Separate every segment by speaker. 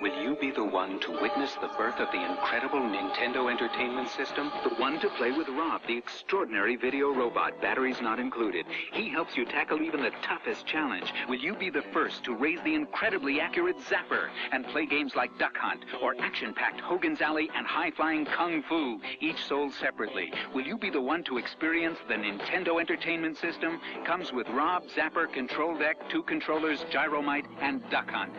Speaker 1: Will you be the one to witness the birth of the incredible Nintendo Entertainment System? The one to play with Rob, the extraordinary video robot, batteries not included. He helps you tackle even the toughest challenge. Will you be the first to raise the incredibly accurate Zapper and play games like Duck Hunt or action-packed Hogan's Alley and high-flying Kung Fu, each sold separately? Will you be the one to experience the Nintendo Entertainment System? Comes with Rob, Zapper, Control Deck, two controllers, Gyromite, and Duck Hunt.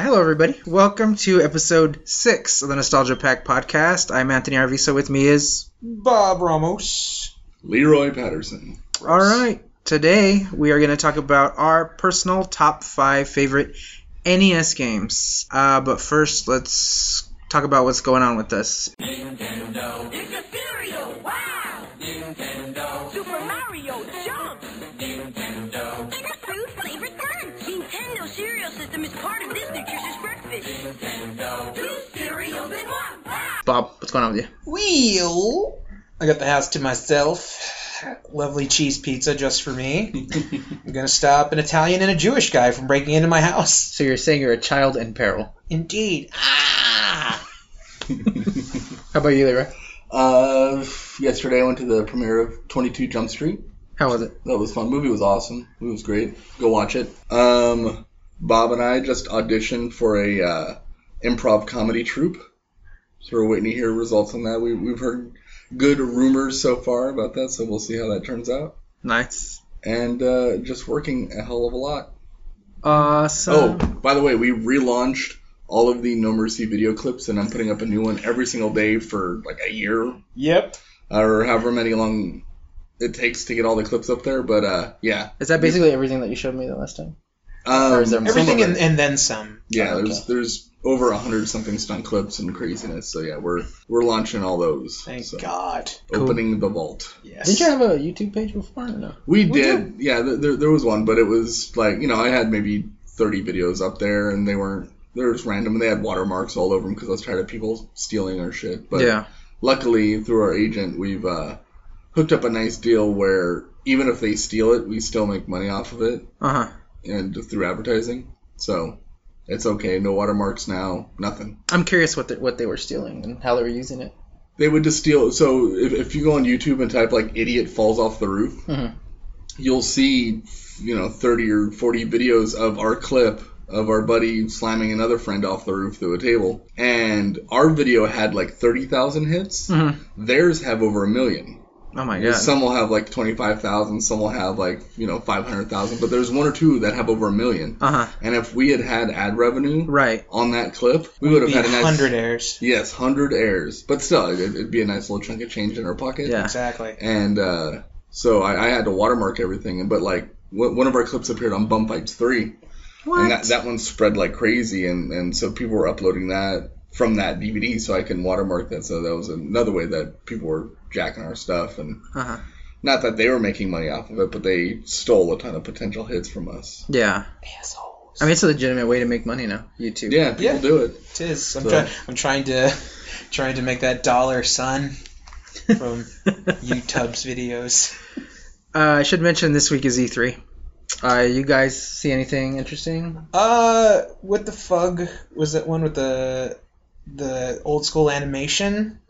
Speaker 2: Hello, everybody. Welcome to episode six of the Nostalgia Pack podcast. I'm Anthony Arviso. With me is.
Speaker 3: Bob Ramos.
Speaker 4: Leroy Patterson.
Speaker 2: All right. Today, we are going to talk about our personal top five favorite NES games. Uh, but first, let's talk about what's going on with us.
Speaker 5: Nintendo, wow! Nintendo. Super Mario Jump! Nintendo. And a food flavored lunch! Nintendo cereal system is part of this nutritious breakfast. Nintendo. Two cereals in one! Wow!
Speaker 2: Bob, what's going on with you?
Speaker 3: Well, I got the house to myself. Lovely cheese pizza just for me. I'm gonna stop an Italian and a Jewish guy from breaking into my house.
Speaker 2: So, you're saying you're a child in peril.
Speaker 3: Indeed. Ah!
Speaker 2: How about you, Leroy?
Speaker 4: uh, yesterday I went to the premiere of 22 Jump Street.
Speaker 2: How was it?
Speaker 4: That was fun. Movie was awesome. Movie was great. Go watch it. Um, Bob and I just auditioned for a uh, improv comedy troupe. So we're waiting to hear results on that. We, we've heard good rumors so far about that, so we'll see how that turns out.
Speaker 2: Nice.
Speaker 4: And uh, just working a hell of a lot. Oh,
Speaker 2: Awesome.
Speaker 4: by the way, we relaunched all of the No Mercy video clips, and I'm putting up a new one every single day for like a year
Speaker 3: Yep.
Speaker 4: or however many long it takes to get all the clips up there. But uh, yeah,
Speaker 2: Is that basically everything that you showed me the last time?
Speaker 4: um,
Speaker 2: Or is there
Speaker 4: some
Speaker 3: Everything
Speaker 4: of
Speaker 3: and,
Speaker 4: it.
Speaker 3: and then some.
Speaker 4: yeah, there's there's over a hundred something stunt clips and craziness. So yeah, we're we're launching all those.
Speaker 3: Thank
Speaker 4: so,
Speaker 3: God.
Speaker 4: Opening the vault.
Speaker 3: Yes.
Speaker 2: Didn't you have a YouTube page before? or No.
Speaker 4: We did, yeah. Th- there, there was one, but it was like you know I had maybe thirty videos up there, and they weren't they were just random, and they had watermarks all over them because I was tired of people stealing our shit. But
Speaker 2: Yeah.
Speaker 4: luckily through our agent we've uh, hooked up a nice deal where even if they steal it we still make money off of it
Speaker 2: Uh huh.
Speaker 4: and through advertising so it's okay no watermarks now nothing
Speaker 2: I'm curious what, the, what they were stealing and how they were using it.
Speaker 4: they would just steal so if, if you go on youtube and type like idiot falls off the roof
Speaker 2: Mhm.
Speaker 4: you'll see you know 30 or 40 videos of our clip of our buddy slamming another friend off the roof through a table and our video had like 30000 hits
Speaker 2: Mhm.
Speaker 4: theirs have over a million
Speaker 2: Oh my god.
Speaker 4: Some will have like 25,000, some will have like, you know, 500,000, but there's one or two that have over a million.
Speaker 2: Uh huh.
Speaker 4: And if we had had ad revenue
Speaker 2: Right.
Speaker 4: on that clip, we would have
Speaker 3: Be
Speaker 4: had a nice
Speaker 3: 100 airs.
Speaker 4: Yes, 100 airs. But still, it, it'd be a nice little chunk of change in our pocket.
Speaker 2: Yeah.
Speaker 3: Exactly.
Speaker 4: And uh, so I, I had to watermark everything. And But like, w- one of our clips appeared on Bump Fights 3.
Speaker 2: What?
Speaker 4: And that, that one spread like crazy, and, and so people were uploading that from that DVD, so I can watermark that. So that was another way that people were jacking our stuff, and
Speaker 2: Uh-huh.
Speaker 4: not that they were making money off of it, but they stole a ton of potential hits from us.
Speaker 2: Yeah.
Speaker 3: Assholes.
Speaker 2: I mean, it's a legitimate way to make money now. YouTube.
Speaker 4: Yeah, people
Speaker 3: Yeah.
Speaker 4: do it.
Speaker 3: it is. I'm,
Speaker 4: So-
Speaker 3: try- I'm trying to trying to make that dollar, son, from YouTube's videos.
Speaker 2: Uh, I should mention this week is E3. Uh, you guys see anything interesting?
Speaker 3: Uh, what the fug was that one with the the old school animation?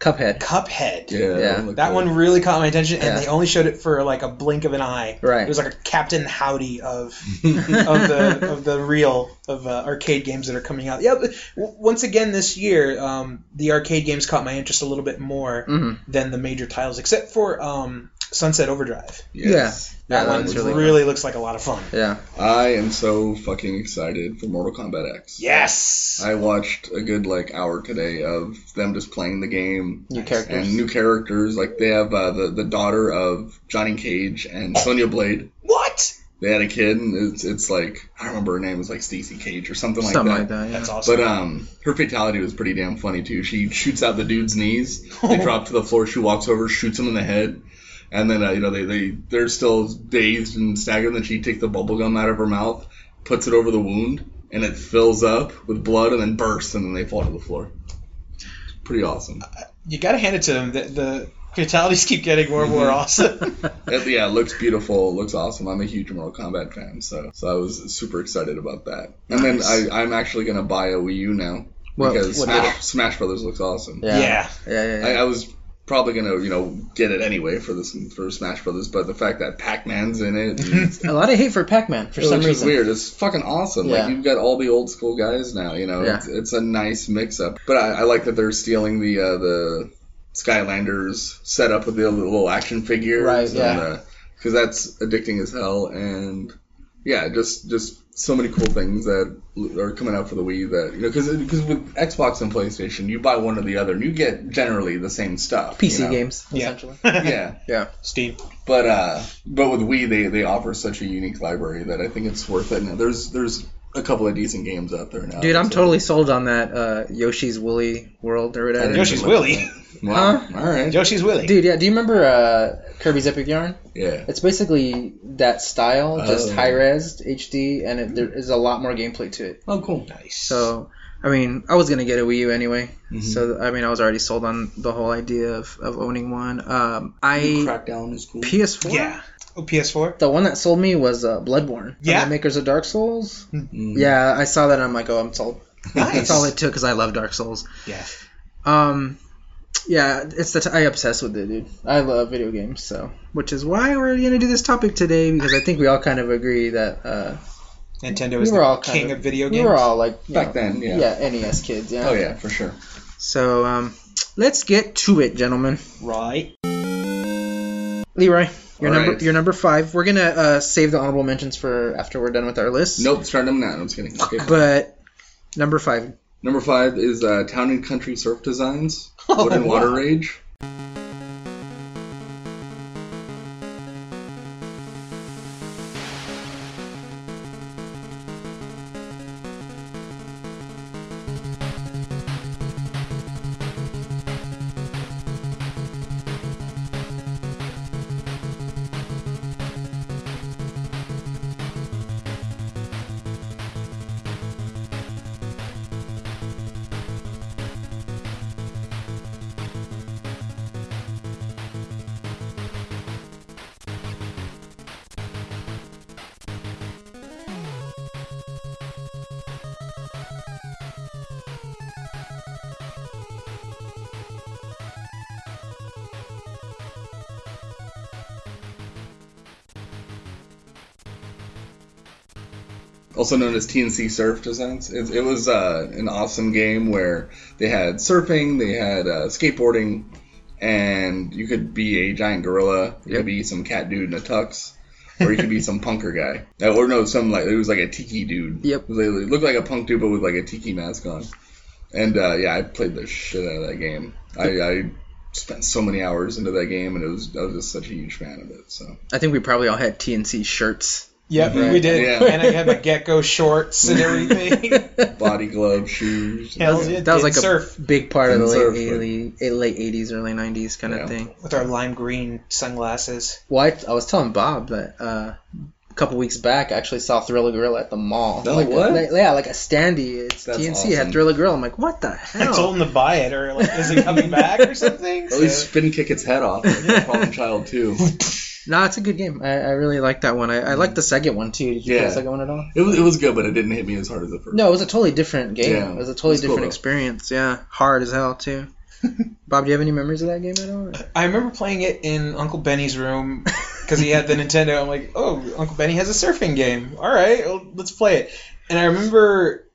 Speaker 2: Cuphead.
Speaker 3: Cuphead.
Speaker 4: Yeah,
Speaker 2: Yeah.
Speaker 4: look
Speaker 3: That
Speaker 4: good.
Speaker 3: one really caught my attention, and
Speaker 2: Yeah.
Speaker 3: they only showed it for like a blink of an eye.
Speaker 2: Right.
Speaker 3: It was like a Captain Howdy of of the of the reel of uh, arcade games that are coming out. Yeah, but w- once again this year, um, the arcade games caught my interest a little bit more
Speaker 6: Mm.
Speaker 2: hmm
Speaker 3: than the major titles, except for um, Sunset Overdrive.
Speaker 4: Yes.
Speaker 2: Yeah,
Speaker 3: That,
Speaker 2: that
Speaker 3: one
Speaker 2: one's
Speaker 3: really,
Speaker 2: really
Speaker 3: looks like a lot of fun.
Speaker 2: Yeah.
Speaker 4: I am so fucking excited for Mortal Kombat X.
Speaker 3: Yes.
Speaker 4: I watched a good like hour today of them just playing the game
Speaker 2: New characters.
Speaker 4: and new characters. Like they have uh, the the daughter of Johnny Cage and Sonya Blade.
Speaker 3: what?
Speaker 4: They had a kid, and it's it's like I remember her name was like Stacy Cage or something like
Speaker 2: Something
Speaker 4: that.
Speaker 2: like that. Yeah.
Speaker 3: That's awesome.
Speaker 4: But um, her fatality was pretty damn funny too. She shoots out the dude's knees. They drop to the floor. She walks over, shoots him in the head, and then uh, you know they they they're still dazed and staggered. Then she takes the bubble gum out of her mouth, puts it over the wound, and it fills up with blood, and then bursts, and then they fall to the floor. It's pretty awesome.
Speaker 3: you got to hand it to them. The, the fatalities keep getting more and more awesome.
Speaker 4: It- yeah, it looks beautiful. It looks awesome. I'm a huge Mortal Kombat fan, so so I was super excited about that. And
Speaker 3: Nice.
Speaker 4: then I I'm actually gonna buy a Wii U now
Speaker 2: Well,
Speaker 4: because
Speaker 2: what-
Speaker 4: Smash, Smash Brothers looks awesome.
Speaker 3: yeah.
Speaker 2: yeah, yeah, yeah.
Speaker 4: I, I was probably gonna, you know, get it anyway for this for Smash Brothers, but the fact that Pac Man's in it, and,
Speaker 6: A lot of hate for Pac-Man for some
Speaker 4: which is
Speaker 6: reason.
Speaker 4: weird. It's fucking awesome.
Speaker 6: Yeah.
Speaker 4: Like you've got all the old school guys now. You know,
Speaker 2: Yeah.
Speaker 4: it's, it's a nice mix up. But I, I like that they're stealing the uh, the Skylanders setup with the little action figures,
Speaker 6: Right, yeah.
Speaker 4: Because that's addicting as hell, and yeah, just just so many cool things that l- are coming out for the Wii that you know because because with Xbox and PlayStation you buy one or the other and you get generally the same stuff. you
Speaker 2: PC
Speaker 4: know?
Speaker 2: games.
Speaker 6: Essentially.
Speaker 4: Yeah,
Speaker 3: Steve.
Speaker 4: but uh, but with Wii they they offer such a unique library that I think it's worth it. Now there's there's a couple of decent games out there now.
Speaker 2: Dude, I'm
Speaker 4: so-
Speaker 2: totally sold on that uh, Yoshi's Woolly World or whatever.
Speaker 3: Yoshi's Willy.
Speaker 4: Wow.
Speaker 2: Huh?
Speaker 4: All right.
Speaker 3: Yoshi's Willy.
Speaker 6: Dude, yeah. Do you remember uh, Kirby's Epic Yarn?
Speaker 4: Yeah.
Speaker 6: It's basically that style, just
Speaker 4: Oh.
Speaker 6: high res HD, and it, there is a lot more gameplay to it.
Speaker 4: Oh, cool.
Speaker 3: Nice.
Speaker 2: So, I mean, I was gonna get a Wii U anyway.
Speaker 3: Mm-hmm.
Speaker 4: Mhm.
Speaker 2: So, I mean, I was already sold on the whole idea of, of owning one. Um, I
Speaker 4: Crackdown is cool.
Speaker 2: PS4.
Speaker 3: yeah. Oh, PS4.
Speaker 6: The one that sold me was uh, Bloodborne. from
Speaker 3: Yeah. Mm-hmm.
Speaker 6: the makers of Dark Souls.
Speaker 4: Mm.
Speaker 6: Yeah, I saw that. and I'm like, oh, I'm sold.
Speaker 2: That's all it took because I love Dark Souls.
Speaker 3: Yeah.
Speaker 2: Um, yeah, it's the t- I obsess with it, dude.
Speaker 6: I love video games, so
Speaker 2: Which is why we're gonna do this topic today because I think we all kind of agree that uh,
Speaker 3: Nintendo
Speaker 6: We
Speaker 3: is
Speaker 6: were all
Speaker 3: the
Speaker 6: kind
Speaker 3: king
Speaker 6: of-
Speaker 3: of, video
Speaker 6: we
Speaker 3: games.
Speaker 6: were all like, you
Speaker 4: Back
Speaker 6: know,
Speaker 4: then, yeah.
Speaker 6: yeah,
Speaker 2: E
Speaker 6: NES kids, yeah.
Speaker 4: Oh yeah, for sure.
Speaker 2: so. Um, let's get to it, gentlemen.
Speaker 3: Right.
Speaker 2: Leroy, your
Speaker 4: All
Speaker 2: number,
Speaker 4: right.
Speaker 2: your number five. We're gonna uh, save the honorable mentions for after we're done with our list.
Speaker 4: Nope, start them now. I'm just kidding. Okay.
Speaker 2: But number five,
Speaker 4: Number five is uh, Town and Country Surf Designs.
Speaker 2: Oh,
Speaker 4: Wood and Water Rage. also known as TNC Surf Designs. It, it was uh, an awesome game where they had surfing, they had uh, skateboarding, and you could be a giant gorilla, you
Speaker 2: Yep.
Speaker 4: could be some cat dude in a tux, or you could be some punker guy, Uh, or no, some like it was like a tiki dude.
Speaker 2: Yep.
Speaker 4: It was like- it looked like a punk dude but with like a tiki mask on. And uh, yeah, I played the shit out of that game. I, I spent so many hours into that game, and it was I was just such a huge fan of it. So
Speaker 2: I think we probably all had TNC shirts.
Speaker 3: Yep, we
Speaker 4: Right.
Speaker 3: did.
Speaker 4: Yeah.
Speaker 3: And I had my gecko shorts and everything.
Speaker 4: body glove, shoes.
Speaker 3: Hell yeah.
Speaker 2: That was
Speaker 3: did
Speaker 2: like
Speaker 3: surf
Speaker 2: a big part of the
Speaker 4: Didn't surf,
Speaker 2: late,
Speaker 4: but-
Speaker 2: early- eh, late 80s, early 90s kind
Speaker 4: Yeah.
Speaker 2: of thing.
Speaker 3: with our lime green sunglasses.
Speaker 6: Well, I, I was telling Bob that uh, a couple weeks back, I actually saw Thriller Gorilla at the mall.
Speaker 4: Oh,
Speaker 6: like
Speaker 4: what?
Speaker 6: A, yeah, like a standee. It's
Speaker 4: That's
Speaker 6: TNC
Speaker 4: awesome.
Speaker 6: had Thriller Gorilla. I'm like, what the
Speaker 3: I told
Speaker 6: hell?
Speaker 3: him to buy it, or like, is it coming back or something?
Speaker 4: At least spin kick its head off. Like a problem child too.
Speaker 2: No, it's a good game. I, I really like that one. I, I like the second one too. Did you play
Speaker 4: Mm. Yeah.
Speaker 2: the second one at all?
Speaker 4: It was, it was good, but it didn't hit me as hard as the first.
Speaker 2: No, it was a totally different game.
Speaker 4: Yeah,
Speaker 2: it was a totally
Speaker 4: it's cool,
Speaker 2: different
Speaker 4: though.
Speaker 2: experience. Yeah, hard as hell too. Bob, do you have any memories of that game at all?
Speaker 3: I remember playing it in Uncle Benny's room because he had the Nintendo. I'm like, oh, Uncle Benny has a surfing game. All right, well, let's play it. And I remember,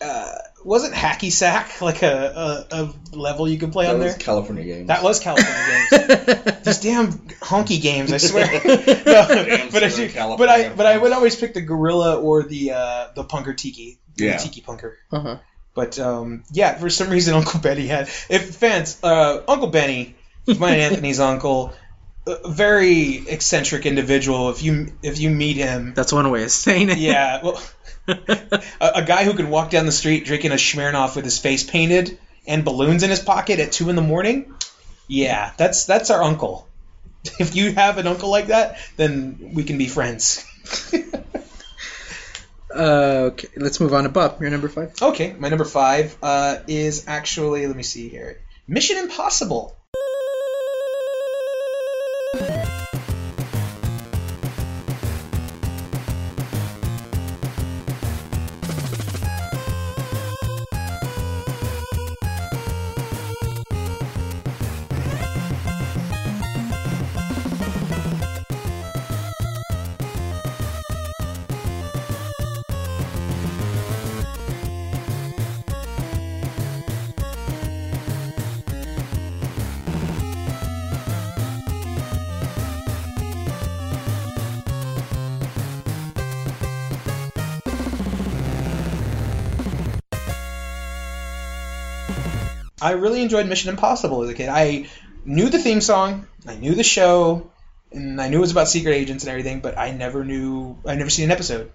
Speaker 3: uh, wasn't Hacky Sack like a, a, a level you could play
Speaker 4: that
Speaker 3: on
Speaker 4: was
Speaker 3: there?
Speaker 4: California games.
Speaker 3: that was California games. These damn honky games, I swear. no, but I
Speaker 4: Southern
Speaker 3: do,
Speaker 4: California
Speaker 3: but I but I
Speaker 4: fans.
Speaker 3: would always pick the gorilla or the uh, the punker tiki,
Speaker 4: Yeah.
Speaker 3: the tiki punker.
Speaker 6: Uh-huh.
Speaker 3: But um, yeah, for some reason, Uncle Benny had. If fans, uh, Uncle Benny, mine and Anthony's uncle, a very eccentric individual. If you if you meet him,
Speaker 6: That's one way of saying it.
Speaker 3: yeah, well, a, a guy who can walk down the street drinking a Smirnoff with his face painted and balloons in his pocket at two in the morning. Yeah, that's that's our uncle. If you have an uncle like that, then we can be friends.
Speaker 6: Uh, okay, let's move on to Bob. You're number five.
Speaker 3: Okay, my number five uh, is actually, let me see here Mission Impossible. I really enjoyed Mission Impossible as a kid. I knew the theme song, I knew the show, and I knew it was about secret agents and everything, but I never knew, I've never seen an episode.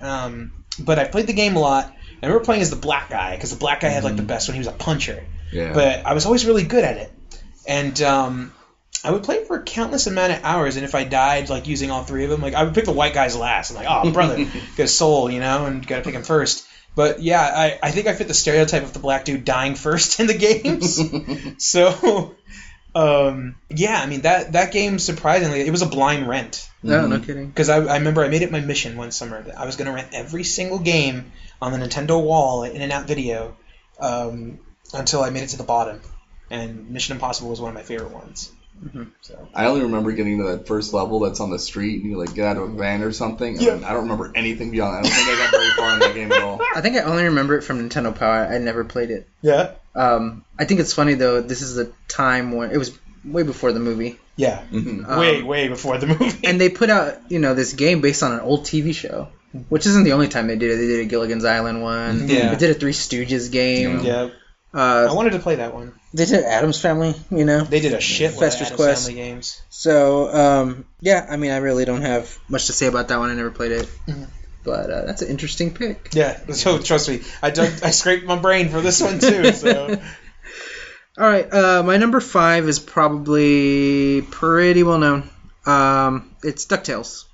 Speaker 3: Um, but I played the game a lot. I remember playing as the black guy, because the black guy had like the best one. He was a puncher.
Speaker 4: Yeah.
Speaker 3: but I was always really good at it. And um, I would play for a countless amount of hours, and if I died, like using all three of them, like I would pick the white guys last. I'm like, oh brother, got a soul, you know, and gotta pick him first. But yeah, I, I think I fit the stereotype of the black dude dying first in the games.
Speaker 4: Mm-hmm.
Speaker 3: so, um, yeah, I mean that that game surprisingly it was a blind rent
Speaker 6: No,
Speaker 3: Mm-hmm.
Speaker 6: no kidding.
Speaker 3: because I, I remember I made it my mission one summer that I was going to rent every single game on the Nintendo wall at In and Out Video um, until I made it to the bottom. And Mission Impossible was one of my favorite ones. So
Speaker 4: I only remember getting to that first level that's on the street and you like get out of a van or something. And
Speaker 3: Yeah.
Speaker 4: I don't remember anything beyond. that. I don't think I got very far in that game at all.
Speaker 6: I think I only remember it from Nintendo Power. I never played it.
Speaker 3: yeah,
Speaker 6: Um, I think it's funny though. This is the time when it was way before the movie.
Speaker 3: yeah,
Speaker 4: Mhm.
Speaker 6: Um,
Speaker 3: way way before the movie.
Speaker 6: and they put out you know this game based on an old TV show, which isn't the only time they did it. They did a Gilligan's Island one.
Speaker 3: Yeah.
Speaker 6: They did a Three Stooges game.
Speaker 3: Mm-hmm. yeah, I
Speaker 6: Uh,
Speaker 3: wanted to play that one.
Speaker 6: they did Adam's Family. You know.
Speaker 3: They did a shit load of
Speaker 6: Fester's
Speaker 3: Adam's
Speaker 6: Quest.
Speaker 3: Family games.
Speaker 6: So um, yeah, I mean, I really don't have much to say about that one. I never played it,
Speaker 3: Mhm.
Speaker 6: but uh, that's an interesting pick.
Speaker 3: Yeah, so trust me, I dug, I scraped my brain for this one too. So
Speaker 6: All right, uh, my number five is probably pretty well known. Um, it's Ducktales.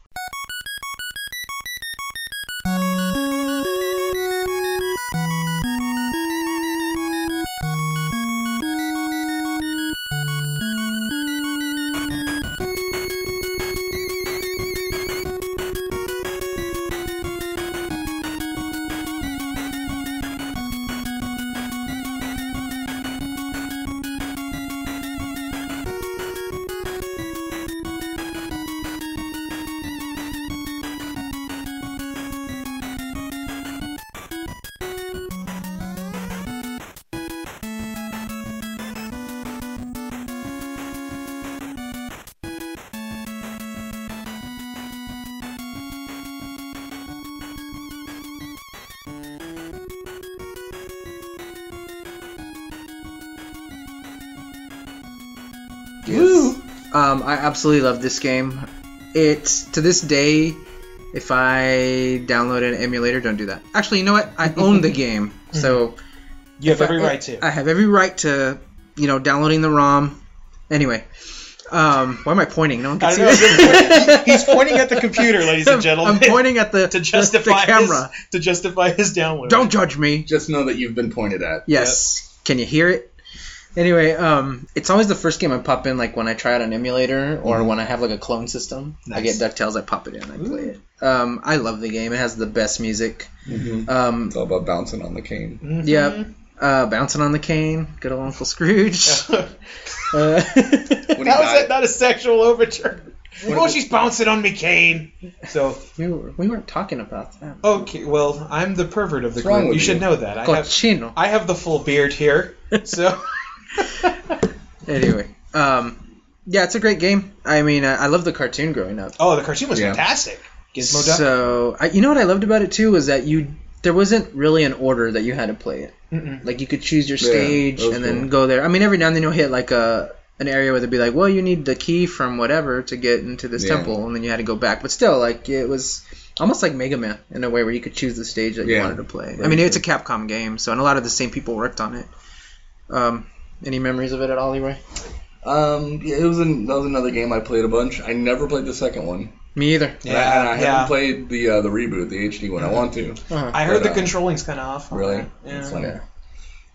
Speaker 3: Woo.
Speaker 6: Um, I absolutely love this game. It to this day, if I download an emulator, don't do that. Actually, you know what? I own the game, so
Speaker 3: you have every
Speaker 6: I-
Speaker 3: right to.
Speaker 6: I have every right to, you know, downloading the ROM. Anyway, um, why am I pointing? No one can
Speaker 3: I
Speaker 6: see
Speaker 3: know,
Speaker 6: this.
Speaker 3: He's pointing at the computer, ladies and gentlemen,
Speaker 6: I'm pointing at the
Speaker 3: to justify
Speaker 6: the camera.
Speaker 3: his, to justify his download.
Speaker 6: Don't judge me.
Speaker 4: Just know that you've been pointed at.
Speaker 6: Yes. Can you hear it? Anyway, um, it's always the first game I pop in, like when I try out an emulator or when I have like a clone system. I get
Speaker 3: Mm-hmm. Nice.
Speaker 6: Ducktales, I pop it in, I play it. Um, I love the game. It has the best music. Um,
Speaker 3: Mm-hmm.
Speaker 4: It's all about bouncing on the cane.
Speaker 6: Yep. Uh, bouncing on the cane. Good old Uncle Scrooge. Uh,
Speaker 4: When he
Speaker 3: How is
Speaker 4: died-
Speaker 3: that not a sexual overture? oh, she's bouncing on me, Kane. So,
Speaker 6: we, were, we weren't talking about that.
Speaker 3: okay, well, I'm the pervert of the
Speaker 4: wrong
Speaker 3: group. You
Speaker 4: with
Speaker 3: should
Speaker 4: you?
Speaker 3: know that. I have,
Speaker 6: Cochino.
Speaker 3: I have the full beard here. So,
Speaker 6: Anyway, um, yeah, it's a great game. I mean, I, I love the cartoon growing up.
Speaker 3: oh, the cartoon was
Speaker 4: Yeah.
Speaker 3: fantastic. Gizmo Duck.
Speaker 6: So, I, you know what I loved about it too was that you there wasn't really an order that you had to play it.
Speaker 3: Mm-mm.
Speaker 6: Like you could choose your
Speaker 4: Yeah,
Speaker 6: stage
Speaker 4: that was
Speaker 6: and then
Speaker 4: cool.
Speaker 6: go there. I mean, every now and then you'll hit like a an area where they'd be like, well, you need the key from whatever to get into this
Speaker 4: Yeah.
Speaker 6: temple, and then you had to go back. But still, like it was almost like Mega Man in a way where you could choose the stage that you
Speaker 4: Yeah.
Speaker 6: wanted to play. I
Speaker 4: Very
Speaker 6: mean, it's a Capcom game, so and a lot of the same people worked on it. Um, any memories of it at all, Leroy?
Speaker 4: Um, yeah, it was an, that was another game I played a bunch. I never played the second one.
Speaker 6: Me either.
Speaker 4: And I, and I
Speaker 3: yeah. Mm-hmm.
Speaker 4: haven't played the uh, the reboot, the HD one. I want to.
Speaker 6: Uh-huh.
Speaker 3: I heard
Speaker 4: But,
Speaker 3: the
Speaker 4: uh,
Speaker 3: controlling's kind of off. on
Speaker 4: Really?
Speaker 3: it.
Speaker 4: That's
Speaker 3: Yeah.
Speaker 4: funny.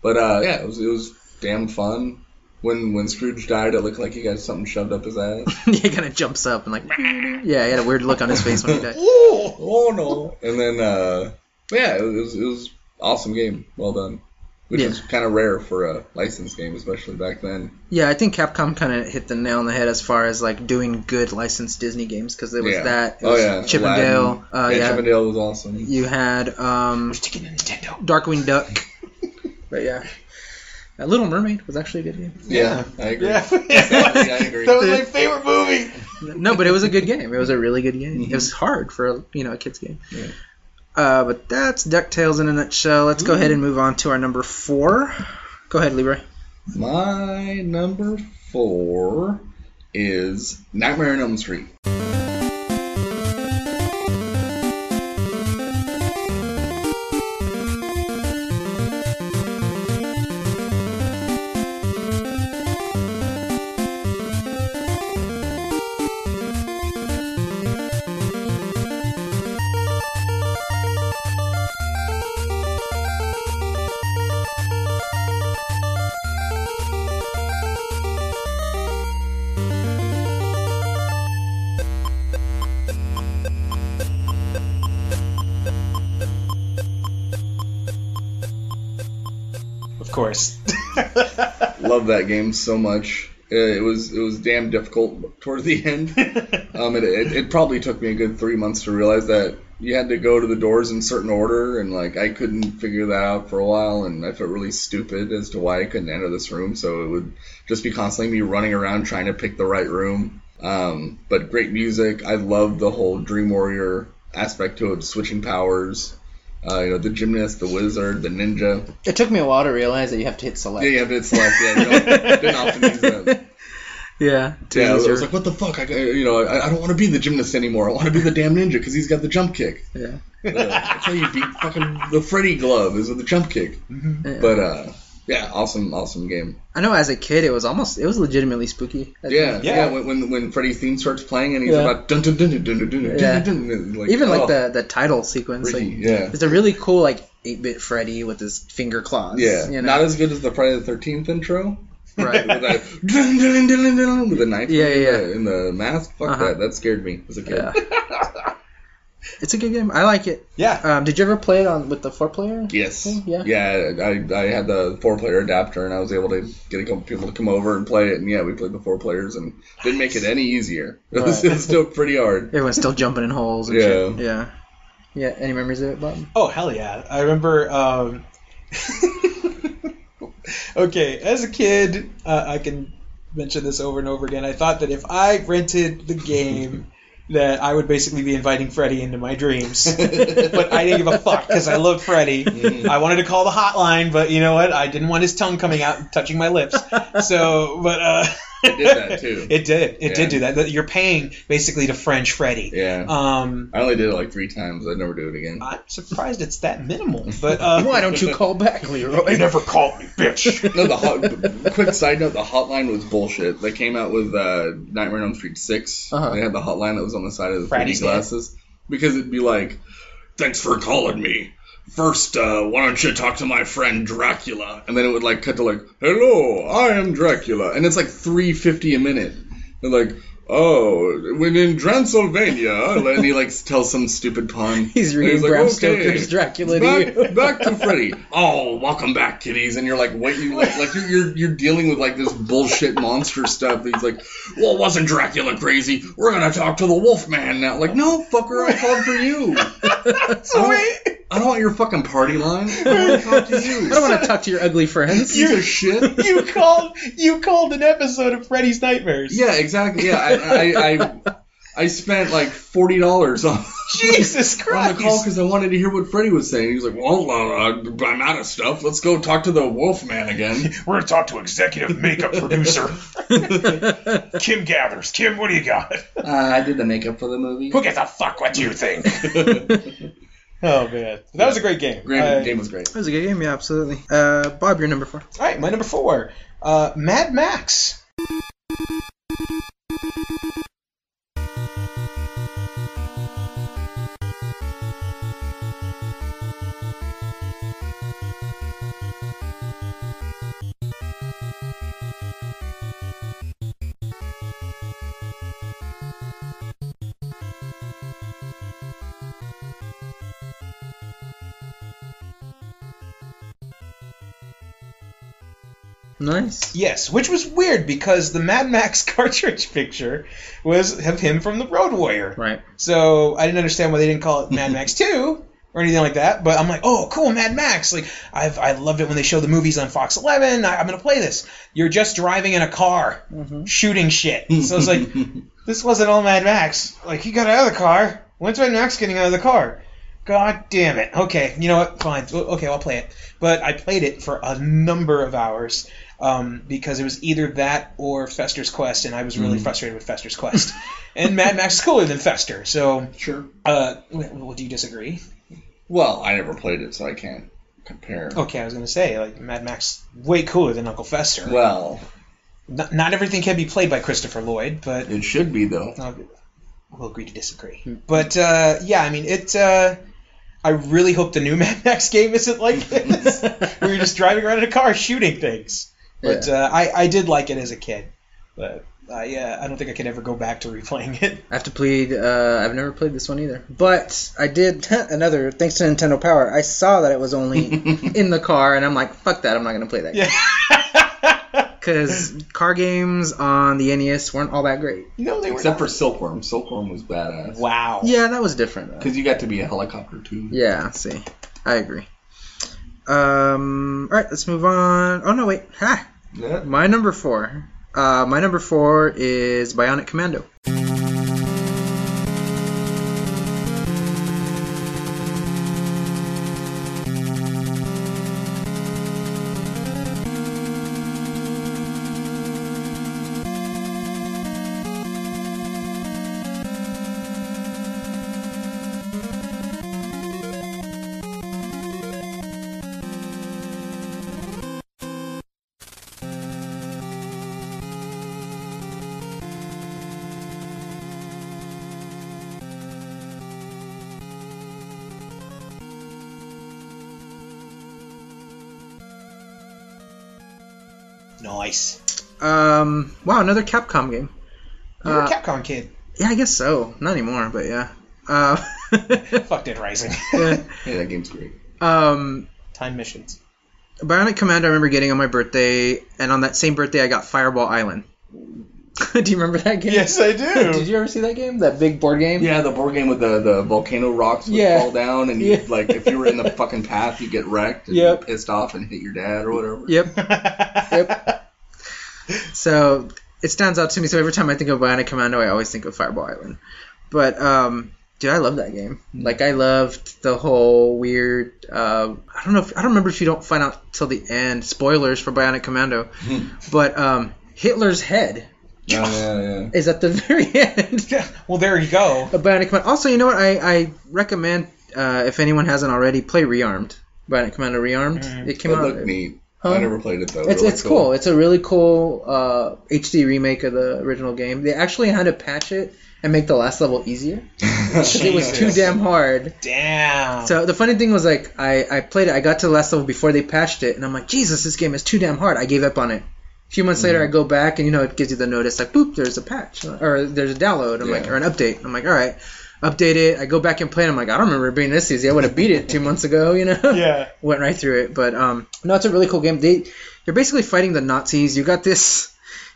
Speaker 4: But uh, yeah, it was it was damn fun. When when Scrooge died, it looked like he got something shoved up his ass.
Speaker 6: he kind of jumps up and like, yeah, he had a weird look on his face when he died.
Speaker 3: Ooh.
Speaker 4: oh no! And then uh, yeah, it was it was awesome game. Well done. Which
Speaker 6: Yeah.
Speaker 4: is kind of rare for a licensed game, especially back then.
Speaker 6: Yeah, I think Capcom kind of hit the nail on the head as far as like doing good licensed Disney games because there was
Speaker 4: yeah.
Speaker 6: that. It
Speaker 4: oh
Speaker 6: was
Speaker 4: yeah.
Speaker 6: Chip
Speaker 4: Aladdin.
Speaker 6: and Dale. Uh,
Speaker 4: yeah,
Speaker 6: yeah,
Speaker 4: Chip and Dale was awesome.
Speaker 6: you had um,
Speaker 3: We're sticking to Nintendo.
Speaker 6: Darkwing Duck. but yeah, Uh, Little Mermaid was actually a good game.
Speaker 4: Yeah, I agree.
Speaker 3: Yeah.
Speaker 4: Yeah, I agree.
Speaker 3: that was my favorite movie.
Speaker 6: No, but it was a good game. It was a really good game. It was hard for a, you know a kids game.
Speaker 4: Mm-hmm. Yeah.
Speaker 6: Uh, but that's Ducktales in a nutshell. Let's go ahead and move on to our number four. Go ahead, Libra.
Speaker 4: My number four is Nightmare on Elm Street.
Speaker 3: Of course.
Speaker 4: Love that game so much. Uh, It was it was damn difficult towards the end. um, it, it it probably took me a good three months to realize that you had to go to the doors in certain order, and like I couldn't figure that out for a while, and I felt really stupid as to why I couldn't enter this room. So it would just be constantly me running around trying to pick the right room. Um, but great music. I love the whole Dream Warrior aspect to it, switching powers. Uh, you know, the gymnast, the wizard, the ninja.
Speaker 7: It took me a while to realize that you have to hit select.
Speaker 4: Yeah, yeah, but it's like yeah, you don't, didn't often use that.
Speaker 6: Yeah.
Speaker 4: Yeah, I
Speaker 6: Teaser.
Speaker 4: was like, what the fuck? I, you know, I, I don't want to be the gymnast anymore. I want to be the damn ninja because he's got the jump kick.
Speaker 6: Yeah.
Speaker 4: Uh, that's how you beat fucking the Freddy glove is with the jump kick.
Speaker 6: Yeah.
Speaker 4: But uh, yeah, awesome, awesome game.
Speaker 6: I know as a kid it was almost it was legitimately spooky. I
Speaker 4: Yeah, yeah.
Speaker 3: Yeah.
Speaker 4: when, when when Freddy's theme starts playing and he's
Speaker 6: Yeah.
Speaker 4: about dun dun dun dun dun dun dun
Speaker 6: Yeah.
Speaker 4: dun dun, and like,
Speaker 6: even like
Speaker 4: oh,
Speaker 6: the the title sequence
Speaker 4: Freddy,
Speaker 6: like
Speaker 4: yeah.
Speaker 6: it's a really cool like 8-bit freddy with his finger claws
Speaker 4: Yeah,
Speaker 6: you know?
Speaker 4: not as good as the Friday the Thirteenth intro.
Speaker 6: Right.
Speaker 4: with that dun, dun, dun, dun, dun, with the knife.
Speaker 6: Yeah, yeah,
Speaker 4: In the, in the mask. Fuck
Speaker 6: Uh-huh.
Speaker 4: that. That scared me as a kid.
Speaker 6: Yeah. it's a good game i like it
Speaker 3: yeah.
Speaker 6: um, did you ever play it on with the four player
Speaker 4: Yes.
Speaker 6: Yeah.
Speaker 4: I, I had the four player adapter and I was able to get a couple people to come over and play it. And yeah, we played the four players and didn't make it any easier. It was,
Speaker 6: Right.
Speaker 4: it was still pretty hard.
Speaker 6: everyone's still jumping in holes and
Speaker 4: Yeah.
Speaker 6: shit yeah yeah any memories of it bob
Speaker 3: Oh hell yeah! I remember. Um... okay, as a kid, uh, I can mention this over and over again. I thought that if I rented the game, that I would basically be inviting Freddy into my dreams. but I didn't give a fuck because I loved Freddy.
Speaker 4: Mm.
Speaker 3: I wanted to call the hotline, but you know what? I didn't want his tongue coming out and touching my lips. So, but uh, it
Speaker 4: did that, too.
Speaker 3: It did. It
Speaker 4: Yeah.
Speaker 3: did do that. That- You're paying basically to French Freddy.
Speaker 4: Yeah.
Speaker 3: Um,
Speaker 4: I only did it like three times. I'd never do it again.
Speaker 3: I'm surprised it's that minimal, but uh,
Speaker 7: Why don't you call back, Leroy?
Speaker 3: never called me, bitch.
Speaker 4: No, the hot, quick side note: the hotline was bullshit. They came out with uh, Nightmare on Elm Street 6
Speaker 7: Uh-huh.
Speaker 4: They had the hotline that was on the side of the
Speaker 3: Friday's
Speaker 4: 3D glasses because it'd be like, "Thanks for calling me." First, uh, why don't you talk to my friend Dracula? And then it would like cut to like, "Hello, I am Dracula," and it's like three fifty a minute. They're like, "Oh, when in Transylvania," and he like tells some stupid pun.
Speaker 7: He's
Speaker 4: And
Speaker 7: reading
Speaker 4: like,
Speaker 7: Bram
Speaker 4: "Okay."
Speaker 7: Stoker's Dracula to you.
Speaker 4: back, back to Freddy. Oh, welcome back, kiddies. And you're like, wait, you like, like you're, you're you're dealing with like this bullshit monster stuff. And he's like, well, wasn't Dracula crazy? We're gonna talk to the Wolfman now. Like, no, fucker, I called for you. so wait. I don't want your fucking party line. I want to talk to you.
Speaker 7: I don't want to talk to your ugly friends.
Speaker 4: piece of shit.
Speaker 3: you called you called an episode of Freddy's Nightmares.
Speaker 4: Yeah, exactly. Yeah, I, I, I, I spent like forty dollars on
Speaker 3: Jesus
Speaker 4: on
Speaker 3: Christ!
Speaker 4: the call because I wanted to hear what Freddy was saying. He was like, "Well, uh, I'm out of stuff. Let's go talk to the Wolfman again."
Speaker 8: We're gonna talk to executive makeup producer Kim Gathers. Kim, what do you got?
Speaker 4: Uh, I did the makeup for the movie.
Speaker 8: Who gives a fuck what you think?
Speaker 3: Oh man, that was a great game.
Speaker 4: Great
Speaker 3: Uh,
Speaker 4: game was great.
Speaker 2: That was a good game, yeah, absolutely. Uh, Bob, you're number four.
Speaker 3: All right, my number four, uh, Mad Max.
Speaker 2: Nice.
Speaker 3: Yes, which was weird because the Mad Max cartridge picture was of him from the Road Warrior.
Speaker 2: Right.
Speaker 3: So I didn't understand why they didn't call it Mad Max Two or anything like that. But I'm like, oh, cool, Mad Max. Like I've I loved it when they show the movies on Fox 11. I, I'm gonna play this. You're just driving in a car, shooting shit. So it's like this wasn't all Mad Max. Like he got out of the car. When's Mad Max getting out of the car? God damn it. Okay, you know what? Fine. O- Okay, I'll play it. But I played it for a number of hours um, because it was either that or Fester's Quest, and I was really frustrated with Fester's Quest. and Mad Max is cooler than Fester, so
Speaker 4: Sure.
Speaker 3: uh, w- well, do you disagree?
Speaker 4: Well, I never played it, so I can't compare.
Speaker 6: Oh.
Speaker 3: Okay, I was gonna say like Mad Max way cooler than Uncle Fester.
Speaker 4: Well,
Speaker 3: not, not everything can be played by Christopher Lloyd, but
Speaker 4: it should be though.
Speaker 3: I'll, we'll agree to disagree. But uh, yeah, I mean it. Uh, I really hope the new Mad Max game isn't like this, where you're just driving around in a car shooting things. But uh, I I did like it as a kid, but I uh, I don't think I could ever go back to replaying it.
Speaker 6: I have to plead. Uh, I've never played this one either, but I did another. Thanks to Nintendo Power, I saw that it was only in the car, and I'm like, "Fuck that! I'm not gonna play that."
Speaker 3: Yeah.
Speaker 6: Because car games on the NES weren't all that great.
Speaker 3: You know they were
Speaker 4: Except
Speaker 3: not-
Speaker 4: for Silkworm. Silkworm was badass.
Speaker 3: wow.
Speaker 6: Yeah, that was different. Though.
Speaker 4: Because you got to be a helicopter too.
Speaker 6: Yeah, see, I agree. Um, all right, let's move on. Oh no, wait. Ha!
Speaker 4: Yeah.
Speaker 6: My number four. Uh, my number four is Bionic Commando.
Speaker 3: Nice.
Speaker 6: Um, wow, another Capcom game.
Speaker 3: You were
Speaker 6: Uh,
Speaker 3: a Capcom kid.
Speaker 6: Yeah, I guess so. Not anymore, but yeah. Uh,
Speaker 3: Fuck Dead Rising.
Speaker 4: yeah, that game's great.
Speaker 6: um,
Speaker 3: Time missions.
Speaker 6: Bionic Commando, I remember getting on my birthday, and on that same birthday, I got Fireball Island. Do you remember that game?
Speaker 3: Yes, I do.
Speaker 6: Did you ever see that game? That big board game?
Speaker 4: Yeah, the board game with the, the volcano rocks would
Speaker 6: Yeah.
Speaker 4: fall down, and you
Speaker 6: Yeah.
Speaker 4: like if you were in the fucking path, you get wrecked and
Speaker 6: Yep.
Speaker 4: pissed off and hit your dad or whatever.
Speaker 6: Yep. yep. So it stands out to me. So every time I think of Bionic Commando, I always think of Fireball Island. But um, dude, I love that game.
Speaker 4: Mm-hmm.
Speaker 6: Like I loved the whole weird. Uh, I don't know. If, I don't remember if you don't find out till the end. Spoilers for Bionic Commando. but um, Hitler's head
Speaker 4: Yeah, yeah, yeah.
Speaker 6: is at the very end.
Speaker 3: Yeah, well, there you go.
Speaker 6: of Bionic Commando. Also, you know what? I, I recommend uh, if anyone hasn't already, play Rearmed. Bionic Commando Rearmed. It came
Speaker 4: It
Speaker 6: out.
Speaker 4: Mm-hmm. looked neat. I
Speaker 6: Huh?
Speaker 4: never played it though.
Speaker 6: It's,
Speaker 4: It
Speaker 6: it's
Speaker 4: looked
Speaker 6: cool. It's a really cool uh, HD remake of the original game. They actually had to patch it and make the last level easier. 'cause It was too
Speaker 3: Jesus.
Speaker 6: damn hard.
Speaker 3: Damn.
Speaker 6: So the funny thing was like I, I played it. I got to the last level before they patched it, and I'm like, Jesus, this game is too damn hard. I gave up on it. A few months later, I go back and you know it gives you the notice like, boop, there's a patch or there's a download. I'm like
Speaker 4: Yeah.
Speaker 6: or an update. I'm like, all right, update it. I go back and play it. I'm like, I don't remember it being this easy. I would have beat it two months ago. You know?
Speaker 3: Yeah.
Speaker 6: Went right through it, but um, no, it's a really cool game. They you're basically fighting the Nazis. You got this.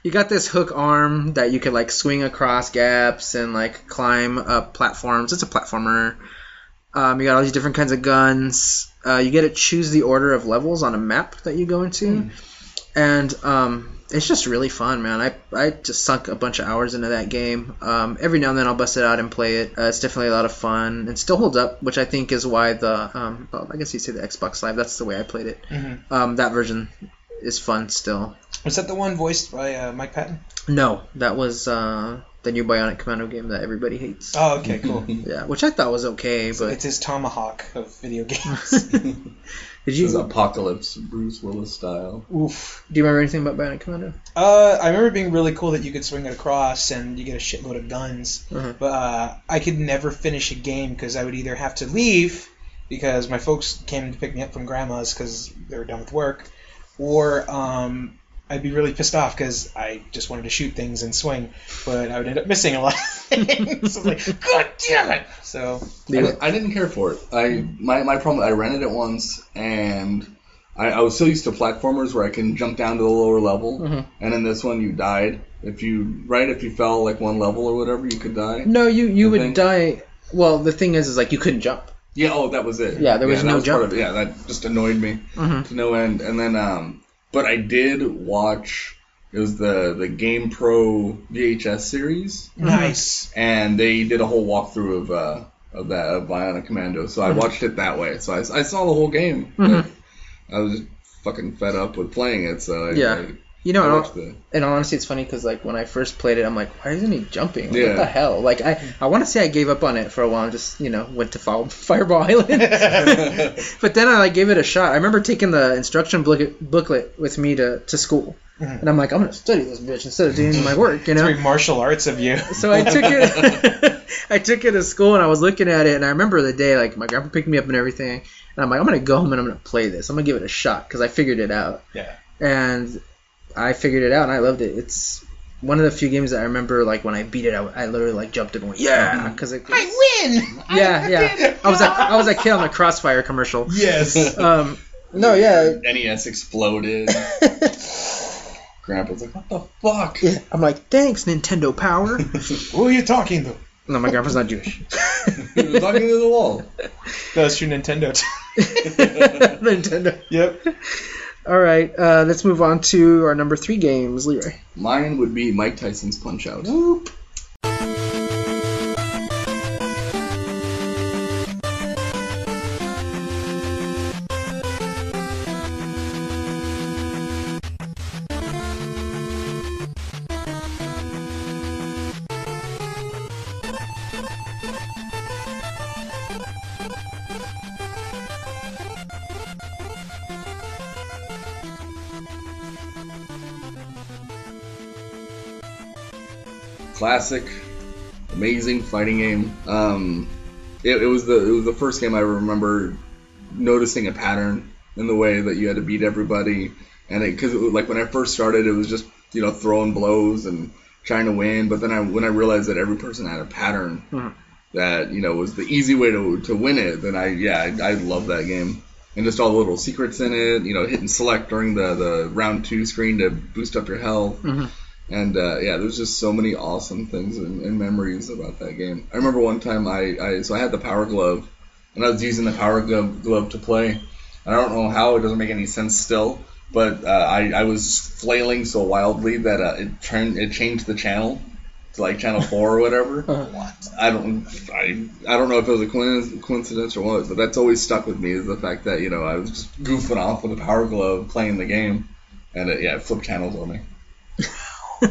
Speaker 6: You got this hook arm that you could like swing across gaps and like climb up platforms. It's a platformer. Um, you got all these different kinds of guns. Uh, you get to choose the order of levels on a map that you go into. and um, it's just really fun, man. I, I just sunk a bunch of hours into that game. Um, every now and then I'll bust it out and play it. Uh, it's definitely a lot of fun and still holds up, which I think is why the um, oh, I guess you say the Xbox Live. That's the way I played it. Um, that version is fun still.
Speaker 3: Was Mm-hmm. that the one voiced by uh, Mike Patton?
Speaker 6: No, that was uh, the new Bionic Commando game that everybody hates.
Speaker 3: Oh, okay, cool.
Speaker 6: Yeah, which I thought was okay, but
Speaker 3: it's his tomahawk of video games.
Speaker 6: did
Speaker 4: This is
Speaker 6: you
Speaker 4: apocalypse, Bruce Willis style.
Speaker 3: Oof.
Speaker 6: do you remember anything about Bionic Commando?
Speaker 3: Uh, I remember it being really cool that you could swing it across and you get a shitload of guns.
Speaker 6: Uh-huh.
Speaker 3: But uh, I could never finish a game because I would either have to leave because my folks came to pick me up from grandma's because they were done with work, or um, I'd be really pissed off because I just wanted to shoot things and swing, but I would end up missing a lot of things. I was like, God damn it! So
Speaker 4: I, di- I didn't care for it. I my, my problem. I rented it once, and I, I was so used to platformers where I can jump down to the lower level,
Speaker 6: Mm-hmm.
Speaker 4: and in this one you died if you right if you fell like one level or whatever you could die.
Speaker 6: No, you you would
Speaker 4: thing?
Speaker 6: die. Well, the thing is, is like you couldn't jump.
Speaker 4: Yeah. Oh, that was it.
Speaker 6: Yeah, there was
Speaker 4: that
Speaker 6: no
Speaker 4: part
Speaker 6: jump.
Speaker 4: of it. Yeah, that just annoyed me
Speaker 6: Mm-hmm.
Speaker 4: to no end. And then, um, but I did watch. It was the the Game Pro VHS series,
Speaker 6: Mm-hmm.
Speaker 3: nice.
Speaker 4: and they did a whole walkthrough of uh of that of Bionic Commando. So I watched it that way. So I, I saw the whole game. Like, I was just fucking fed up with playing it. So I,
Speaker 6: Yeah. You
Speaker 4: I,
Speaker 6: know,
Speaker 4: I
Speaker 6: and
Speaker 4: watched
Speaker 6: all,
Speaker 4: the.
Speaker 6: and honestly, it's funny because like when I first played it, I'm like, why isn't he jumping? Like,
Speaker 4: Yeah.
Speaker 6: What the hell? Like I, I want to say I gave up on it for a while. and Just you know, went to Fire- Fireball Island. but then I like gave it a shot. I remember taking the instruction book- booklet with me to, to school, and I'm like, I'm gonna study this bitch instead of doing my work. You know,
Speaker 3: Very martial arts of you.
Speaker 6: so I took it. I took it to school and I was looking at it and I remember the day like my grandpa picked me up and everything and I'm like I'm gonna go home and I'm gonna play this I'm gonna give it a shot because I figured it out
Speaker 3: Yeah.
Speaker 6: and I figured it out and I loved it it's one of the few games that I remember like when I beat it I, I literally like jumped up and went yeah because it
Speaker 3: I win.
Speaker 6: yeah yeah I was a, I was a kid on the Crossfire commercial
Speaker 3: Yes.
Speaker 6: um no yeah
Speaker 4: NES E exploded. Grandpa's like, what the fuck?
Speaker 6: yeah I'm like thanks Nintendo Power
Speaker 3: Who are you talking to?
Speaker 6: no my grandpa's not Jewish
Speaker 4: He was talking to the wall.
Speaker 3: That's your Nintendo.
Speaker 6: Nintendo
Speaker 3: yep.
Speaker 6: All right, uh, let's move on to our number three games, Leroy.
Speaker 4: Mine would be Mike Tyson's Punch Out. classic, amazing fighting game. Um, it, it was the it was the first game I remember noticing a pattern in the way that you had to beat everybody, and it because like when I first started, it was just you know throwing blows and trying to win. But then I when I realized that every person had a pattern that you know was the easy way to to win it, then I yeah I, I love that game. And just all the little secrets in it, you know, hitting select during the, the round two screen to boost up your health. And uh, yeah, there's just so many awesome things and, and memories about that game. I remember one time I, I so I had the power glove, and I was using the power glove, glove to play. And I don't know how it doesn't make any sense still, but uh, I I was flailing so wildly that uh, it turned it changed the channel to like channel four or whatever. I don't I, I don't know if it was a coinc- coincidence or what, but that's always stuck with me is the fact that you know I was just goofing off with the power glove playing the game, and it, yeah, it flipped channels on me.
Speaker 6: Did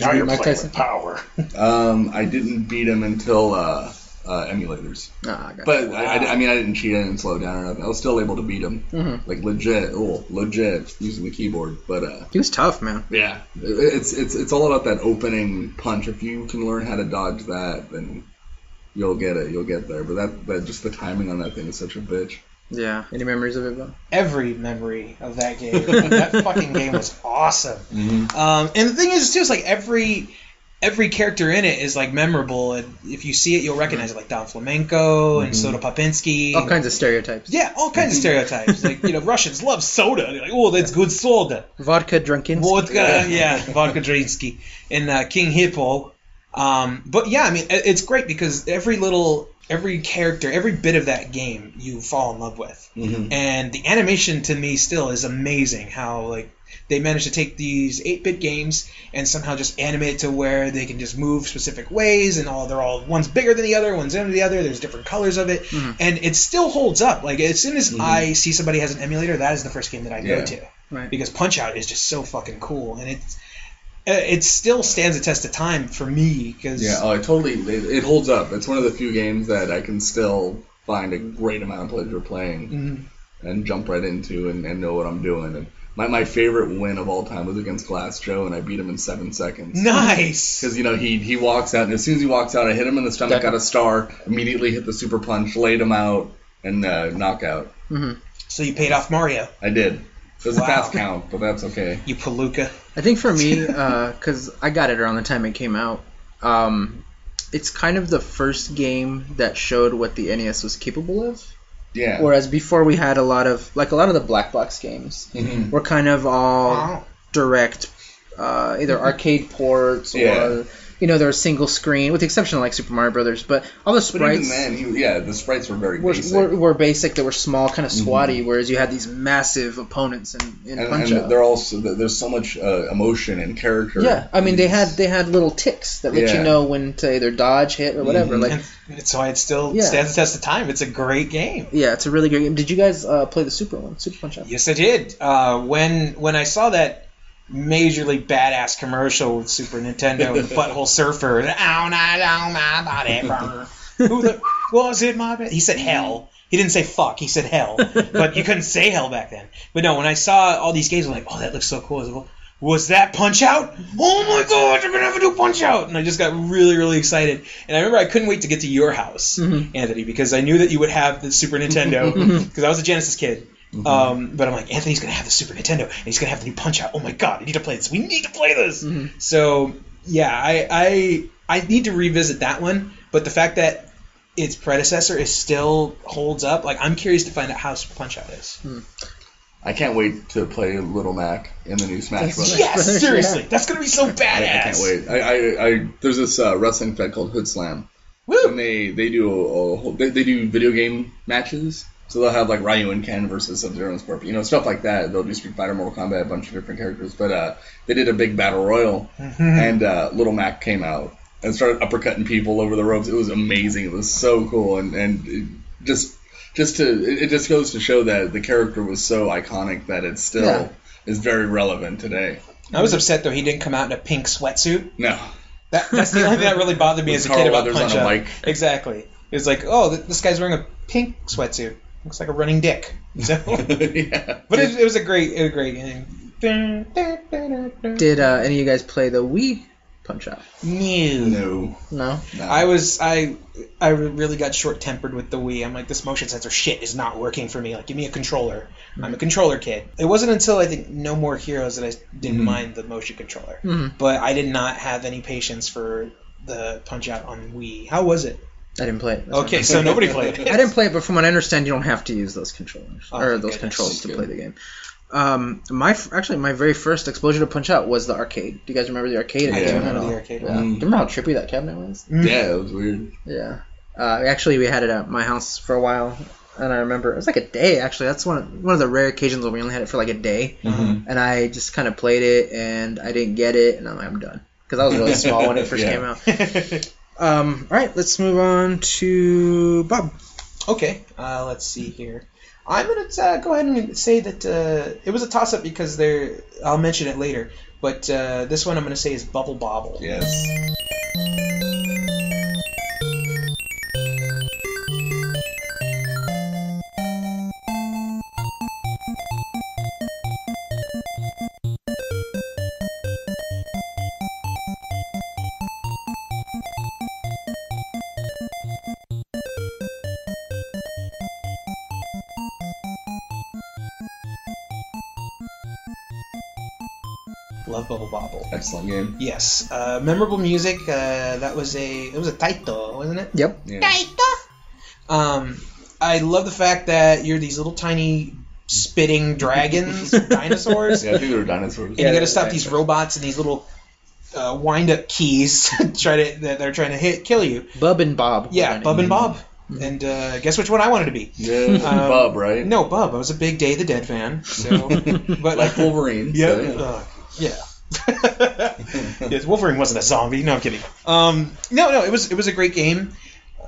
Speaker 8: Now
Speaker 6: you beat
Speaker 8: you're
Speaker 6: Mike
Speaker 8: playing
Speaker 6: Tyson?
Speaker 8: with power.
Speaker 4: Um, I didn't beat him until uh, uh, emulators,
Speaker 6: Ah, I got
Speaker 4: but I, I, I mean I didn't cheat. I didn't slow down or nothing. I was still able to beat him,
Speaker 6: Mm-hmm.
Speaker 4: like legit, oh legit using the keyboard. But uh,
Speaker 6: it. he was tough, man.
Speaker 4: yeah, it- it's it's it's all about that opening punch. If you can learn how to dodge that, then you'll get it. You'll get there. But that, that just the timing on that thing is such a bitch.
Speaker 6: Yeah. Any memories of it, Bob?
Speaker 3: every memory of that game. that fucking game was awesome. Um, and the thing is, too, is like every every character in it is like memorable, and if you see it, you'll recognize it, like Don Flamenco and Soda Popinski.
Speaker 6: Mm-hmm. All kinds of stereotypes.
Speaker 3: yeah, all kinds of stereotypes. Like you know, Russians love soda. They're like, oh, that's good soda.
Speaker 6: Vodka drunken.
Speaker 3: Vodka, yeah, vodka Drinsky and uh, King Hippo. Um, but yeah, I mean, it- it's great because every little every character, every bit of that game, you fall in love with.
Speaker 4: Mhm.
Speaker 3: And the animation to me still is amazing. How like they managed to take these 8-bit games and somehow just animate it to where they can just move specific ways and all they're all one's bigger than the other one's under the other there's different colors of it
Speaker 4: Mm-hmm.
Speaker 3: and it still holds up like as soon as i see somebody has an emulator that is the first game that i
Speaker 4: Yeah.
Speaker 3: go to
Speaker 6: Right.
Speaker 3: because punch out is just so fucking cool and it's uh, it still stands the test of time for me because
Speaker 4: Yeah, oh, it totally it, it holds up. It's one of the few games that I can still find a great amount of pleasure playing and jump right into and, and know what I'm doing. And my, my favorite win of all time was against Glass Joe, and I beat him in seven seconds.
Speaker 3: nice
Speaker 4: Because you know he he walks out, and as soon as he walks out, I hit him in the stomach, got a star, immediately hit the super punch, laid him out, and uh, knockout.
Speaker 3: so you paid off mario
Speaker 4: I did. It was
Speaker 3: Wow.
Speaker 4: a fast count, but that's okay.
Speaker 3: you palooka
Speaker 6: I think for me, because I got it around the time it came out, um, it's kind of the first game that showed what the NES was capable of.
Speaker 4: Yeah.
Speaker 6: Whereas before we had a lot of, like a lot of the black box games
Speaker 4: Mhm.
Speaker 6: were kind of all
Speaker 3: Wow.
Speaker 6: direct, uh, either arcade ports
Speaker 4: Mm-hmm. Yeah.
Speaker 6: or, you know, they're a single screen, with the exception of like Super Mario Brothers, but all the
Speaker 4: but even
Speaker 6: sprites
Speaker 4: then, he, yeah, the sprites were very
Speaker 6: were,
Speaker 4: basic. Mm-hmm.
Speaker 6: were, were basic, they were small, kind of swatty, whereas you had these massive opponents in, in
Speaker 4: and,
Speaker 6: Punch
Speaker 4: and
Speaker 6: Out.
Speaker 4: they're also there's so much uh, emotion and character.
Speaker 6: Yeah, I mean they had they had little ticks that let
Speaker 4: Yeah.
Speaker 6: you know when to either dodge, hit, or whatever.
Speaker 4: Mhm.
Speaker 6: Like,
Speaker 3: and that's why it still
Speaker 6: Yeah.
Speaker 3: stands the test of time it's a great game
Speaker 6: yeah, it's a really great game. Did you guys uh, play the Super one, Super Punch Out?
Speaker 3: Yes, I did. Uh, when when I saw that majorly badass commercial with Super Nintendo and Butthole Surfer, and, "Oh, "Ow, nah, nah, nah, nah, nah, nah." who the was it? My bad? He said hell. He didn't say fuck. He said hell. But you couldn't say hell back then. But no, when I saw all these games, I'm like, oh, that looks so cool. I was like, was that Punch Out? Oh my god, they're gonna have a new Punch Out! And I just got really, really excited. And I remember I couldn't wait to get to your house,
Speaker 4: Mm-hmm.
Speaker 3: Anthony, because I knew that you would have the Super Nintendo, because I was a Genesis kid.
Speaker 4: Mm-hmm.
Speaker 3: Um, but I'm like, Anthony's gonna have the Super Nintendo, and he's gonna have the new Punch Out. Oh my god, we need to play this. We need to play this.
Speaker 4: Mm-hmm.
Speaker 3: So yeah, I, I I need to revisit that one. But the fact that its predecessor is still holds up, like I'm curious to find out how Super Punch Out is.
Speaker 4: Mm-hmm. I can't wait to play Little Mac in the new Smash Bros.
Speaker 3: Yes,
Speaker 6: Brothers,
Speaker 3: seriously, that's gonna be so badass.
Speaker 4: I, I can't wait. I, I, I there's this uh, wrestling fed called Hood Slam,
Speaker 3: Woo!
Speaker 4: and they they do a, a whole, they, they do video game matches. So they'll have like Ryu and Ken versus Sub Zero and Scorpion, you know, stuff like that. They'll do Street Fighter, Mortal Kombat, a bunch of different characters. But uh, they did a big battle royal,
Speaker 3: Mm-hmm.
Speaker 4: and uh, Little Mac came out and started uppercutting people over the ropes. It was amazing. It was so cool, and and it just just to it, it just goes to show that the character was so iconic that it still
Speaker 6: Yeah.
Speaker 4: is very relevant today.
Speaker 3: I was upset though he didn't come out in a pink sweatsuit.
Speaker 4: No,
Speaker 3: That, that's the only thing that really bothered me
Speaker 4: With
Speaker 3: as a
Speaker 4: Carl
Speaker 3: kid about
Speaker 4: Weathers
Speaker 3: Punch
Speaker 4: on a
Speaker 3: Out.
Speaker 4: mic.
Speaker 3: Exactly. It was like, oh, th- this guy's wearing a pink sweatsuit. Looks like a running dick. So,
Speaker 4: yeah.
Speaker 3: but it, it was a great, it was a great game.
Speaker 6: Did uh, any of you guys play the Wii Punch Out?
Speaker 3: No.
Speaker 4: No.
Speaker 6: No.
Speaker 3: I was I I really got short tempered with the Wii. I'm like, this motion sensor shit is not working for me. Like, give me a controller. I'm a controller kid. It wasn't until I think No More Heroes that I didn't mind the motion controller.
Speaker 6: Mm-hmm.
Speaker 3: But I did not have any patience for the Punch Out on Wii. How was it?
Speaker 6: I didn't play it. That's
Speaker 3: Okay, so nobody played it.
Speaker 6: I didn't play it, but from what I understand, you don't have to use those controllers
Speaker 3: Oh,
Speaker 6: or
Speaker 3: thank
Speaker 6: those
Speaker 3: goodness.
Speaker 6: controls to play the game. Um, my f- actually my very first exposure to Punch Out was the arcade. Do you guys remember the arcade?
Speaker 4: Yeah.
Speaker 3: I do
Speaker 6: At
Speaker 3: remember
Speaker 6: all?
Speaker 3: the arcade.
Speaker 6: Yeah. Do you remember how trippy that cabinet was?
Speaker 4: Yeah, it was weird.
Speaker 6: Yeah. Uh, actually, we had it at my house for a while, and I remember it was like a day. Actually, that's one of, one of the rare occasions when we only had it for like a day,
Speaker 3: Mm-hmm.
Speaker 6: and I just kind of played it, and I didn't get it, and I'm like, I'm done because I was really small when it first
Speaker 4: Yeah.
Speaker 6: came out. Um, all right, let's move on to Bob.
Speaker 3: Okay, uh, let's see here. I'm gonna uh, go ahead and say that uh, it was a toss up because there. I'll mention it later, but uh, this one I'm gonna say is Bubble Bobble.
Speaker 4: Yes.
Speaker 3: Love Bubble Bobble.
Speaker 4: Excellent game.
Speaker 3: Yes, uh, memorable music. Uh, that was a it was a taito, wasn't it?
Speaker 6: Yep.
Speaker 4: Yeah.
Speaker 3: Um, I love the fact that you're these little tiny spitting dragons, dinosaurs,
Speaker 4: Yeah, I think they were dinosaurs.
Speaker 3: and you got to stop these robots and these little uh, wind up keys try to that they're trying to hit kill you.
Speaker 6: Bub and Bob.
Speaker 3: Yeah, Bub and Bob. And uh, guess which one I wanted to be?
Speaker 4: Mm-hmm. Yeah, it's
Speaker 3: Um,
Speaker 4: Bub, right?
Speaker 3: No, Bub. I was a big Day of the Dead fan. So, but
Speaker 4: Like Wolverine.
Speaker 3: Yeah.
Speaker 4: so,
Speaker 3: uh, yeah. yes, Wolverine wasn't a zombie. No, I'm kidding. Um, no, no, it was it was a great game.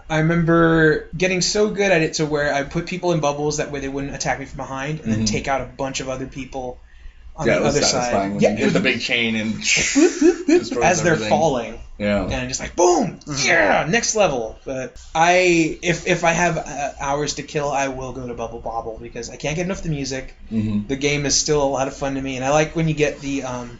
Speaker 3: I remember getting so good at it to where I put people in bubbles that way they wouldn't attack me from behind, and then
Speaker 4: Mhm.
Speaker 3: take out a bunch of other people on
Speaker 4: Yeah, it
Speaker 3: the
Speaker 4: was
Speaker 3: other
Speaker 4: satisfying.
Speaker 3: side.
Speaker 4: when
Speaker 3: Yeah,
Speaker 4: you
Speaker 3: it
Speaker 4: did
Speaker 3: was-
Speaker 4: the big chain and destroys
Speaker 3: as they're
Speaker 4: everything. Mm-hmm.
Speaker 3: falling, and
Speaker 4: Yeah.
Speaker 3: I'm just like, boom, yeah, next level. But I, if if I have uh, hours to kill, I will go to Bubble Bobble because I can't get enough of the music.
Speaker 4: hmm
Speaker 3: the game is still a lot of fun to me, and I like when you get the um,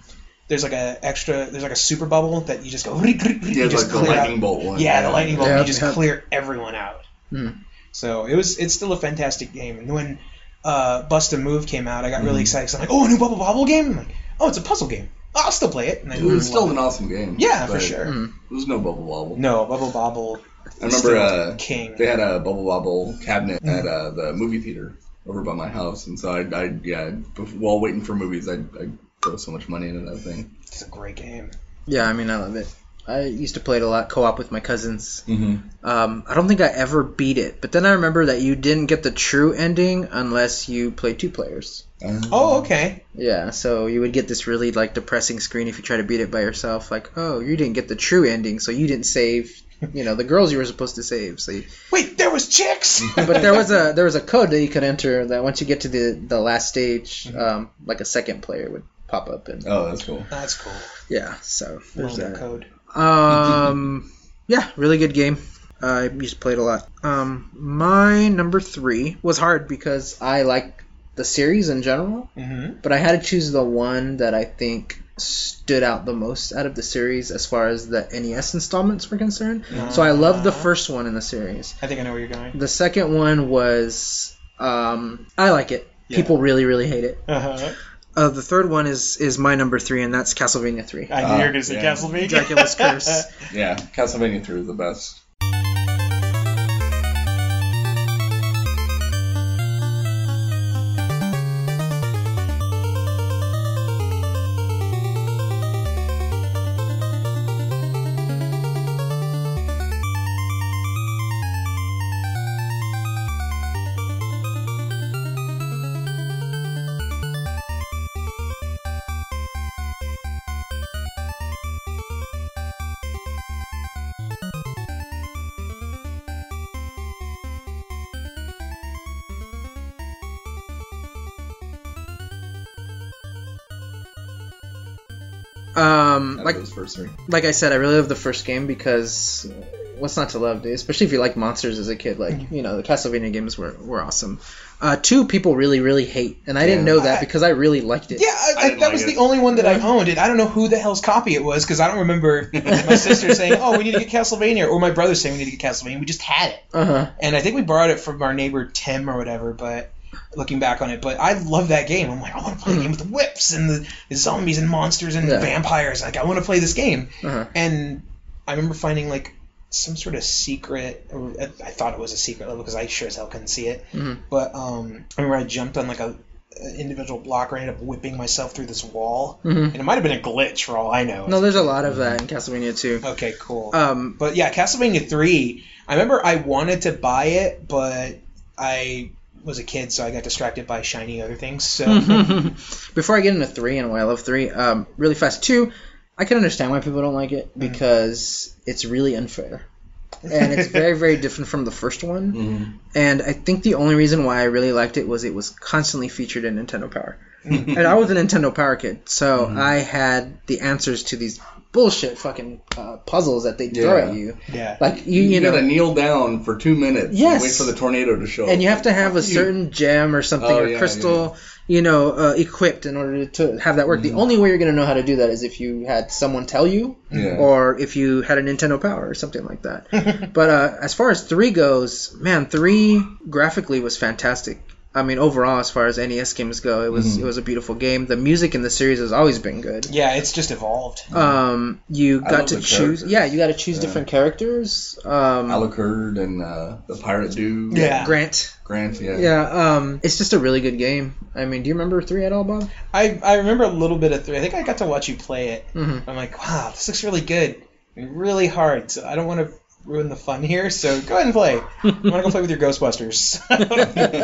Speaker 3: there's like a extra there's like a super bubble that you just go you
Speaker 4: Yeah, it's
Speaker 3: just
Speaker 4: like the
Speaker 3: clear out-
Speaker 4: lightning bolt one.
Speaker 3: yeah the lightning bolt and
Speaker 6: Yeah,
Speaker 3: you just
Speaker 6: yeah.
Speaker 3: clear everyone out.
Speaker 6: Hmm.
Speaker 3: So it was it's still a fantastic game, and when uh, Bust a Move came out, I got
Speaker 6: Hmm.
Speaker 3: really excited. Cause I'm like, oh, a new bubble bobble game. I'm like, oh, it's a puzzle game. I'll still play it. And I
Speaker 6: Hmm.
Speaker 4: It was still
Speaker 3: love
Speaker 4: an awesome game.
Speaker 3: yeah for
Speaker 4: but
Speaker 3: sure.
Speaker 4: It was no bubble wobble.
Speaker 3: No bubble bobble.
Speaker 4: I remember,
Speaker 3: still
Speaker 4: uh,
Speaker 3: king.
Speaker 4: They had a bubble bobble cabinet at uh, the movie theater over by my house, and so I, I yeah, bef- while waiting for movies, I, I throw so much money into that thing.
Speaker 3: It's a great game.
Speaker 6: Yeah, I mean, I love it. I used to play it a lot co op with my cousins.
Speaker 4: Mm-hmm.
Speaker 6: Um, I don't think I ever beat it, but then I remember that you didn't get the true ending unless you played two players.
Speaker 4: Uh,
Speaker 3: Oh okay.
Speaker 6: Yeah, so you would get this really like depressing screen if you try to beat it by yourself. Like, oh, you didn't get the true ending, so you didn't save, you know, the girls you were supposed to save. So, you...
Speaker 3: Wait, there was chicks.
Speaker 6: but there was a there was a code that you could enter that once you get to the the last stage, um, like a second player would pop up and
Speaker 4: oh, that's cool.
Speaker 3: That's cool.
Speaker 6: yeah. So there's
Speaker 3: Little
Speaker 6: that.
Speaker 3: code.
Speaker 6: Um, yeah, really good game. I used to play it a lot. Um, my number three was hard because I like the series in general,
Speaker 3: Mm-hmm.
Speaker 6: but I had to choose the one that I think stood out the most out of the series as far as the NES installments were concerned. So I love the first one in the series.
Speaker 3: I think I know where you're going.
Speaker 6: The second one was um, I like it. People really, really hate it.
Speaker 3: Uh-huh.
Speaker 6: Uh, the third one is is my number three, and that's Castlevania Three.
Speaker 3: I knew
Speaker 4: Ah,
Speaker 3: you were going to say
Speaker 4: yeah.
Speaker 3: Castlevania.
Speaker 6: Dracula's Curse.
Speaker 4: Yeah, Castlevania Three was the best.
Speaker 6: Um,
Speaker 4: Out
Speaker 6: like
Speaker 4: of those first three.
Speaker 6: like I said, I really love the first game because what's not to love, dude? Especially if you like monsters as a kid. Like, you know, the Castlevania games were, were awesome. Uh, two, people really, really hate. And I didn't
Speaker 4: Yeah.
Speaker 6: know that because I really liked it.
Speaker 3: Yeah, I,
Speaker 8: I
Speaker 3: I, that
Speaker 8: didn't like
Speaker 3: was
Speaker 8: it.
Speaker 3: the only one that I owned, and I don't know who the hell's copy it was because I don't remember my sister saying, "Oh, we need to get Castlevania," or my brother saying, "We need to get Castlevania." We just had it,
Speaker 6: Uh huh.
Speaker 3: and I think we borrowed it from our neighbor Tim or whatever. But looking back on it, but I love that game. I'm like, I want to play a game with the whips and the, the zombies and monsters and
Speaker 6: Yeah.
Speaker 3: vampires. Like, I want to play this game.
Speaker 6: Uh-huh.
Speaker 3: And I remember finding like some sort of secret. Or I thought it was a secret level because I sure as hell couldn't see it.
Speaker 6: Mhm.
Speaker 3: But um, I remember I jumped on like a, an individual block and I ended up whipping myself through this wall.
Speaker 6: Mhm.
Speaker 3: And it might have been a glitch for all I know.
Speaker 6: No, there's a lot of that in Castlevania too.
Speaker 3: okay, cool.
Speaker 6: Um,
Speaker 3: but yeah, Castlevania three. I remember I wanted to buy it, but I was a kid, so I got distracted by shiny other things. So
Speaker 6: Mm-hmm. before I get into three and why I love three, um, really fast, two, I can understand why people don't like it because it's really unfair. and it's very, very different from the first one.
Speaker 4: Mhm.
Speaker 6: And I think the only reason why I really liked it was it was constantly featured in Nintendo Power. and I was a Nintendo Power kid, so
Speaker 4: Mm-hmm.
Speaker 6: I had the answers to these bullshit fucking uh, puzzles that they throw
Speaker 4: Yeah.
Speaker 6: at you.
Speaker 3: yeah,
Speaker 6: Like you,
Speaker 4: You,
Speaker 6: you know,
Speaker 4: gotta kneel down for two minutes.
Speaker 6: Yes.
Speaker 4: And wait for the tornado to show up.
Speaker 6: and you have to have a
Speaker 4: Fuck you.
Speaker 6: certain gem or something
Speaker 4: Oh,
Speaker 6: or
Speaker 4: yeah,
Speaker 6: crystal, you know, uh, equipped in order to have that
Speaker 4: Mm-hmm.
Speaker 6: work. The only way you're gonna know how to do that is if you had someone tell you,
Speaker 4: Yeah.
Speaker 6: or if you had a Nintendo Power or something like that. but uh, as far as three goes, man, three graphically was fantastic. I mean, overall, as far as NES games go, it was
Speaker 4: Mm-hmm.
Speaker 6: it was a beautiful game. The music in the series has always been good.
Speaker 3: yeah, it's just evolved.
Speaker 6: Um, you
Speaker 4: I
Speaker 6: got
Speaker 4: love
Speaker 6: to
Speaker 4: the
Speaker 6: choose.
Speaker 4: characters.
Speaker 6: Yeah, you got to choose
Speaker 4: Yeah.
Speaker 6: different characters. Um,
Speaker 4: Alucard and uh, the pirate dude.
Speaker 3: Yeah.
Speaker 6: Grant.
Speaker 4: Grant. Yeah.
Speaker 6: Yeah. Um, it's just a really good game. I mean, do you remember three at all, Bob?
Speaker 3: I, I remember a little bit of three. I think I got to watch you play it.
Speaker 6: Mhm.
Speaker 3: I'm like, wow, this looks really good and really hard. So I don't want to ruin the fun here. So go ahead and play. I'm gonna go play with your Ghostbusters.
Speaker 6: Mm-hmm.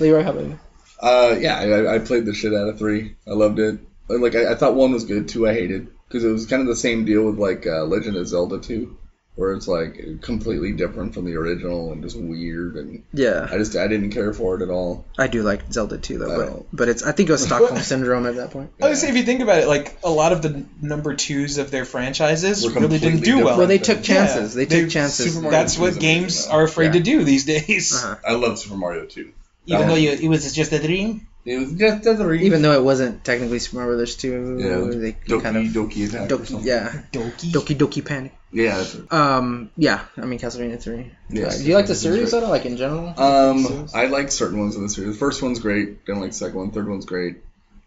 Speaker 6: Leroy, how about you?
Speaker 4: Uh, yeah, I, I played the shit out of three. I loved it. Like I, I thought one was good, two I hated because it was kind of the same deal with like uh, Legend of Zelda two, where it's like completely different from the original and just weird and
Speaker 6: Yeah,
Speaker 4: I just I didn't care for it at all.
Speaker 6: I do like Zelda 2 though,
Speaker 4: Oh.
Speaker 6: but but it's I think it was Stockholm syndrome at that point.
Speaker 3: I would say if you think about it, like a lot of the number twos of their franchises
Speaker 4: Were
Speaker 3: really didn't
Speaker 4: completely
Speaker 3: do well.
Speaker 4: different.
Speaker 6: Well, they took
Speaker 3: Yeah,
Speaker 6: chances. they took chances.
Speaker 4: Super Mario
Speaker 3: That's
Speaker 4: two is
Speaker 3: what
Speaker 4: amazing,
Speaker 3: games
Speaker 4: though.
Speaker 3: are afraid
Speaker 6: Yeah.
Speaker 3: to do these days.
Speaker 6: Uh-huh.
Speaker 4: I love Super Mario two.
Speaker 3: Even
Speaker 4: Um,
Speaker 3: though you, it was just a dream.
Speaker 4: It was just a three.
Speaker 6: Even though it wasn't technically Super Mario Brothers 2,
Speaker 4: yeah,
Speaker 6: they
Speaker 4: Doki
Speaker 6: kind of
Speaker 4: Doki Attack. or
Speaker 6: Doki,
Speaker 4: something.
Speaker 6: yeah,
Speaker 3: Doki.
Speaker 6: Doki Doki Panic.
Speaker 4: yeah. That's it.
Speaker 6: Um, yeah, I mean Castlevania 3.
Speaker 4: Yes.
Speaker 6: Uh, do you like the series
Speaker 4: Right.
Speaker 6: at all, like in general?
Speaker 4: Um, I like certain ones in the series. The first one's great. Didn't like the second one. Third one's great.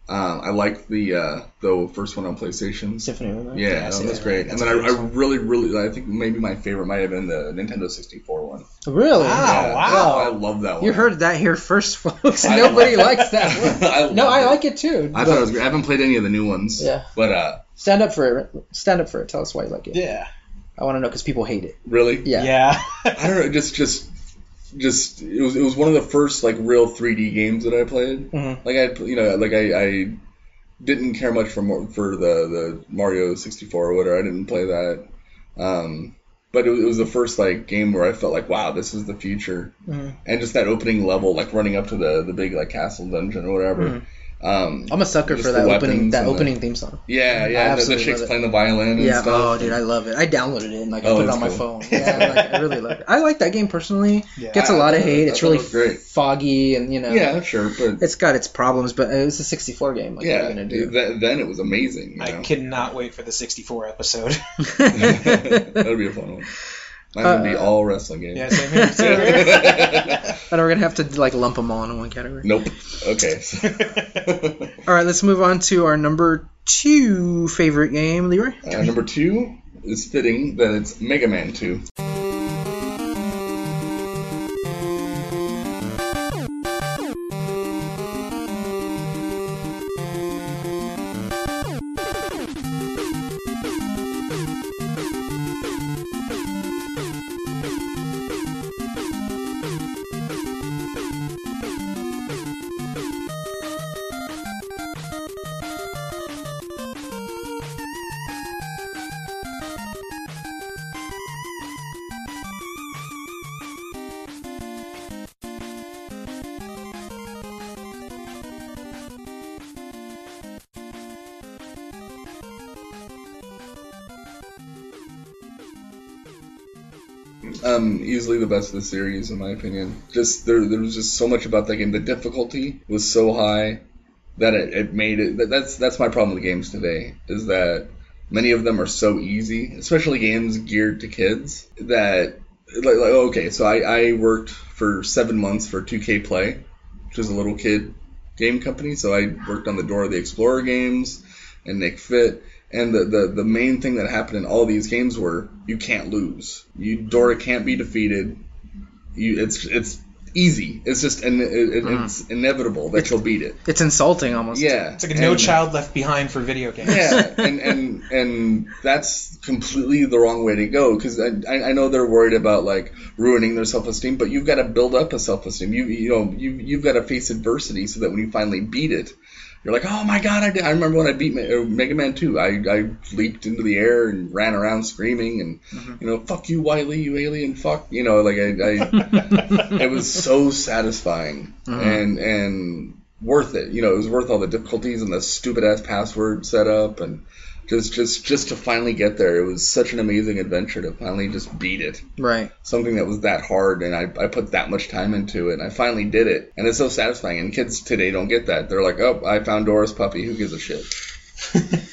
Speaker 4: Um, I like the uh, the first one on PlayStation.
Speaker 6: Symphony of the Night?
Speaker 4: Yeah,
Speaker 3: Yeah,
Speaker 4: that
Speaker 3: so
Speaker 4: was
Speaker 3: yeah,
Speaker 4: great. And
Speaker 3: that's
Speaker 4: then I,
Speaker 3: the first
Speaker 4: I
Speaker 3: one.
Speaker 4: really, really, I think maybe my favorite might have been the Nintendo 64 one.
Speaker 6: Really?
Speaker 3: Wow.
Speaker 4: Yeah, Oh,
Speaker 3: wow.
Speaker 4: I, I love that one.
Speaker 6: Oh, You heard that here first, folks.
Speaker 4: I
Speaker 6: Nobody
Speaker 4: like-
Speaker 6: likes that one.
Speaker 4: I
Speaker 6: No,
Speaker 4: loved
Speaker 6: I like it too.
Speaker 4: I thought it was great. I haven't played any of the new ones.
Speaker 6: Yeah.
Speaker 4: But uh,
Speaker 6: Stand up for it. Stand up for it. Tell us why you like it.
Speaker 3: Yeah.
Speaker 6: I want to know because people hate it.
Speaker 4: really,
Speaker 6: Yeah.
Speaker 3: Yeah.
Speaker 4: I don't know. Just, just, just. It was, it was one of the first like real 3D games that I played.
Speaker 6: Mhm.
Speaker 4: Like I, you know, like I, I didn't care much for more, for the the Mario 64 or whatever. I didn't play that. Um, but it, was- it was the first like game where I felt like, wow, this is the future.
Speaker 6: Mm-hmm.
Speaker 4: And just that opening level, like running up to the the big like castle dungeon or whatever.
Speaker 6: Mm-hmm.
Speaker 4: Um,
Speaker 6: I'm a sucker
Speaker 4: Just
Speaker 6: for
Speaker 4: the
Speaker 6: that opening
Speaker 4: weapons
Speaker 6: that
Speaker 4: and the-
Speaker 6: opening theme song.
Speaker 4: yeah,
Speaker 6: I
Speaker 4: yeah. The, the
Speaker 6: absolutely
Speaker 4: chicks
Speaker 6: love it.
Speaker 4: playing the violin.
Speaker 6: Yeah.
Speaker 4: And stuff.
Speaker 6: Oh, dude, I love it. I downloaded it and like I
Speaker 4: Oh,
Speaker 6: put it
Speaker 4: that's
Speaker 6: on my
Speaker 4: cool.
Speaker 6: phone. Yeah, like, I really love it. I like that game personally.
Speaker 3: Yeah.
Speaker 6: Gets a
Speaker 4: I- I
Speaker 6: lot of
Speaker 4: thought-
Speaker 6: hate.
Speaker 4: I
Speaker 6: It's
Speaker 4: thought it
Speaker 6: really
Speaker 4: was great.
Speaker 6: foggy and you know.
Speaker 4: Yeah, sure, but
Speaker 6: It's got its problems, but it was a 64 game. Like, what are
Speaker 4: yeah,
Speaker 6: you gonna do?
Speaker 4: th- then it was amazing. You know?
Speaker 3: I cannot wait for the 64 episode.
Speaker 4: That'd be a fun one. Mine would be all wrestling games.
Speaker 3: yeah, same here. Same here.
Speaker 6: And we're gonna have to like lump them all in one category.
Speaker 4: nope. Okay.
Speaker 6: All right, let's move on to our number two favorite game, Leroy.
Speaker 4: uh, number two is fitting that it's Mega Man 2. Um, easily the best of the series, in my opinion. Just there, there was just so much about that game. The difficulty was so high that it, it made it. That, that's that's my problem with games today is that many of them are so easy, especially games geared to kids. That like, like okay, so I, I worked for seven months for 2K Play, which is a little kid game company. So I worked on the Dora the Explorer games and Nick Fit. And the, the, the main thing that happened in all these games were you can't lose. You Dora can't be defeated. You it's it's easy. It's just and it, it, it's inevitable that you'll beat it.
Speaker 6: It's insulting almost.
Speaker 4: Yeah,
Speaker 3: Mm-hmm. It's like a no
Speaker 4: and-
Speaker 3: child left behind for video games.
Speaker 4: Yeah, and, and and that's completely the wrong way to go because I, I I know they're worried about like ruining their self esteem, but you've got to build up a self esteem. You you know you you've got to face adversity so that when you finally beat it, you're like, oh my god, I did. I remember when I beat Me- uh, Mega Man Two, I I leaped into the air and ran around screaming and you know fuck you Wiley, you alien fuck, you know like I, I it was so satisfying and and worth it. You know, it was worth all the difficulties and the stupid ass password setup and just just just to finally get there. It was such an amazing adventure to finally just beat it.
Speaker 6: Right.
Speaker 4: Something that was that hard and I, I put that much time into it and I finally did it. And it's so satisfying and kids today don't get that. They're like, Oh, I found Dora's puppy, who gives a shit?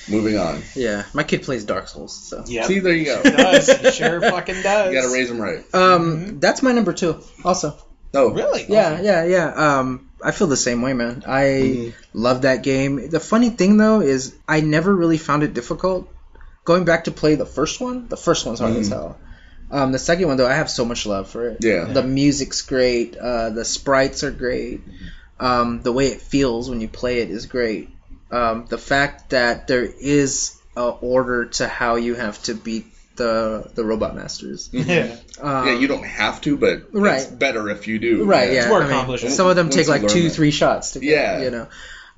Speaker 4: Moving on.
Speaker 6: Yeah. My kid plays Dark Souls, so.
Speaker 3: Yep.
Speaker 4: See, there you go.
Speaker 3: It does. It sure fucking does.
Speaker 4: You gotta raise them right.
Speaker 6: Um, that's my number two. Also,
Speaker 4: Oh,
Speaker 3: Really?
Speaker 6: yeah, yeah, yeah. Um, I feel the same way, man. I love that game. The funny thing though is I never really found it difficult. Going back to play the first one, the first one's hard as hell. Um, the second one though, I have so much love for it.
Speaker 4: Yeah.
Speaker 6: The music's great. Uh, the sprites are great. Um, the way it feels when you play it is great. Um, the fact that there is a order to how you have to beat the the Robot Masters.
Speaker 3: Yeah.
Speaker 6: Um,
Speaker 4: yeah, you don't have to, but it's
Speaker 6: right.
Speaker 4: better if you do.
Speaker 6: Right, yeah.
Speaker 3: more
Speaker 6: I mean,
Speaker 3: accomplished.
Speaker 6: some of them
Speaker 4: Once
Speaker 6: take
Speaker 4: you
Speaker 6: like
Speaker 4: learn
Speaker 6: two,
Speaker 4: that.
Speaker 6: three shots to get,
Speaker 4: Yeah.
Speaker 6: you know.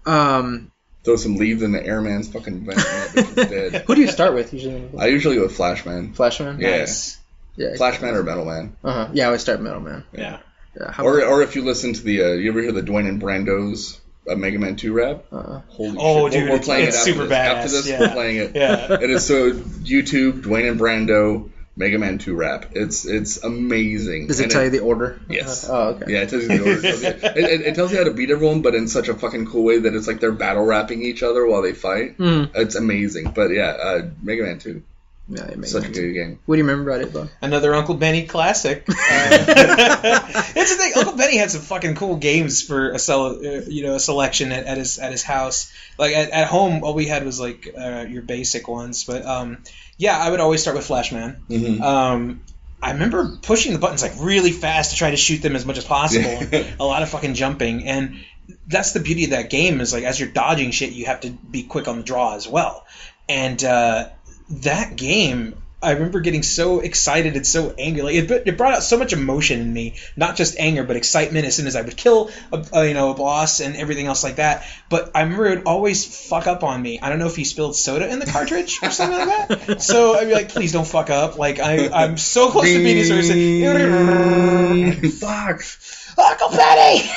Speaker 6: Um,
Speaker 4: Throw some leaves in the airman's fucking vent. and that bitch is dead.
Speaker 6: who do you start with usually?
Speaker 4: I usually go with Flashman.
Speaker 6: Flashman?
Speaker 4: Yeah.
Speaker 3: Nice.
Speaker 6: Yeah.
Speaker 4: Flashman or Metal Man.
Speaker 6: Uh-huh. Yeah, I always start Metalman.
Speaker 3: Yeah.
Speaker 6: Yeah. How
Speaker 4: Or, or if you listen to the, uh, you ever hear the Dwayne and Brando's uh, Mega Man 2 rap?
Speaker 6: Uh-uh.
Speaker 4: Holy
Speaker 3: Oh,
Speaker 4: shit. We're-
Speaker 3: dude,
Speaker 4: we're playing
Speaker 3: it's
Speaker 4: it after
Speaker 3: super
Speaker 4: this. After
Speaker 3: badass,
Speaker 4: this,
Speaker 3: yeah.
Speaker 4: we're playing it.
Speaker 3: Yeah.
Speaker 4: It is so YouTube, Dwayne and Brando, Mega Man 2 rap. It's it's amazing.
Speaker 6: does it
Speaker 4: And
Speaker 6: tell you the order?
Speaker 4: Yes.
Speaker 6: Oh, okay.
Speaker 4: Yeah, it tells you the order. It tells you- it, it, it tells you how to beat everyone, but in such a fucking cool way that it's like they're battle rapping each other while they fight.
Speaker 6: Mm.
Speaker 4: It's amazing. But yeah, uh, Mega Man 2,
Speaker 6: Yeah, it makes
Speaker 4: such a
Speaker 6: sense.
Speaker 4: good game.
Speaker 6: What do you remember about it, Bob?
Speaker 3: Another Uncle Benny classic. Uh, it's the thing. Uncle Benny had some fucking cool games for a sele- uh, you know a selection at, at his at his house. Like at, at home, all we had was like uh, your basic ones. But um, yeah, I would always start with Flashman.
Speaker 4: Mhm.
Speaker 3: Um, I remember pushing the buttons like really fast to try to shoot them as much as possible.
Speaker 4: Yeah.
Speaker 3: a lot of fucking jumping, and that's the beauty of that game is like as you're dodging shit, you have to be quick on the draw as well. And uh, that game, I remember getting so excited and so angry. Like it, it brought out so much emotion in me, not just anger, but excitement. As soon as I would kill a, a you know a boss and everything else like that. But I remember it would always fuck up on me. I don't know if he spilled soda in the cartridge or something like that. So I'd be like, please don't fuck up. Like I, I'm so close to beating this. where it's like,
Speaker 4: Fuck.
Speaker 3: Uncle Benny.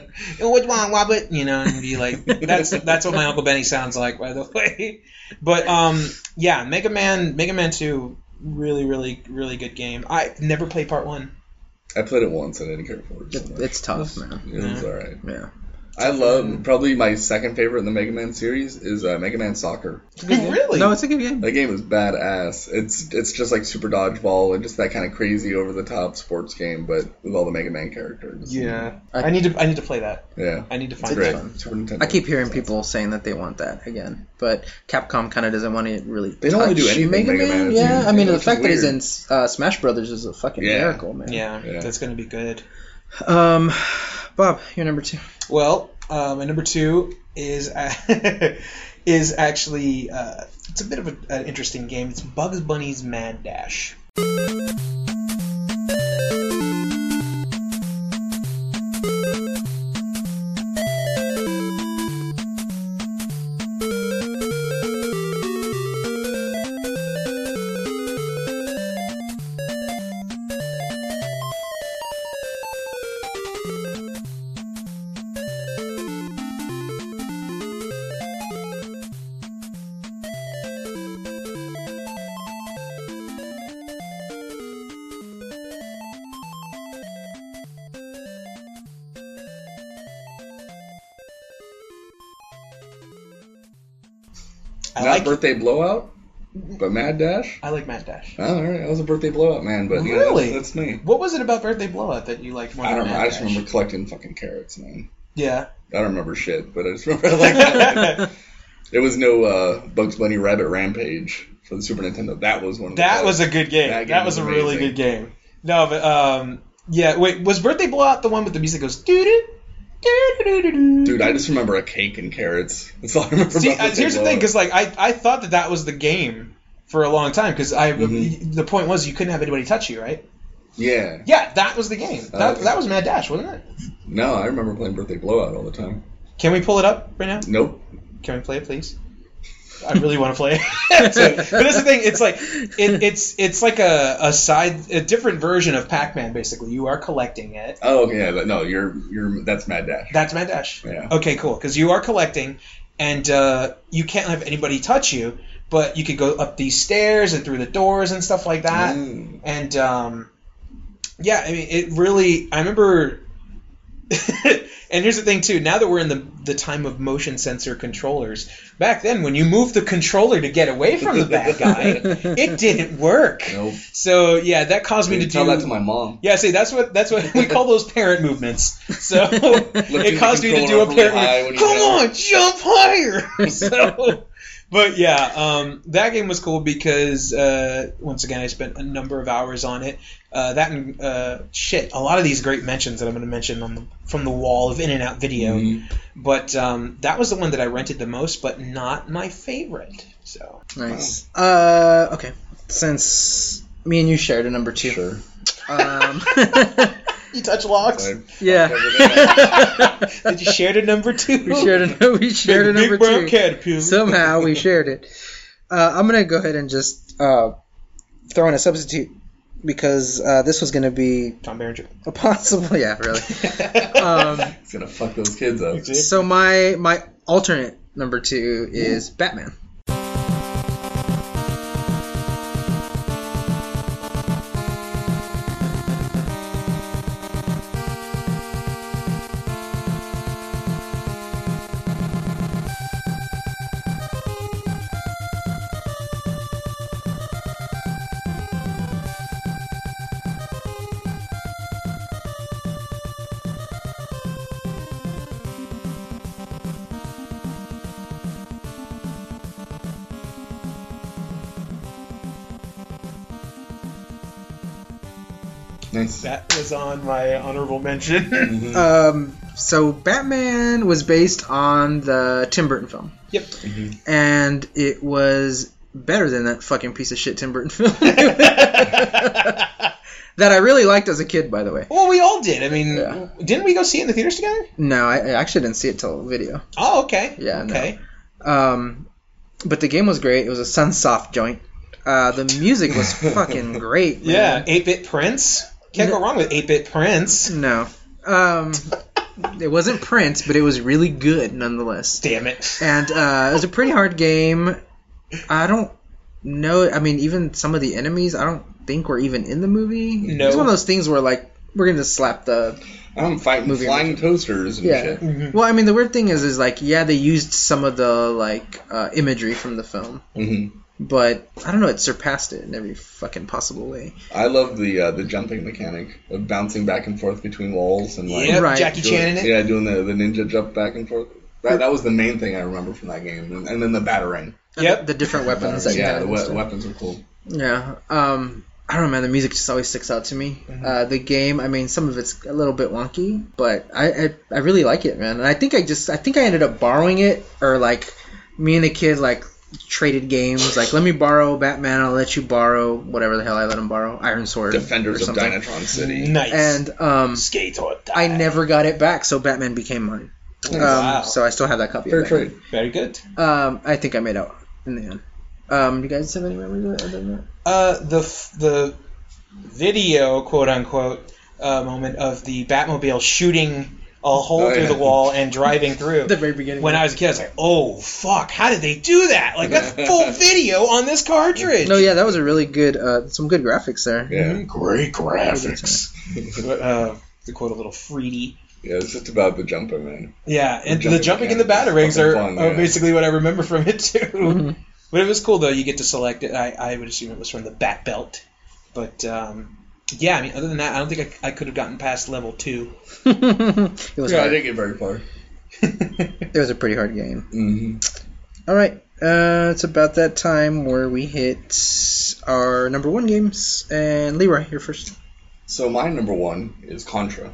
Speaker 3: which one, Wobbit? You know, and be like, that's that's what my Uncle Benny sounds like, by the way. But um, yeah, Mega Man, Mega Man Two, really, really, really good game. I never played Part One.
Speaker 4: I played it once and I didn't care for it. so
Speaker 6: It,
Speaker 4: much.
Speaker 6: it's tough, man.
Speaker 4: It was alright.
Speaker 6: Yeah.
Speaker 4: I love probably my second favorite in the Mega Man series is uh, Mega Man Soccer.
Speaker 3: really?
Speaker 6: No, it's a good game.
Speaker 4: That game is badass. It's it's just like Super Dodgeball and just that kind of crazy over the top sports game, but with all the Mega Man characters.
Speaker 3: yeah. I need to I need to play that.
Speaker 4: yeah,
Speaker 3: I need to find
Speaker 4: it's
Speaker 3: it.
Speaker 4: great.
Speaker 6: fun.
Speaker 4: Super Nintendo.
Speaker 6: I keep hearing people saying that they want that again, but Capcom kind of doesn't want to really.
Speaker 4: They don't
Speaker 6: touch
Speaker 4: wanna do anything
Speaker 6: Mega,
Speaker 4: Mega
Speaker 6: Man.
Speaker 4: Man,
Speaker 6: yeah,
Speaker 4: it's-
Speaker 6: I mean
Speaker 4: which
Speaker 6: the
Speaker 4: is
Speaker 6: fact that he's
Speaker 4: weird.
Speaker 6: in uh, Smash Brothers is a fucking
Speaker 4: Yeah.
Speaker 6: miracle, man.
Speaker 3: Yeah,
Speaker 4: Yeah.
Speaker 3: that's gonna be good.
Speaker 6: Um, Bob, you're number two.
Speaker 3: Well, uh, my number two is is actually uh, it's a bit of a, an interesting game. It's Bugs Bunny's Mad Dash. I
Speaker 4: Not
Speaker 3: like
Speaker 4: birthday blowout, but Mad Dash.
Speaker 3: I like Mad Dash.
Speaker 4: Oh, all right, I was a birthday blowout man, but yeah, that's-
Speaker 3: Really?
Speaker 4: that's, me.
Speaker 3: What was it about Birthday Blowout that you liked more
Speaker 4: I
Speaker 3: than
Speaker 4: don't. know.
Speaker 3: Mad
Speaker 4: I just
Speaker 3: Dash?
Speaker 4: remember collecting fucking carrots, man.
Speaker 3: Yeah.
Speaker 4: I don't remember shit, but I just remember I like that. there was no uh, Bugs Bunny Rabbit Rampage for the Super Nintendo. That was one. of the
Speaker 3: That
Speaker 4: best.
Speaker 3: was a good game.
Speaker 4: That
Speaker 3: That,
Speaker 4: game
Speaker 3: was,
Speaker 4: was
Speaker 3: a really
Speaker 4: amazing.
Speaker 3: good game. No, but um, yeah. Wait, was Birthday Blowout the one with the music goes doo doo doo doo doo doo?
Speaker 4: Dude, I just remember a cake and carrots. That's all I remember.
Speaker 3: See,
Speaker 4: about
Speaker 3: uh, here's the
Speaker 4: blowout.
Speaker 3: thing, because like I, I thought that that was the game for a long time, because I
Speaker 4: Mhm.
Speaker 3: the point was you couldn't have anybody touch you, right?
Speaker 4: yeah,
Speaker 3: Yeah, that was the game. That,
Speaker 4: okay.
Speaker 3: that was Mad Dash, wasn't it?
Speaker 4: no, I remember playing Birthday Blowout all the time.
Speaker 3: Can we pull it up right now?
Speaker 4: Nope.
Speaker 3: Can we play it, please? I really want to play it. So- but that's the thing. It's like it, it's it's like a, a side a different version of Pac-Man. Basically, you are collecting it.
Speaker 4: Oh, okay, yeah, but no, you're you're that's Mad Dash.
Speaker 3: That's Mad Dash.
Speaker 4: Yeah.
Speaker 3: Okay, cool. Because you are collecting, and uh, you can't have anybody touch you, but you could go up these stairs and through the doors and stuff like that.
Speaker 4: Mm.
Speaker 3: And um, yeah, I mean, it really. I remember. and here's the thing too. Now that we're in the the time of motion sensor controllers, back then when you moved the controller to get away from the bad guy, it didn't work.
Speaker 4: Nope.
Speaker 3: So yeah, that caused me
Speaker 4: You
Speaker 3: to
Speaker 4: tell
Speaker 3: do.
Speaker 4: that to my mom.
Speaker 3: Yeah, see, that's what that's what we call those parent movements. So
Speaker 4: Lifting
Speaker 3: it
Speaker 4: the
Speaker 3: caused me to
Speaker 4: controller
Speaker 3: do a
Speaker 4: up really
Speaker 3: parent.
Speaker 4: high
Speaker 3: movement.
Speaker 4: when you
Speaker 3: Come
Speaker 4: know.
Speaker 3: on, jump higher. so, but yeah, um, that game was cool because uh, once again, I spent a number of hours on it. Uh, that and uh, shit, a lot of these great mentions that I'm going to mention on the, from the wall of In and Out Video,
Speaker 4: Mm-hmm.
Speaker 3: but um, that was the one that I rented the most, but not my favorite. So
Speaker 6: Nice. Uh, okay. Since me and you shared a number two.
Speaker 4: Sure.
Speaker 6: Um,
Speaker 3: you touch locks.
Speaker 4: Like,
Speaker 6: yeah.
Speaker 3: Did you shared a number two?
Speaker 6: we shared a we shared a number
Speaker 3: Big brown
Speaker 6: two.
Speaker 3: caterpillar.
Speaker 6: Somehow we shared it. Uh, I'm gonna go ahead and just uh, throw in a substitute because uh, this was gonna be
Speaker 3: Tom Berenger. Uh,
Speaker 6: a possible. Yeah, really. Um,
Speaker 4: It's gonna fuck those kids up.
Speaker 6: so my my alternate number two is Batman.
Speaker 4: Nice.
Speaker 3: That was on my honorable mention.
Speaker 4: Mhm.
Speaker 6: Um, so Batman was based on the Tim Burton film,
Speaker 3: yep.
Speaker 6: and it was better than that fucking piece of shit Tim Burton film that I really liked as a kid, by the way.
Speaker 3: Well, we all did. I mean,
Speaker 6: Yeah.
Speaker 3: didn't we go see it in the theaters together?
Speaker 6: No, I, I actually didn't see it till video.
Speaker 3: Oh, okay.
Speaker 6: Yeah, no.
Speaker 3: Okay.
Speaker 6: Um, but the game was great. It was a Sunsoft joint. Uh, the music was fucking great.
Speaker 3: Yeah.
Speaker 6: man.
Speaker 3: Eight Bit Prince. Can't go wrong with Eight Bit Prince.
Speaker 6: No. Um, it wasn't Prince, but it was really good nonetheless.
Speaker 3: Damn it.
Speaker 6: And uh, it was a pretty hard game. I don't know. I mean, even some of the enemies, I don't think were even in the movie.
Speaker 3: No.
Speaker 6: It's one of those things where like we're gonna just slap the.
Speaker 4: I'm fighting
Speaker 6: Movie
Speaker 4: flying toasters and
Speaker 6: Yeah.
Speaker 4: shit.
Speaker 6: Well, I mean, the weird thing is, is like yeah, they used some of the like uh, imagery from the film.
Speaker 4: Mhm.
Speaker 6: But I don't know. It surpassed it in every fucking possible way.
Speaker 4: I love the uh, the jumping mechanic of bouncing back and forth between walls and like
Speaker 3: Yep.
Speaker 6: Right.
Speaker 3: Jackie
Speaker 4: doing-
Speaker 3: Chan in it.
Speaker 4: Yeah, doing the, the ninja jump back and forth. That, that was the main thing I remember from that game, and, and then the battering.
Speaker 6: And
Speaker 3: Yep.
Speaker 6: The, the different weapons. that
Speaker 4: Battering,
Speaker 6: you
Speaker 4: yeah,
Speaker 6: had
Speaker 4: the
Speaker 6: and
Speaker 4: we-
Speaker 6: stuff.
Speaker 4: weapons were cool.
Speaker 6: Yeah. Um, I don't know, man. The music just always sticks out to me. Uh, the game, I mean, some of it's a little bit wonky, but I, I I really like it, man. And I think I just I think I ended up borrowing it, or like me and the kid like traded games. Like, let me borrow Batman. I'll let you borrow whatever the hell I let him borrow, Iron Sword,
Speaker 4: Defenders
Speaker 6: or
Speaker 4: of
Speaker 6: something.
Speaker 4: Dinatron City.
Speaker 3: Nice.
Speaker 6: And um,
Speaker 8: Skate or
Speaker 6: I never got it back, so Batman became mine.
Speaker 4: Oh,
Speaker 6: Um,
Speaker 3: Wow.
Speaker 6: So I still have that copy.
Speaker 4: Fair
Speaker 6: of Batman.
Speaker 4: trade.
Speaker 3: Very good.
Speaker 6: Um, I think I made out in the end. Um, you guys have any memories of it other than that?
Speaker 3: Uh, the f- the video quote unquote uh, moment of the Batmobile shooting a hole
Speaker 4: Oh,
Speaker 3: through
Speaker 4: yeah.
Speaker 3: the wall and driving through.
Speaker 6: The very beginning.
Speaker 3: when I was a kid, I was like, "Oh fuck! How did they do that? Like that's full video on this cartridge."
Speaker 6: No, yeah, that was a really good, uh, some good graphics there.
Speaker 4: Yeah,
Speaker 8: Great graphics.
Speaker 3: Uh, to quote a little Freedy.
Speaker 4: yeah. It's just about the jumping, man.
Speaker 3: Yeah, and the
Speaker 4: jumping
Speaker 3: jumping
Speaker 4: in
Speaker 3: and the
Speaker 4: is
Speaker 3: batterings
Speaker 4: fucking
Speaker 3: are,
Speaker 4: fun,
Speaker 3: are
Speaker 4: yeah.
Speaker 3: basically what I remember from it too.
Speaker 6: Mm-hmm.
Speaker 3: But it was cool though. You get to select it. I, I would assume it was from the bat belt, but um, yeah. I mean, other than that, I don't think I, I could have gotten past level two.
Speaker 6: it was
Speaker 4: Yeah, I
Speaker 6: hard.
Speaker 4: didn't get very far. Mm-hmm.
Speaker 6: it was a pretty hard game.
Speaker 4: hmm
Speaker 6: All right, uh, it's about that time where we hit our number one games, and Leroy, you're first.
Speaker 4: So my number one is Contra.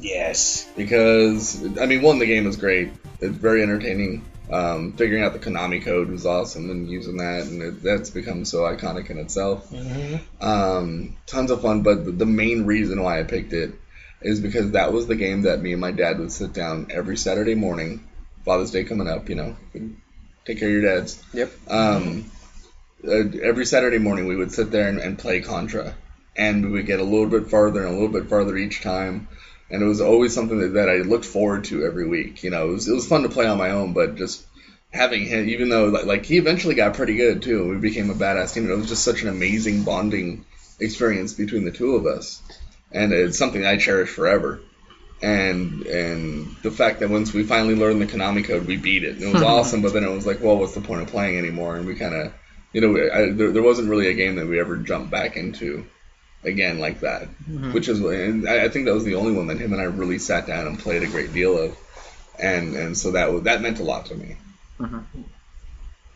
Speaker 3: Yes.
Speaker 4: because I mean, one, the game is great. It's very entertaining. Um, figuring out the Konami code was awesome, and using that, and it, that's become so iconic in itself. Um, tons of fun, but the- the main reason why I picked it is because that was the game that me and my dad would sit down every Saturday morning, Father's Day coming up, you know, take care of your dads.
Speaker 6: Yep.
Speaker 4: Um, uh, every Saturday morning we would sit there and, and play Contra, and we would get a little bit farther and a little bit farther each time, and it was always something that, that I looked forward to every week. You know, it was, it was fun to play on my own, but just having him, even though like, like he eventually got pretty good too, and we became a badass team. It was just such an amazing bonding experience between the two of us, and it's something I cherish forever. And and the fact that once we finally learned the Konami code, we beat it. And it was awesome. But then it was like, well, what's the point of playing anymore? And we kind of, you know, I, there, there wasn't really a game that we ever jumped back into again like that. Which is, and I, I think that was the only one that him and I really sat down and played a great deal of. And and so that wa- that meant a lot to me.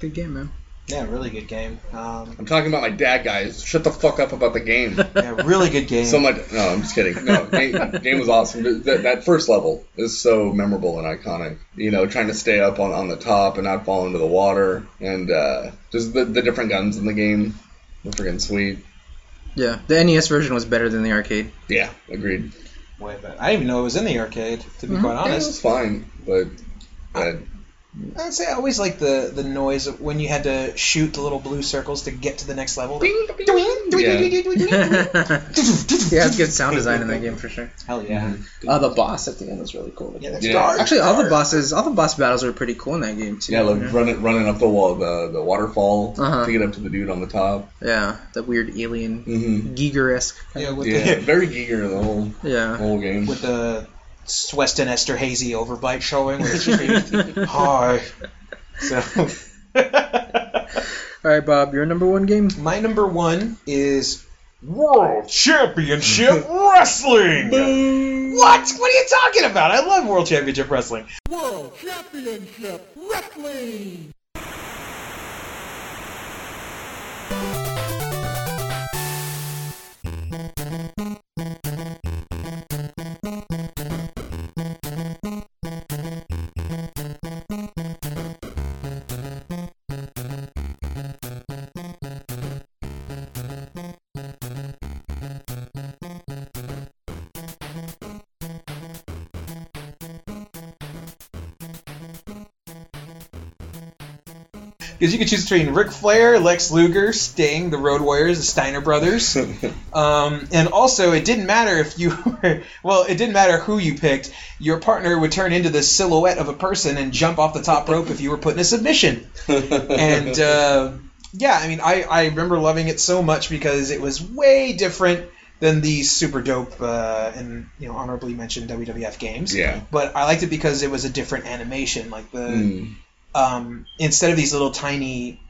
Speaker 6: Good game, man.
Speaker 3: Yeah, really good game. Um,
Speaker 4: I'm talking about my dad, guys. Shut the fuck up about the game.
Speaker 3: yeah, really good game.
Speaker 4: So much. No, I'm just kidding. No, game, game was awesome. That, that first level is so memorable and iconic. You know, trying to stay up on, on the top and not fall into the water, and uh, just the, the different guns in the game were freaking sweet.
Speaker 6: Yeah, the NES version was better than the arcade.
Speaker 4: Yeah, agreed.
Speaker 3: Way better. I didn't even know it was in the arcade. To
Speaker 6: Mm-hmm.
Speaker 3: be quite
Speaker 4: Yeah, it
Speaker 3: honest.
Speaker 4: was fine, but but
Speaker 3: I'd say I always like the the noise of when you had to shoot the little blue circles to get to the next level.
Speaker 4: Yeah.
Speaker 6: Yeah, it's good sound design in that game for sure.
Speaker 3: Hell yeah.
Speaker 6: Oh, the boss at the end was really cool.
Speaker 3: Yeah, that's
Speaker 4: Mm-hmm. Yeah.
Speaker 3: dark.
Speaker 6: Actually, all the bosses, all the boss battles were pretty cool in that game too.
Speaker 4: yeah, like running running up the wall, the the waterfall
Speaker 6: Uh-huh.
Speaker 4: to get up to the dude on the top.
Speaker 6: yeah, the weird alien,
Speaker 4: hmm
Speaker 6: Giger-esque.
Speaker 3: Yeah, with,
Speaker 4: Yeah,
Speaker 3: The,
Speaker 4: very Giger the whole
Speaker 6: Yeah,
Speaker 4: whole game.
Speaker 3: with the Weston Esther Hazy overbite showing. Where she Hi. So.
Speaker 6: All right, Bob, your number one game.
Speaker 3: My number one is
Speaker 8: World Championship Wrestling.
Speaker 3: what? What are you talking about? I love World Championship Wrestling.
Speaker 9: World Championship Wrestling!
Speaker 3: Because you could choose between Ric Flair, Lex Luger, Sting, the Road Warriors, the Steiner Brothers. Um, and also, it didn't matter if you were, well, it didn't matter who you picked. Your partner would turn into the silhouette of a person and jump off the top rope if you were put in a submission. And uh, yeah, I mean, I, I remember loving it so much because it was way different than the super dope uh, and you know honorably mentioned WWF games.
Speaker 4: yeah.
Speaker 3: But I liked it because it was a different animation, like the
Speaker 4: Mm.
Speaker 3: um, instead of these little tiny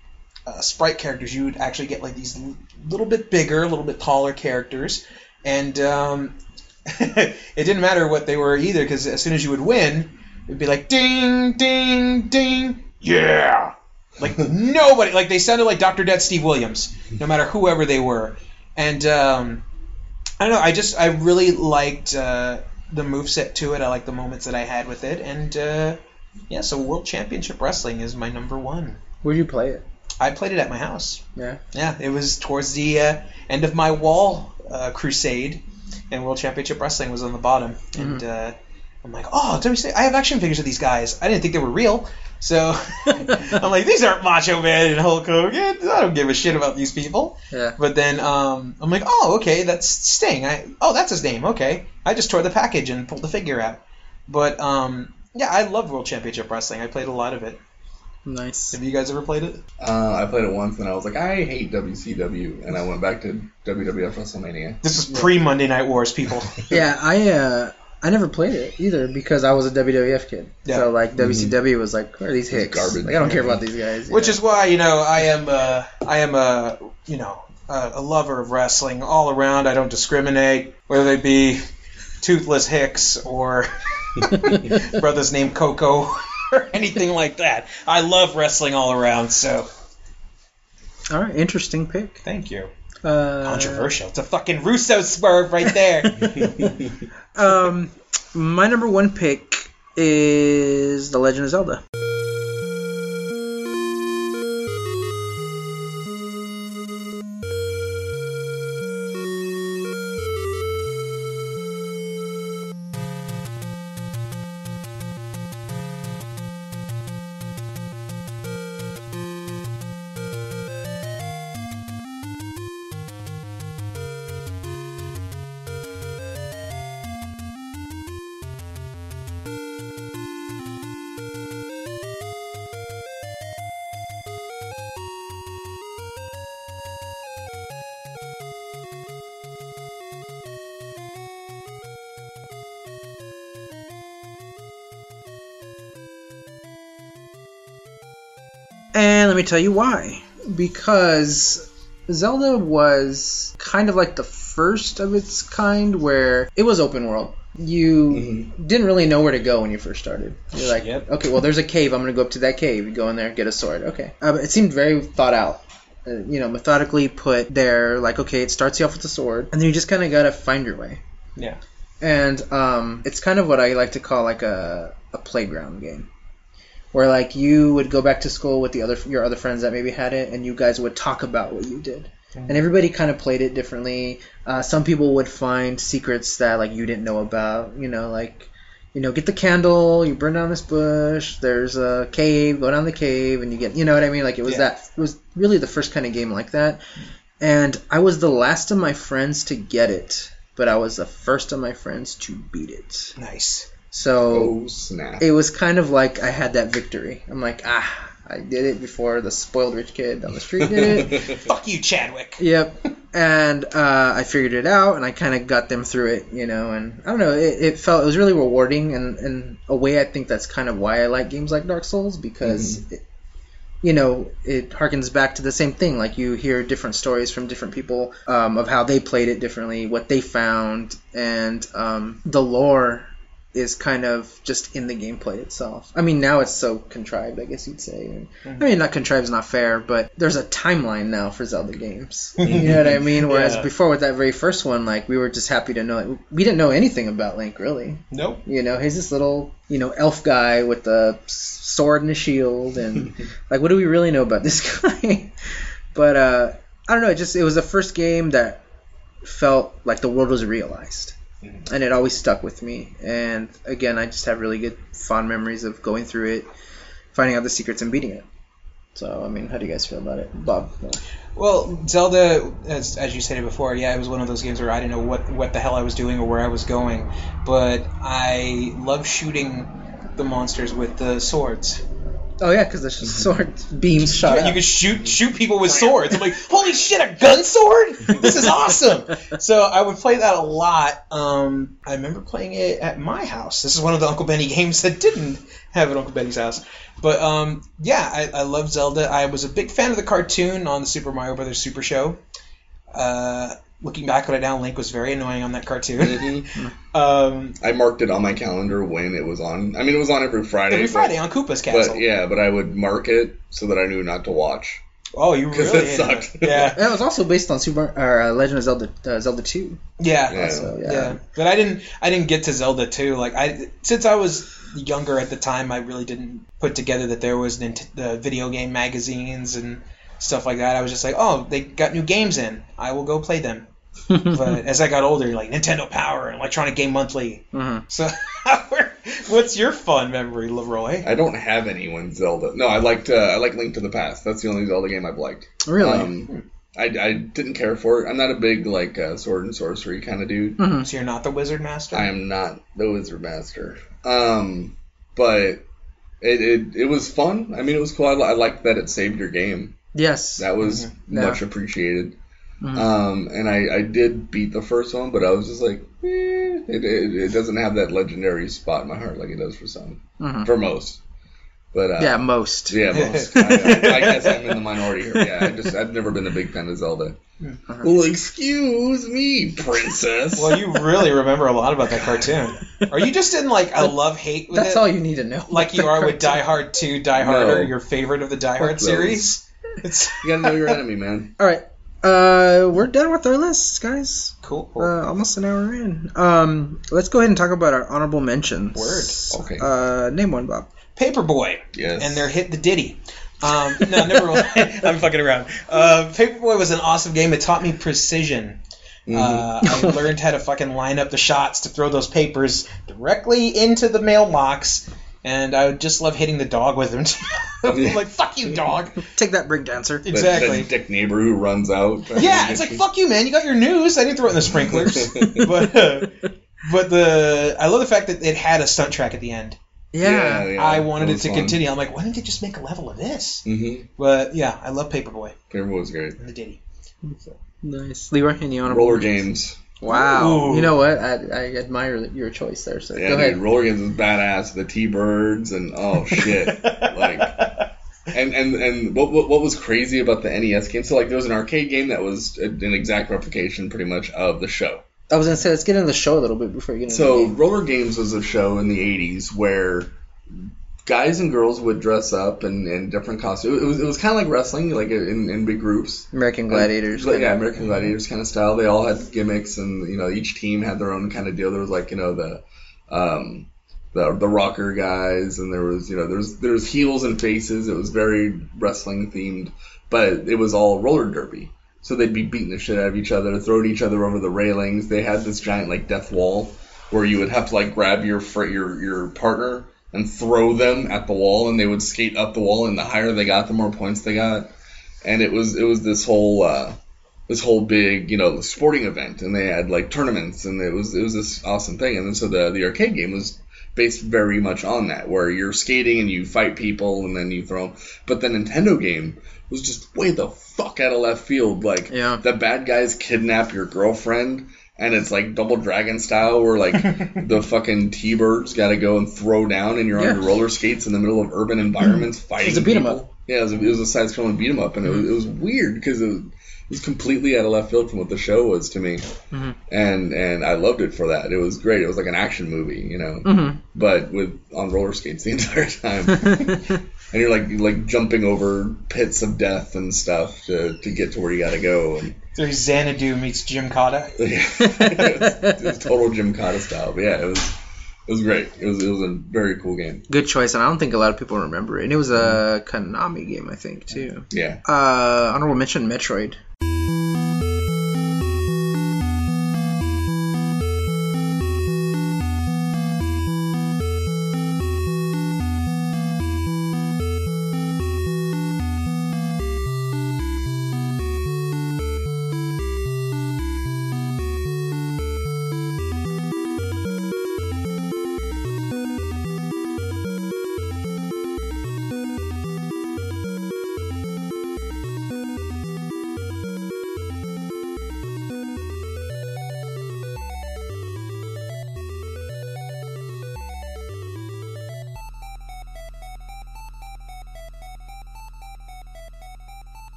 Speaker 3: uh, sprite characters, you would actually get like these l- little bit bigger, a little bit taller characters, and um, it didn't matter what they were either because as soon as you would win, it'd be like ding, ding, ding.
Speaker 8: Yeah.
Speaker 3: Like nobody, like they sounded like Dr. Dead Steve Williams, no matter whoever they were, and um, I don't know. I just I really liked uh, the moveset to it. I liked the moments that I had with it, and uh, yeah. So World Championship Wrestling is my number one.
Speaker 6: Where'd you play it?
Speaker 3: I played it at my house.
Speaker 6: Yeah.
Speaker 3: Yeah, it was towards the uh, end of my wall uh, crusade, and World Championship Wrestling was on the bottom.
Speaker 6: Mm-hmm.
Speaker 3: And uh, I'm like, oh, WC, I have action figures of these guys. I didn't think they were real. So I'm like, these aren't Macho Man and Hulk Hogan. I don't give a shit about these people.
Speaker 6: Yeah.
Speaker 3: But then um, I'm like, oh, okay, that's Sting. I oh, that's his name. Okay, I just tore the package and pulled the figure out. But um, yeah, I love World Championship Wrestling. I played a lot of it.
Speaker 6: Nice.
Speaker 3: Have you guys ever played it?
Speaker 4: Uh, I played it once and I was like, I hate WCW, and I went back to WWF WrestleMania.
Speaker 3: This was pre Monday Night Wars, people.
Speaker 6: Yeah, I uh, I never played it either because I was a WWF kid.
Speaker 3: Yeah. Mm-hmm.
Speaker 6: So like WCW was like, who are these
Speaker 4: It's
Speaker 6: hicks?
Speaker 4: garbage.
Speaker 6: Like, I don't care about these guys.
Speaker 3: Which is why you know I am uh, I am a you know a, a lover of wrestling all around. I don't discriminate whether they be toothless hicks or brothers named Coco or anything like that. I love wrestling all around. So
Speaker 6: all right, interesting pick.
Speaker 3: thank you.
Speaker 6: Uh,
Speaker 3: Controversial. It's a fucking Russo swerve right there.
Speaker 6: um, my number one pick is The Legend of Zelda. And let me tell you why. Because Zelda was kind of like the first of its kind where it was open world. You didn't really know where to go when you first started. You're like,
Speaker 3: Mm-hmm. Yep.
Speaker 6: okay, well, there's a cave. I'm going to go up to that cave. You go in there, get a sword. Okay. Uh, but it seemed very thought out. Uh, you know, methodically put there, like, okay, it starts you off with a sword, and then you just kind of got to find your way.
Speaker 3: Yeah.
Speaker 6: And um, it's kind of what I like to call like a, a playground game, where like you would go back to school with the other your other friends that maybe had it, and you guys would talk about what you did. And everybody kind of played it differently. Uh, some people would find secrets that like you didn't know about. You know, like you know, get the candle, you burn down this bush. There's a cave, go down the cave, and you get. You know what I mean? Like it was
Speaker 3: Yeah.
Speaker 6: that it was really the first kind of game like that. And I was the last of my friends to get it but I was the first of my friends to beat it.
Speaker 3: Nice.
Speaker 6: So
Speaker 4: Oh snap!
Speaker 6: it was kind of like I had that victory. I'm like, ah, I did it before the spoiled rich kid on the street did it.
Speaker 3: Fuck you, Chadwick.
Speaker 6: yep. And uh, I figured it out, and I kind of got them through it, you know. And I don't know, it, it felt it was really rewarding, and in a way, I think that's kind of why I like games like Dark Souls because. It, you know, it harkens back to the same thing. Like you hear different stories from different people um, of how they played it differently, what they found, and um, the lore is kind of just in the gameplay itself. I mean, now it's so contrived, I guess you'd say. And, I mean, not contrived is not fair, but there's a timeline now for Zelda games. You know what I mean? Whereas
Speaker 3: Yeah.
Speaker 6: before, with that very first one, like we were just happy to know it. We didn't know anything about Link really.
Speaker 3: Nope.
Speaker 6: You know, he's this little, you know, elf guy with a s- sword and a shield, and like, what do we really know about this guy? but uh, I don't know. It just it was the first game that felt like the world was realized,
Speaker 3: Mm-hmm.
Speaker 6: and it always stuck with me. And again, I just have really good fond memories of going through it, finding out the secrets, and beating it. So, I mean, how do you guys feel about it, Bob?
Speaker 3: Well, Zelda, as, as you said it before, yeah, it was one of those games where I didn't know what, what the hell I was doing or where I was going, but I love shooting the monsters with the swords.
Speaker 6: Oh yeah, because the sh- sword beams shot.
Speaker 3: Mm-hmm. You
Speaker 6: out.
Speaker 3: could shoot shoot people with swords. I'm like, holy shit, a gun sword! This is awesome. so I would play that a lot. Um, I remember playing it at my house. This is one of the Uncle Benny games that didn't have at Uncle Benny's house. But um, yeah, I, I love Zelda. I was a big fan of the cartoon on the Super Mario Brothers Super Show. Uh, looking back on it now, Link was very annoying on that cartoon.
Speaker 4: Mhm.
Speaker 3: um,
Speaker 4: I marked it on my calendar when it was on. I mean, it was on every Friday.
Speaker 3: every
Speaker 4: but-
Speaker 3: Friday on Koopa's
Speaker 4: But,
Speaker 3: Castle.
Speaker 4: yeah, but I would mark it so that I knew not to watch.
Speaker 3: Oh, you really?
Speaker 4: 'Cause it
Speaker 3: hated
Speaker 4: sucked.
Speaker 3: Yeah,
Speaker 6: That was also based on Super or uh, Legend of Zelda, uh, Zelda Two.
Speaker 3: yeah.
Speaker 4: Yeah.
Speaker 6: So yeah.
Speaker 3: yeah but i didn't i didn't get to zelda 2 like i since i was younger at the time i really didn't put together that there was Nint- the video game magazines and stuff like that i was just like oh they got new games in i will go play them
Speaker 6: Mm-hmm.
Speaker 3: but as i got older like nintendo power and electronic game monthly
Speaker 6: Mhm.
Speaker 3: so what's your fun memory leroy
Speaker 4: I don't have any when Zelda. No, I liked uh, I like Link to the Past. That's the only Zelda game I've liked.
Speaker 6: Really?
Speaker 4: Um, I, I didn't care for it. I'm not a big like uh, sword and sorcery kind of dude.
Speaker 3: so you're not the wizard master
Speaker 4: I am not the Wizard Master. Um, but it, it it was fun. I mean, it was cool. I, li- I liked that it saved your game.
Speaker 6: yes.
Speaker 4: That was
Speaker 6: Mm-hmm. Yeah. Mm-hmm.
Speaker 4: much appreciated. Um, and I, I did beat the first one, but I was just like, eh, it, it, it doesn't have that legendary spot in my heart like it does for some,
Speaker 6: Mhm.
Speaker 4: for most. But uh,
Speaker 6: yeah, most.
Speaker 4: yeah, most. I, I, I guess I'm in the minority here. Yeah, I just I've never been a big fan of Zelda. Well, excuse me, princess.
Speaker 3: Uh-huh. well you really remember a lot about that cartoon are you just in like a love hate with
Speaker 6: That's
Speaker 3: it?
Speaker 6: all you need to know.
Speaker 3: like you are with Die Hard 2, Die Hard,
Speaker 4: No.
Speaker 3: or your favorite of the Die Hard
Speaker 4: those.
Speaker 3: series. It's
Speaker 4: you gotta know your enemy, man.
Speaker 6: All right. Uh, we're done with our lists, guys.
Speaker 3: cool.
Speaker 6: Uh, almost an hour in. Um, let's go ahead and talk about our honorable mentions.
Speaker 3: Word.
Speaker 4: Okay.
Speaker 6: Uh, name one, Bob.
Speaker 3: Paperboy.
Speaker 4: Yes.
Speaker 3: And their hit the ditty. Um, no, never mind. I'm fucking around. Uh, Paperboy was an awesome game. It taught me precision.
Speaker 4: Mm-hmm.
Speaker 3: Uh, I learned how to fucking line up the shots to throw those papers directly into the mailbox, and I would just love hitting the dog with them. I'm like, fuck you, dog.
Speaker 6: Take that break dancer.
Speaker 4: That-
Speaker 3: Exactly.
Speaker 4: That dick neighbor who runs out.
Speaker 3: Yeah, it's like fuck you, man. You got your news. I didn't throw it in the sprinklers, but uh, but the I love the fact that it had a stunt track at the end.
Speaker 6: Yeah.
Speaker 3: I wanted it to continue. I'm like, why didn't they just make a level of this?
Speaker 4: Mm-hmm.
Speaker 3: But yeah, I love Paperboy
Speaker 4: Paperboy was great.
Speaker 3: and the Diddy.
Speaker 6: Nice. Leroy, any honorable?
Speaker 4: Roller Games.
Speaker 6: Wow.
Speaker 3: Ooh.
Speaker 6: You know what? I, I admire your choice there. So
Speaker 4: Yeah,
Speaker 6: go
Speaker 4: dude,
Speaker 6: ahead.
Speaker 4: Roller Games was badass. The T Birds and oh shit, like. And, and and and what, what what was crazy about the NES game? So like there was an arcade game that was a- an exact replication, pretty much, of the show.
Speaker 6: I was gonna say let's get into the show a little bit before you get into
Speaker 4: So
Speaker 6: the game.
Speaker 4: Roller Games was a show in the '80s where guys and girls would dress up in, in different costumes. It was it was kind of like wrestling, like in, in big groups.
Speaker 6: American Gladiators.
Speaker 4: Like, uh, yeah, American Gladiators kind of style. They all had gimmicks, and you know, each team had their own kind of deal. There was like you know the, um, the the rocker guys, and there was you know there's there's heels and faces. It was very wrestling themed, but it was all roller derby. So they'd be beating the shit out of each other, throwing each other over the railings. They had this giant like death wall where you would have to like grab your fr- your your partner and throw them at the wall, and they would skate up the wall. And the higher they got, the more points they got and it was it was this whole uh, this whole big you know sporting event, and they had like tournaments, and it was it was this awesome thing. And then so the the arcade game was based very much on that, where you're skating and you fight people, and then you throw. But the Nintendo game was just way the fuck out of left field. Like
Speaker 6: Yeah.
Speaker 4: the bad guys kidnap your girlfriend. And it's like double dragon style, where like the fucking T birds got to go and throw down, and you're on
Speaker 6: Yeah.
Speaker 4: your roller skates in the middle of urban environments fighting.
Speaker 3: It's a beat 'em
Speaker 4: people.
Speaker 3: up.
Speaker 4: Yeah, it was a, it was a side scrolling beat 'em up, and it was, it was weird because it, was- it was completely out of left field from what the show was to me,
Speaker 3: Mm-hmm.
Speaker 4: and and I loved it for that. It was great. It was like an action movie, you know,
Speaker 3: Mm-hmm.
Speaker 4: but with on roller skates the entire time, and you're like you're like jumping over pits of death and stuff to, to get to where you got to go. And
Speaker 3: There's Xanadu meets Jim Cotta.
Speaker 4: it, was, it was total Jim Cotta style. But yeah, it was it was great. It was it was a very cool game.
Speaker 6: Good choice, and I don't think a lot of people remember it. And it was a Konami game, I think, too.
Speaker 4: Yeah.
Speaker 6: Uh, honorable mention: Metroid.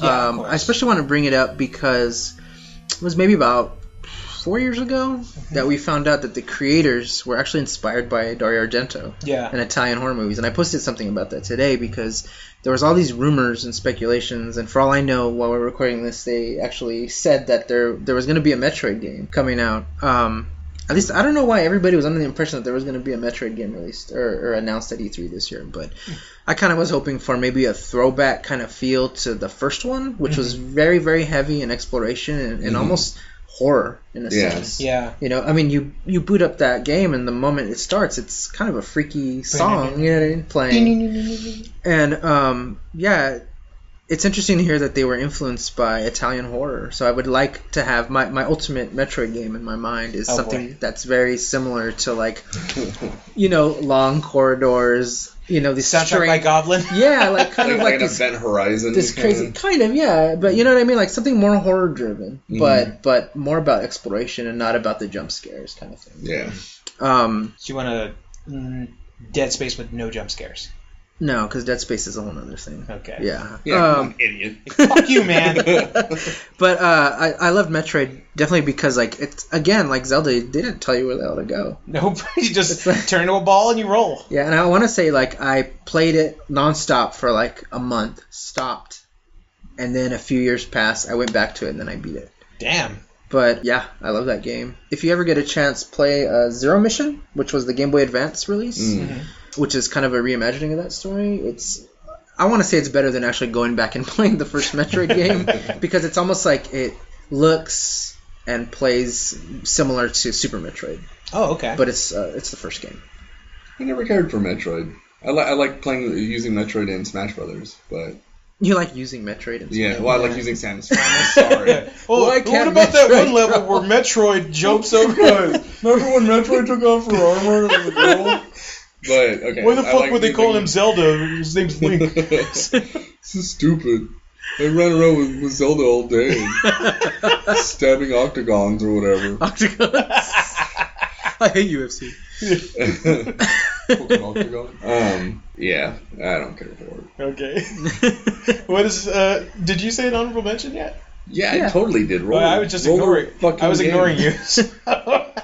Speaker 3: Yeah, of
Speaker 6: um,
Speaker 3: course.
Speaker 6: I especially want to bring it up because it was maybe about four years ago
Speaker 3: Mm-hmm.
Speaker 6: that we found out that the creators were actually inspired by Dario Argento
Speaker 3: Yeah.
Speaker 6: and Italian horror movies. And I posted something about that today because there was all these rumors and speculations. And for all I know, while we're recording this, they actually said that there there was going to be a Metroid game coming out. Um, at least I don't know why everybody was under the impression that there was going to be a Metroid game released or, or announced at E3 this year, but I kind of was hoping for maybe a throwback kind of feel to the first one, which
Speaker 4: Mm-hmm.
Speaker 6: was very very heavy in exploration and, and almost horror in a
Speaker 4: Yeah.
Speaker 6: sense.
Speaker 3: Yeah.
Speaker 6: You know, I mean, you you boot up that game, and the moment it starts, it's kind of a freaky song, you know, what I mean, playing. And um, yeah, it's interesting to hear that they were influenced by Italian horror. So I would like to have my, my ultimate Metroid game in my mind is
Speaker 3: Oh,
Speaker 6: something
Speaker 3: boy.
Speaker 6: that's very similar to like, you know, long corridors. You know, these
Speaker 3: Soundtrack by
Speaker 6: strange,
Speaker 3: Goblin.
Speaker 6: yeah, like kind
Speaker 4: Like,
Speaker 6: of
Speaker 4: like
Speaker 6: like
Speaker 4: an
Speaker 6: this
Speaker 4: event horizon.
Speaker 6: this
Speaker 4: kinda.
Speaker 6: crazy kind of yeah but you know what i mean like something more horror driven
Speaker 3: Mm-hmm.
Speaker 6: but but more about exploration and not about the jump scares kind of thing
Speaker 4: Yeah.
Speaker 6: um
Speaker 3: Do you want a mm, Dead Space with no jump scares?
Speaker 6: no because dead space is a whole other thing
Speaker 3: Okay.
Speaker 6: yeah,
Speaker 4: Yeah. come
Speaker 6: um
Speaker 4: on, idiot.
Speaker 3: Fuck you, man.
Speaker 6: but uh i i love metroid definitely because like it's again like zelda they didn't tell you where the hell to go
Speaker 3: nope. You just
Speaker 6: It's like-
Speaker 3: turn into a ball and you roll.
Speaker 6: yeah and i want to say like i played it nonstop for like a month stopped and then a few years passed i went back to it and then i beat it
Speaker 3: Damn.
Speaker 6: But yeah, I love that game. If you ever get a chance, play uh, Zero Mission, which was the Game Boy Advance
Speaker 4: Mm.
Speaker 6: release, which is kind of a reimagining of that story. It's I want to say it's better than actually going back and playing the first Metroid game because it's almost like it looks and plays similar to Super Metroid,
Speaker 3: Oh, okay.
Speaker 6: but it's uh, it's the first game.
Speaker 4: I never cared for Metroid. I, li- I like playing using Metroid in Smash Brothers, but
Speaker 6: You like using Metroid? And
Speaker 4: yeah, well, I like using Samus. I'm sorry.
Speaker 3: Oh,
Speaker 6: Why
Speaker 3: what
Speaker 6: can't
Speaker 3: about that
Speaker 6: Metroid
Speaker 3: one level where Metroid jumps over?
Speaker 4: Remember when Metroid took off her armor and it was a girl? But okay.
Speaker 3: Why the
Speaker 4: I
Speaker 3: fuck
Speaker 4: like
Speaker 3: would they
Speaker 4: using-
Speaker 3: call him Zelda? His name's Link.
Speaker 4: this is stupid. I ran around with, with Zelda all day, stabbing octagons or whatever.
Speaker 6: I hate UFC.
Speaker 4: um, yeah, I don't care for it.
Speaker 3: Okay. what is? Uh, did you say an honorable mention yet?
Speaker 4: Yeah, I totally did. Roll,
Speaker 3: Well, I was just
Speaker 4: roll
Speaker 3: ignoring.
Speaker 4: the fucking
Speaker 3: I was
Speaker 4: game.
Speaker 3: ignoring you. so.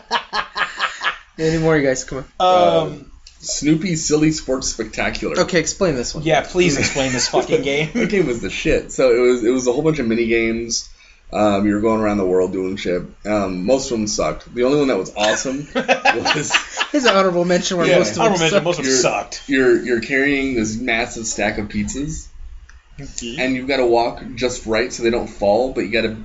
Speaker 6: Any more, you guys? Come on.
Speaker 3: um,
Speaker 4: Snoopy Silly Sports Spectacular.
Speaker 6: Okay, explain this one.
Speaker 3: yeah, please explain this fucking
Speaker 4: that
Speaker 3: game.
Speaker 4: game was the shit. So it was it was a whole bunch of mini games. Um, you were going around the world doing shit. Um, most of them sucked. The only one that was awesome was
Speaker 6: It's an honorable mention where
Speaker 4: Yeah,
Speaker 6: most of them
Speaker 3: honorable mention.
Speaker 6: suck.
Speaker 3: Most of them
Speaker 4: You're-
Speaker 3: sucked.
Speaker 4: you're you're carrying this massive stack of pizzas, and you've got to walk just right so they don't fall, but you got to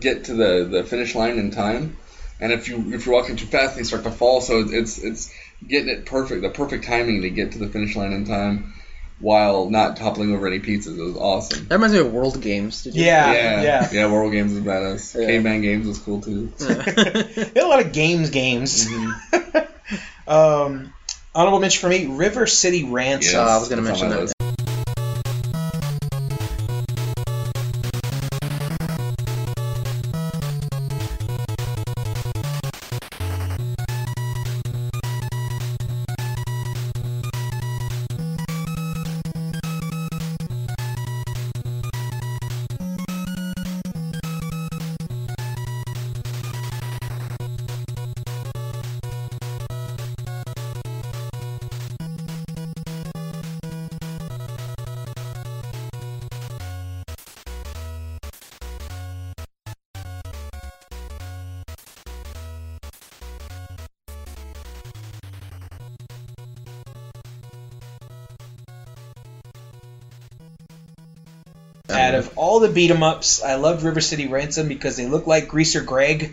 Speaker 4: get to the, the finish line in time. And if you if you're walking too fast, they start to fall. So it's it's getting it perfect, the perfect timing to get to the finish line in time, while not toppling over any pizzas. It was awesome.
Speaker 6: That reminds me of World Games. Did you?
Speaker 3: Yeah,
Speaker 4: yeah,
Speaker 3: yeah.
Speaker 4: yeah. World Games is badass.
Speaker 6: Yeah.
Speaker 4: Caveman Games was cool too.
Speaker 3: They had a lot of games games.
Speaker 4: Mm-hmm.
Speaker 3: um, honorable mention for me: River City Ransom.
Speaker 6: I was gonna
Speaker 4: that's
Speaker 6: mention
Speaker 4: on my
Speaker 6: that.
Speaker 4: list.
Speaker 3: Out
Speaker 4: Um,
Speaker 3: of all the beat 'em ups, I loved River City Ransom because they look like Greaser Greg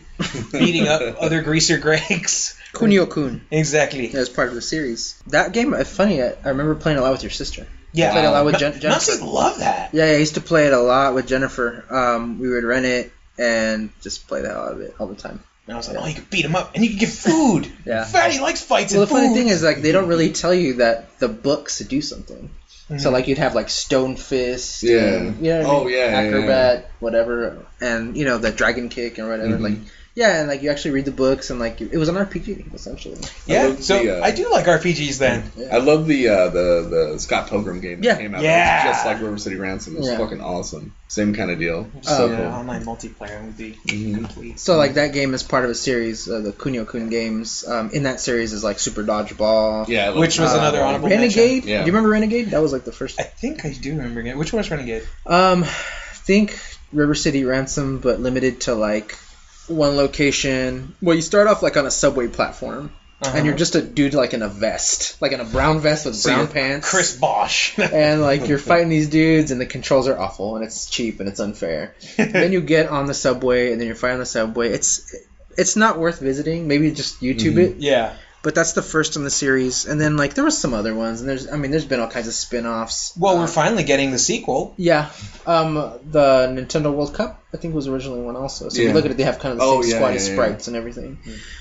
Speaker 3: beating up other Greaser Gregs.
Speaker 6: Kunio Kun.
Speaker 3: exactly.
Speaker 6: That was part of the series. That game, uh, funny, I, I remember playing a lot with your sister.
Speaker 3: Yeah.
Speaker 6: Played a lot with
Speaker 3: Ma-
Speaker 6: Jen- Jennifer.
Speaker 3: Nazis love that.
Speaker 6: Yeah, yeah, I used to play it a lot with Jennifer. Um, we would rent it and just play the hell out of it all the time.
Speaker 3: And I was like, oh, you can beat him up and you can get food.
Speaker 6: Yeah.
Speaker 3: Fatty likes fights
Speaker 6: Well, the
Speaker 3: and food.
Speaker 6: funny thing is, like, they don't really tell you that the books do something.
Speaker 3: Mm-hmm.
Speaker 6: So, like, you'd have like Stone Fist,
Speaker 4: Yeah.
Speaker 6: and, you know, what I
Speaker 4: Oh,
Speaker 6: mean?
Speaker 4: yeah, yeah, yeah.
Speaker 6: Acrobat, whatever, and you know the Dragon Kick and whatever.
Speaker 4: Mhm.
Speaker 6: Like, yeah, and like you actually read the books and like it was an RPG essentially.
Speaker 4: I
Speaker 3: yeah,
Speaker 4: love
Speaker 3: so
Speaker 4: the, uh,
Speaker 3: I do like RPGs then.
Speaker 4: I love the uh, the the Scott Pilgrim game that
Speaker 6: Yeah.
Speaker 4: came out.
Speaker 3: Yeah.
Speaker 4: It was just like River City Ransom. It was
Speaker 6: Yeah. Oh,
Speaker 4: fucking awesome. Same kind of deal.
Speaker 3: So
Speaker 4: So
Speaker 3: yeah,
Speaker 4: cool.
Speaker 3: uh, online multiplayer would be
Speaker 4: Mhm.
Speaker 3: complete.
Speaker 6: So like that game is part of a series of the Kunio Kun games. Um, in that series is like Super Dodgeball. Uh,
Speaker 4: Yeah, I love
Speaker 3: Which
Speaker 4: that.
Speaker 3: was another honorable mention.
Speaker 6: Renegade.
Speaker 4: Yeah.
Speaker 6: Do you remember Renegade? That was like the first.
Speaker 3: I think I do remember it. Which one was Renegade?
Speaker 6: Um, think River City Ransom, but limited to like one location. Well, you start off like on a subway platform,
Speaker 3: Uh-huh.
Speaker 6: and you're just a dude like in a vest, like in a brown vest with brown pants.
Speaker 3: Chris Bosch.
Speaker 6: And like you're fighting these dudes, and the controls are awful, and it's cheap, and it's unfair. then you get on the subway, and then you're fighting on the subway. It's it's not worth visiting. Maybe just YouTube it
Speaker 3: yeah.
Speaker 6: but that's the first in the series and then like there was some other ones and there's i mean there's been all kinds of spin-offs
Speaker 3: Well, we're finally getting the sequel.
Speaker 6: yeah um the nintendo world cup i think was originally one also so if you
Speaker 4: Yeah.
Speaker 6: look at it they have kind of the
Speaker 4: Oh,
Speaker 6: same
Speaker 4: yeah,
Speaker 6: squatty
Speaker 4: yeah, yeah.
Speaker 6: sprites and everything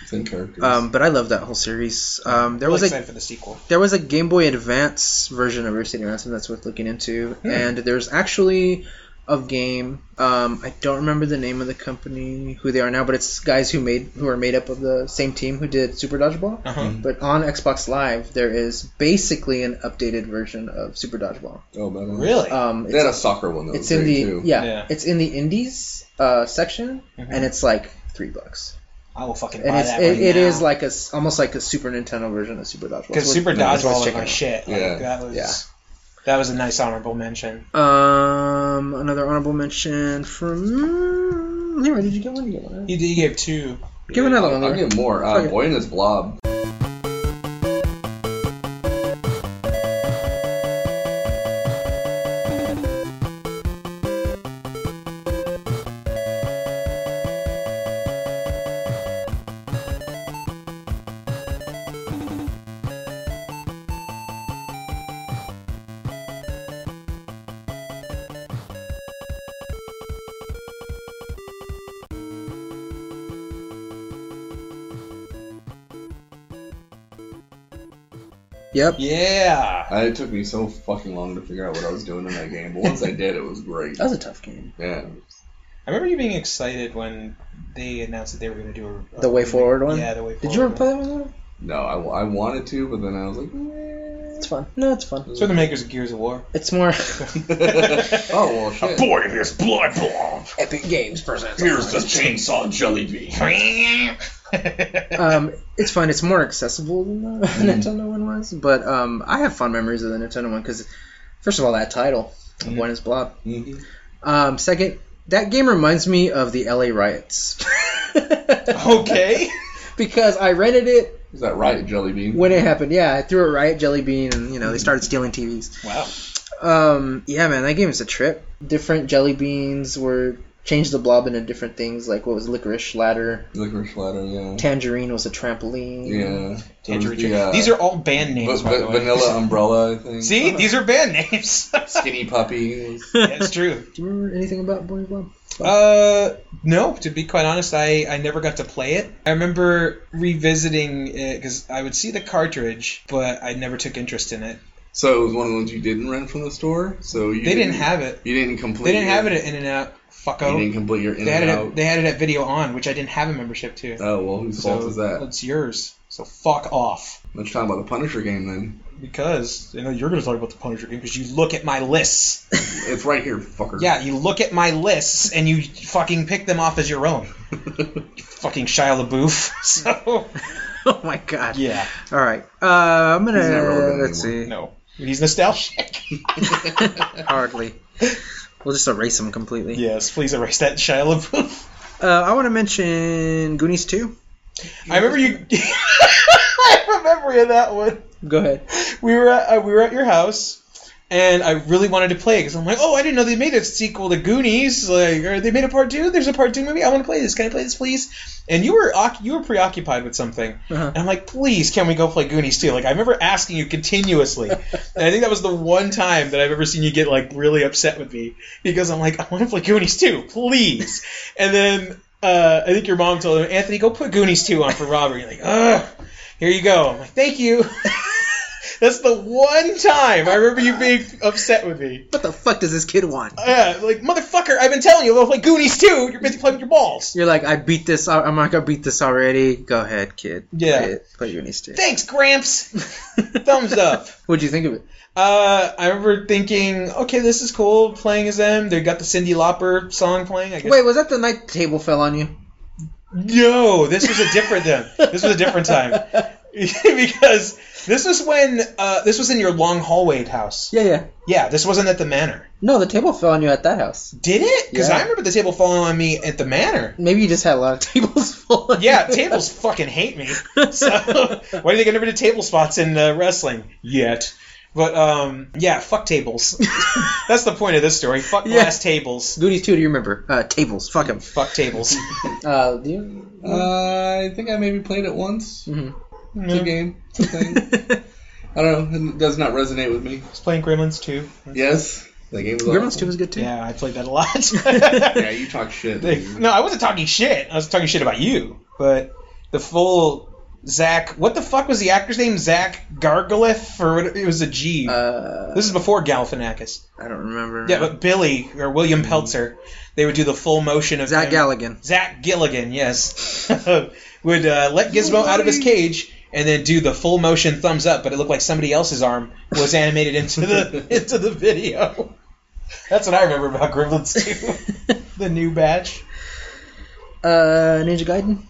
Speaker 4: Same characters.
Speaker 6: um but i love that whole series um there
Speaker 3: I'm
Speaker 6: was a
Speaker 3: excited for the sequel.
Speaker 6: there was a game boy advance version of river city ransom that's worth looking into
Speaker 4: Hmm.
Speaker 6: and there's actually a game um i don't remember the name of the company who they are now but it's guys who made who are made up of the same team who did super dodgeball
Speaker 3: Uh-huh.
Speaker 4: Mm-hmm.
Speaker 6: but on Xbox Live, there is basically an updated version of Super Dodgeball.
Speaker 4: oh, man.
Speaker 3: Really?
Speaker 6: Um,
Speaker 4: They had a
Speaker 6: it's,
Speaker 4: soccer
Speaker 3: Oh,
Speaker 4: one that
Speaker 6: it's
Speaker 4: was
Speaker 6: in
Speaker 4: great,
Speaker 6: the
Speaker 4: too.
Speaker 6: yeah,
Speaker 3: Yeah.
Speaker 6: it's in the Indies uh, section,
Speaker 3: Mm-hmm.
Speaker 6: and it's like three bucks,
Speaker 3: I will fucking buy
Speaker 6: and it's
Speaker 3: that
Speaker 6: it,
Speaker 3: right
Speaker 6: it
Speaker 3: now.
Speaker 6: is like a s- almost like a Super Nintendo version of Super Dodgeball.
Speaker 3: because
Speaker 6: It's
Speaker 3: Super
Speaker 6: worth- it's worth
Speaker 3: Dodgeball was
Speaker 6: checking
Speaker 3: my
Speaker 6: out.
Speaker 3: shit. Like,
Speaker 4: Yeah.
Speaker 3: that was
Speaker 6: Yeah.
Speaker 3: that was a nice honorable mention.
Speaker 6: Um, another honorable mention from Leroy. Did you get one? You get one.
Speaker 3: You, you gave two.
Speaker 6: Give another one.
Speaker 4: I'll
Speaker 6: Leroy.
Speaker 4: get more. Uh,
Speaker 6: Okay.
Speaker 4: Boy and his blob.
Speaker 6: Yep.
Speaker 3: Yeah.
Speaker 4: I, it took me so fucking long to figure out what I was doing in that game, but once I did, it was great.
Speaker 6: That was a tough game.
Speaker 4: Yeah.
Speaker 3: I remember you being excited when they announced that they were going to do a, a
Speaker 6: The Way
Speaker 3: remake.
Speaker 6: Forward one?
Speaker 3: Yeah, the way forward.
Speaker 6: Did you ever
Speaker 3: one.
Speaker 6: play that one? Leroy?
Speaker 4: No, I, wa- I wanted to, but then I was like, "Meh."
Speaker 6: It's fun. No, it's fun.
Speaker 3: So the makers of Gears of War.
Speaker 6: It's more
Speaker 4: oh well, shit.
Speaker 8: Boy, here's blood.
Speaker 6: Epic Games presents.
Speaker 8: Here's the chainsaw jelly bee.
Speaker 6: Um, it's fun. It's more accessible than the Nintendo one was, but um, I have fond memories of the Nintendo one because, first of all, that title, one is Blob.
Speaker 4: Mhm.
Speaker 6: Um, second, that game reminds me of the LA riots.
Speaker 3: Okay.
Speaker 6: because I rented it
Speaker 4: Is that right, Jelly Bean?
Speaker 6: when it happened. Yeah, I threw a riot jelly bean, and you know they started stealing TVs.
Speaker 3: wow.
Speaker 6: Um, yeah, man, that game is a trip. Different jelly beans were changed the blob into different things. Like what was licorice ladder,
Speaker 4: Licorice Ladder, yeah.
Speaker 6: tangerine was a trampoline.
Speaker 4: Yeah.
Speaker 3: Tangerine.
Speaker 4: There was the, uh,
Speaker 3: These are all band names,
Speaker 4: va-
Speaker 3: by
Speaker 4: va-
Speaker 3: the way.
Speaker 4: Vanilla Umbrella, I think.
Speaker 3: See, these are band names.
Speaker 4: Skinny Puppy.
Speaker 3: That's true.
Speaker 6: Do you remember anything about Boy Blob?
Speaker 3: Uh, no. To be quite honest, I I never got to play it. I remember revisiting it because I would see the cartridge, but I never took interest in it.
Speaker 4: So it was one of the ones you didn't rent from the store. So you
Speaker 3: They didn't have it.
Speaker 4: You didn't complete.
Speaker 3: They didn't
Speaker 4: your-
Speaker 3: have it at In and Out.
Speaker 4: You didn't
Speaker 3: Fucko.
Speaker 4: complete your in
Speaker 3: They had it.
Speaker 4: and
Speaker 3: At,
Speaker 4: out.
Speaker 3: they had it at Video On, which I didn't have a membership to.
Speaker 4: Oh well, whose fault is that?
Speaker 3: It's yours. So fuck off.
Speaker 4: Let's talk about the Punisher game then.
Speaker 3: Because you know you're gonna talk about the Punisher game because you look at my lists.
Speaker 4: It's right here, fucker.
Speaker 3: Yeah, you look at my lists and you fucking pick them off as your own. You fucking Shia LaBeouf. So
Speaker 6: oh my god.
Speaker 3: yeah,
Speaker 6: All right. Uh, I'm
Speaker 4: He's not
Speaker 6: gonna
Speaker 4: relevant
Speaker 6: let's see.
Speaker 3: no, he's nostalgic.
Speaker 6: Hardly. We'll just erase them completely.
Speaker 3: yes, please erase that Shia LaBeouf.
Speaker 6: Uh, I want to mention Goonies 2.
Speaker 3: I remember you. I have a memory of that one.
Speaker 6: Go ahead.
Speaker 3: We were at, uh, we were at your house. And I really wanted to play it because I'm like, oh, I didn't know they made a sequel to Goonies. Like, or they made a part two. There's a part two movie. I want to play this. Can I play this, please? And you were oc- you were preoccupied with something.
Speaker 6: Uh-huh.
Speaker 3: And I'm like, please, can we go play Goonies too? Like, I remember asking you continuously. and I think that was the one time that I've ever seen you get, like, really upset with me because I'm like, I want to play Goonies too, please. and then uh, I think your mom told him, Anthony, go put Goonies 2 on for Robert. You're like, ugh, here you go. I'm like, thank you. That's the one time I remember you being upset with me.
Speaker 6: What the fuck does this kid want?
Speaker 3: Yeah, like, motherfucker, I've been telling you, go play Goonies 2. You're busy playing with your balls.
Speaker 6: You're like, I beat this. al- I'm not gonna beat this already. Go ahead, kid.
Speaker 3: Yeah.
Speaker 6: Play, it. Play Goonies 2.
Speaker 3: Thanks, Gramps. Thumbs up.
Speaker 6: What'd you think of it?
Speaker 3: Uh, I remember thinking, okay, this is cool. Playing as them, they got the Cindy Lauper song playing. I guess.
Speaker 6: Wait, was that the night the table fell on you?
Speaker 3: no, this was a different then. This was a different time because this was when uh, this was in your long hallway house.
Speaker 6: Yeah, yeah.
Speaker 3: Yeah, this wasn't at the manor.
Speaker 6: No, the table fell on you at that house.
Speaker 3: Did it? Because
Speaker 6: Yeah.
Speaker 3: I remember the table falling on me at the manor.
Speaker 6: Maybe you just had a lot of tables full.
Speaker 3: Yeah, tables fucking hate me. So why do they get rid of table spots in uh, wrestling yet? But um, yeah, fuck tables. That's the point of this story. Fuck
Speaker 6: Yeah.
Speaker 3: glass tables.
Speaker 6: Goonies 2, do you remember? Uh, tables. Fuck him.
Speaker 3: Fuck tables.
Speaker 6: Uh, do you?
Speaker 4: Uh, I think I maybe played it once.
Speaker 6: Mhm.
Speaker 4: It's a game. It's a thing. I don't know. It does not resonate with me.
Speaker 3: was playing Gremlins too.
Speaker 4: Yes, that game was.
Speaker 6: Gremlins
Speaker 4: awesome.
Speaker 6: 2 was good too.
Speaker 3: Yeah, I played that a lot.
Speaker 4: Yeah, you talk shit.
Speaker 3: no, I wasn't talking shit. I was talking shit about you. But the full Zach, what the fuck was the actor's name? Zach Gargalith or what, it was a G.
Speaker 6: Uh,
Speaker 3: this is before Galifianakis.
Speaker 6: I don't remember.
Speaker 3: Yeah, but Billy or William Peltzer, they would do the full motion of
Speaker 6: Zach
Speaker 3: him-
Speaker 6: Galligan.
Speaker 3: Zach Gilligan, yes, would uh, let Gizmo out of his cage and then do the full motion thumbs up, but it looked like somebody else's arm was animated into the into the video. That's what I remember about Gremlins 2, the new batch.
Speaker 6: Uh, Ninja Gaiden?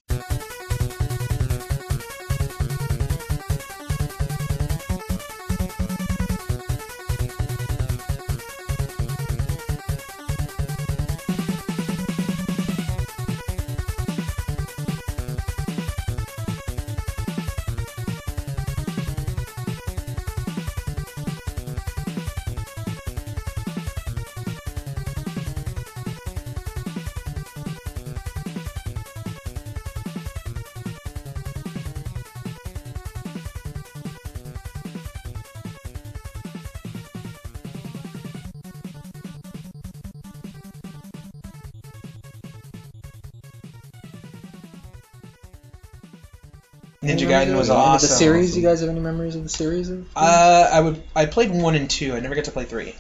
Speaker 3: Ninja Gaiden was
Speaker 6: Of
Speaker 3: awesome.
Speaker 6: The series? You guys have any memories of the series? Of?
Speaker 3: Uh, I would I played one and two. I never got to play three.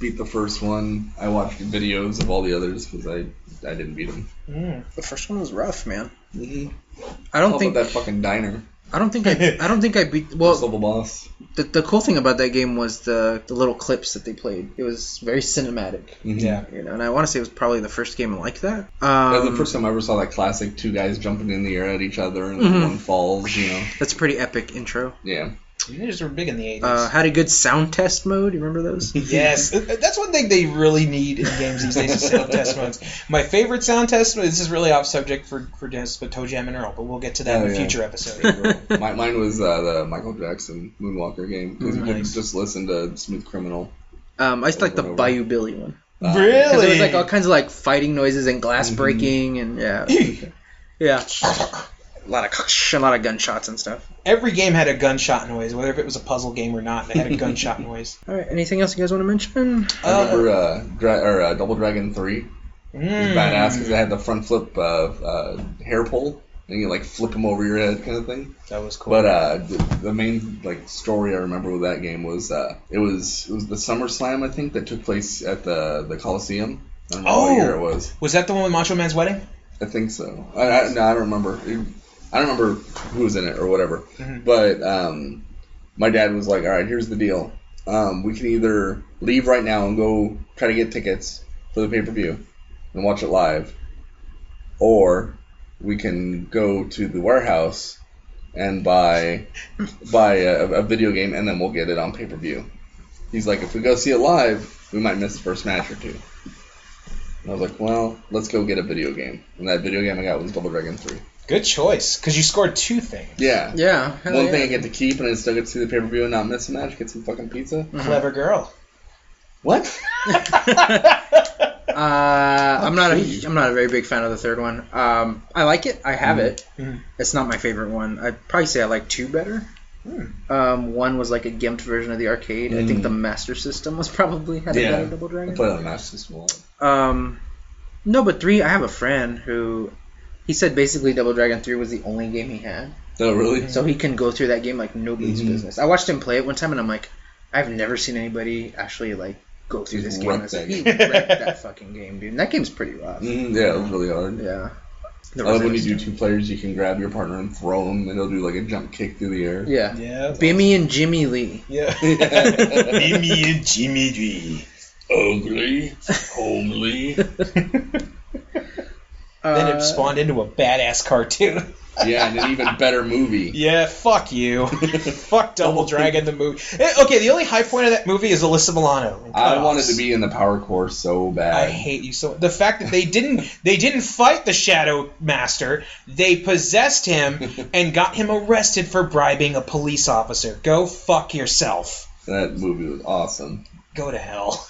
Speaker 4: Beat the first one. I watched videos of all the others because I I didn't beat them.
Speaker 6: Hmm. The first one was rough, man.
Speaker 4: Mm-hmm.
Speaker 6: I don't think
Speaker 4: that fucking diner.
Speaker 6: I don't think I. I don't think I beat. Well,
Speaker 4: Level boss.
Speaker 6: the, the cool thing about that game was the the little clips that they played. It was very cinematic.
Speaker 4: Mm-hmm.
Speaker 3: Yeah.
Speaker 6: You know, and I want to say it was probably the first game like that.
Speaker 4: That was
Speaker 6: Um,
Speaker 4: the first time I ever saw that classic two guys jumping in the air at each other and
Speaker 6: Mm-hmm.
Speaker 4: one falls, you know.
Speaker 6: that's a pretty epic intro.
Speaker 4: Yeah.
Speaker 3: You guys were big in the 80s.
Speaker 6: Uh, had a good sound test mode. You remember those?
Speaker 3: Yes, that's one thing they really need in games these days is sound test modes. My favorite sound test mode. This is really off subject for for Dennis, but Toe Jam and Earl. But we'll get to that
Speaker 4: Oh,
Speaker 3: in a
Speaker 4: yeah.
Speaker 3: future episode.
Speaker 4: My, mine was uh, the Michael Jackson Moonwalker game because you could
Speaker 3: Nice.
Speaker 4: just listen to Smooth Criminal.
Speaker 6: Um, I just like the
Speaker 4: Over and over.
Speaker 6: Bayou Billy one.
Speaker 4: Uh,
Speaker 6: Because
Speaker 3: really?
Speaker 6: there was like all kinds of like fighting noises and glass
Speaker 4: Mm-hmm.
Speaker 6: breaking and yeah, yeah, a lot of a lot of gunshots and stuff.
Speaker 3: Every game had a gunshot noise, whether if it was a puzzle game or not. They had a gunshot noise.
Speaker 6: All right, anything else you guys want to mention?
Speaker 3: Oh.
Speaker 4: I remember uh, dra- or, uh, Double Dragon 3. It
Speaker 3: Oh,
Speaker 4: was
Speaker 3: Hmm.
Speaker 4: badass
Speaker 3: mm.
Speaker 4: because it had the front flip uh, uh, hair pull and you like flip them over your head kind of thing.
Speaker 3: That was cool.
Speaker 4: But uh, the, the main like story I remember with that game was uh, it was it was the Summer Slam I think that took place at the the Coliseum. I don't remember what
Speaker 3: Oh.
Speaker 4: year it was.
Speaker 3: was that the one with Macho Man's wedding?
Speaker 4: I think so. I, I, no, I don't remember. It- I don't remember who was in it or whatever. But um, my dad was like, "All right, here's the deal. Um, we can either leave right now and go try to get tickets for the pay per view and watch it live, or we can go to the warehouse and buy buy a, a video game and then we'll get it on pay per view." He's like, "If we go see it live, we might miss the first match or two. And I was like, well, let's go get a video game. And that video game I got was Double Dragon 3.
Speaker 3: Good choice, because you scored two things.
Speaker 4: Yeah.
Speaker 6: Yeah, hell
Speaker 4: One
Speaker 6: yeah.
Speaker 4: thing I get to keep, and I still get to see the pay per view and not miss a match, get some fucking pizza.
Speaker 3: Clever girl.
Speaker 4: What?
Speaker 6: Uh, I'm not a I'm not a very big fan of the third one. Um, I like it. I have it.
Speaker 4: Mm-hmm.
Speaker 3: Mhm.
Speaker 6: It's not my favorite one. I'd probably say I like two better.
Speaker 4: Hmm.
Speaker 6: Um, one was like a gimped version of the arcade. I
Speaker 4: Mm.
Speaker 6: think the Master System was probably had
Speaker 4: Yeah.
Speaker 6: a better Double
Speaker 4: I
Speaker 6: Dragon.
Speaker 4: played on the Master System a lot.
Speaker 6: Um, no, but three. I have a friend who he said basically Double Dragon three was the only game he had,
Speaker 4: No, Oh, really?
Speaker 6: so he can go through that game like nobody's
Speaker 4: Mhm.
Speaker 6: business. I watched him play it one time, and I'm like, I've never seen anybody actually like go through this
Speaker 4: Just
Speaker 6: game.
Speaker 4: wreck
Speaker 6: as-
Speaker 4: that
Speaker 6: He
Speaker 4: game.
Speaker 6: wrecked that fucking game, dude. And that game's pretty rough.
Speaker 4: Mm, yeah, it was really hard.
Speaker 6: Yeah. The
Speaker 4: I love when you
Speaker 6: Resident
Speaker 4: do two players, you can grab your partner and throw them, and they'll do like a jump kick through the air.
Speaker 6: Evil. Yeah.
Speaker 3: Yeah.
Speaker 6: Bimmy and Jimmy Lee.
Speaker 3: Yeah.
Speaker 8: Jimmy and Jimmy D.
Speaker 4: Ugly,
Speaker 6: Uh,
Speaker 4: homely.
Speaker 3: then it spawned into a badass cartoon.
Speaker 4: yeah, and an even better movie.
Speaker 3: Yeah, fuck you. fuck Double Dragon the movie. Eh, Okay, the only high point of that movie is Alyssa Milano. in
Speaker 4: I
Speaker 3: cutoffs.
Speaker 4: wanted to be in the Power Core so
Speaker 3: I
Speaker 4: bad.
Speaker 3: hate you so. The fact that they didn't they didn't fight the Shadow Master, they possessed him and got him arrested for bribing a police officer. Go fuck yourself.
Speaker 4: that movie was awesome.
Speaker 3: Go to hell.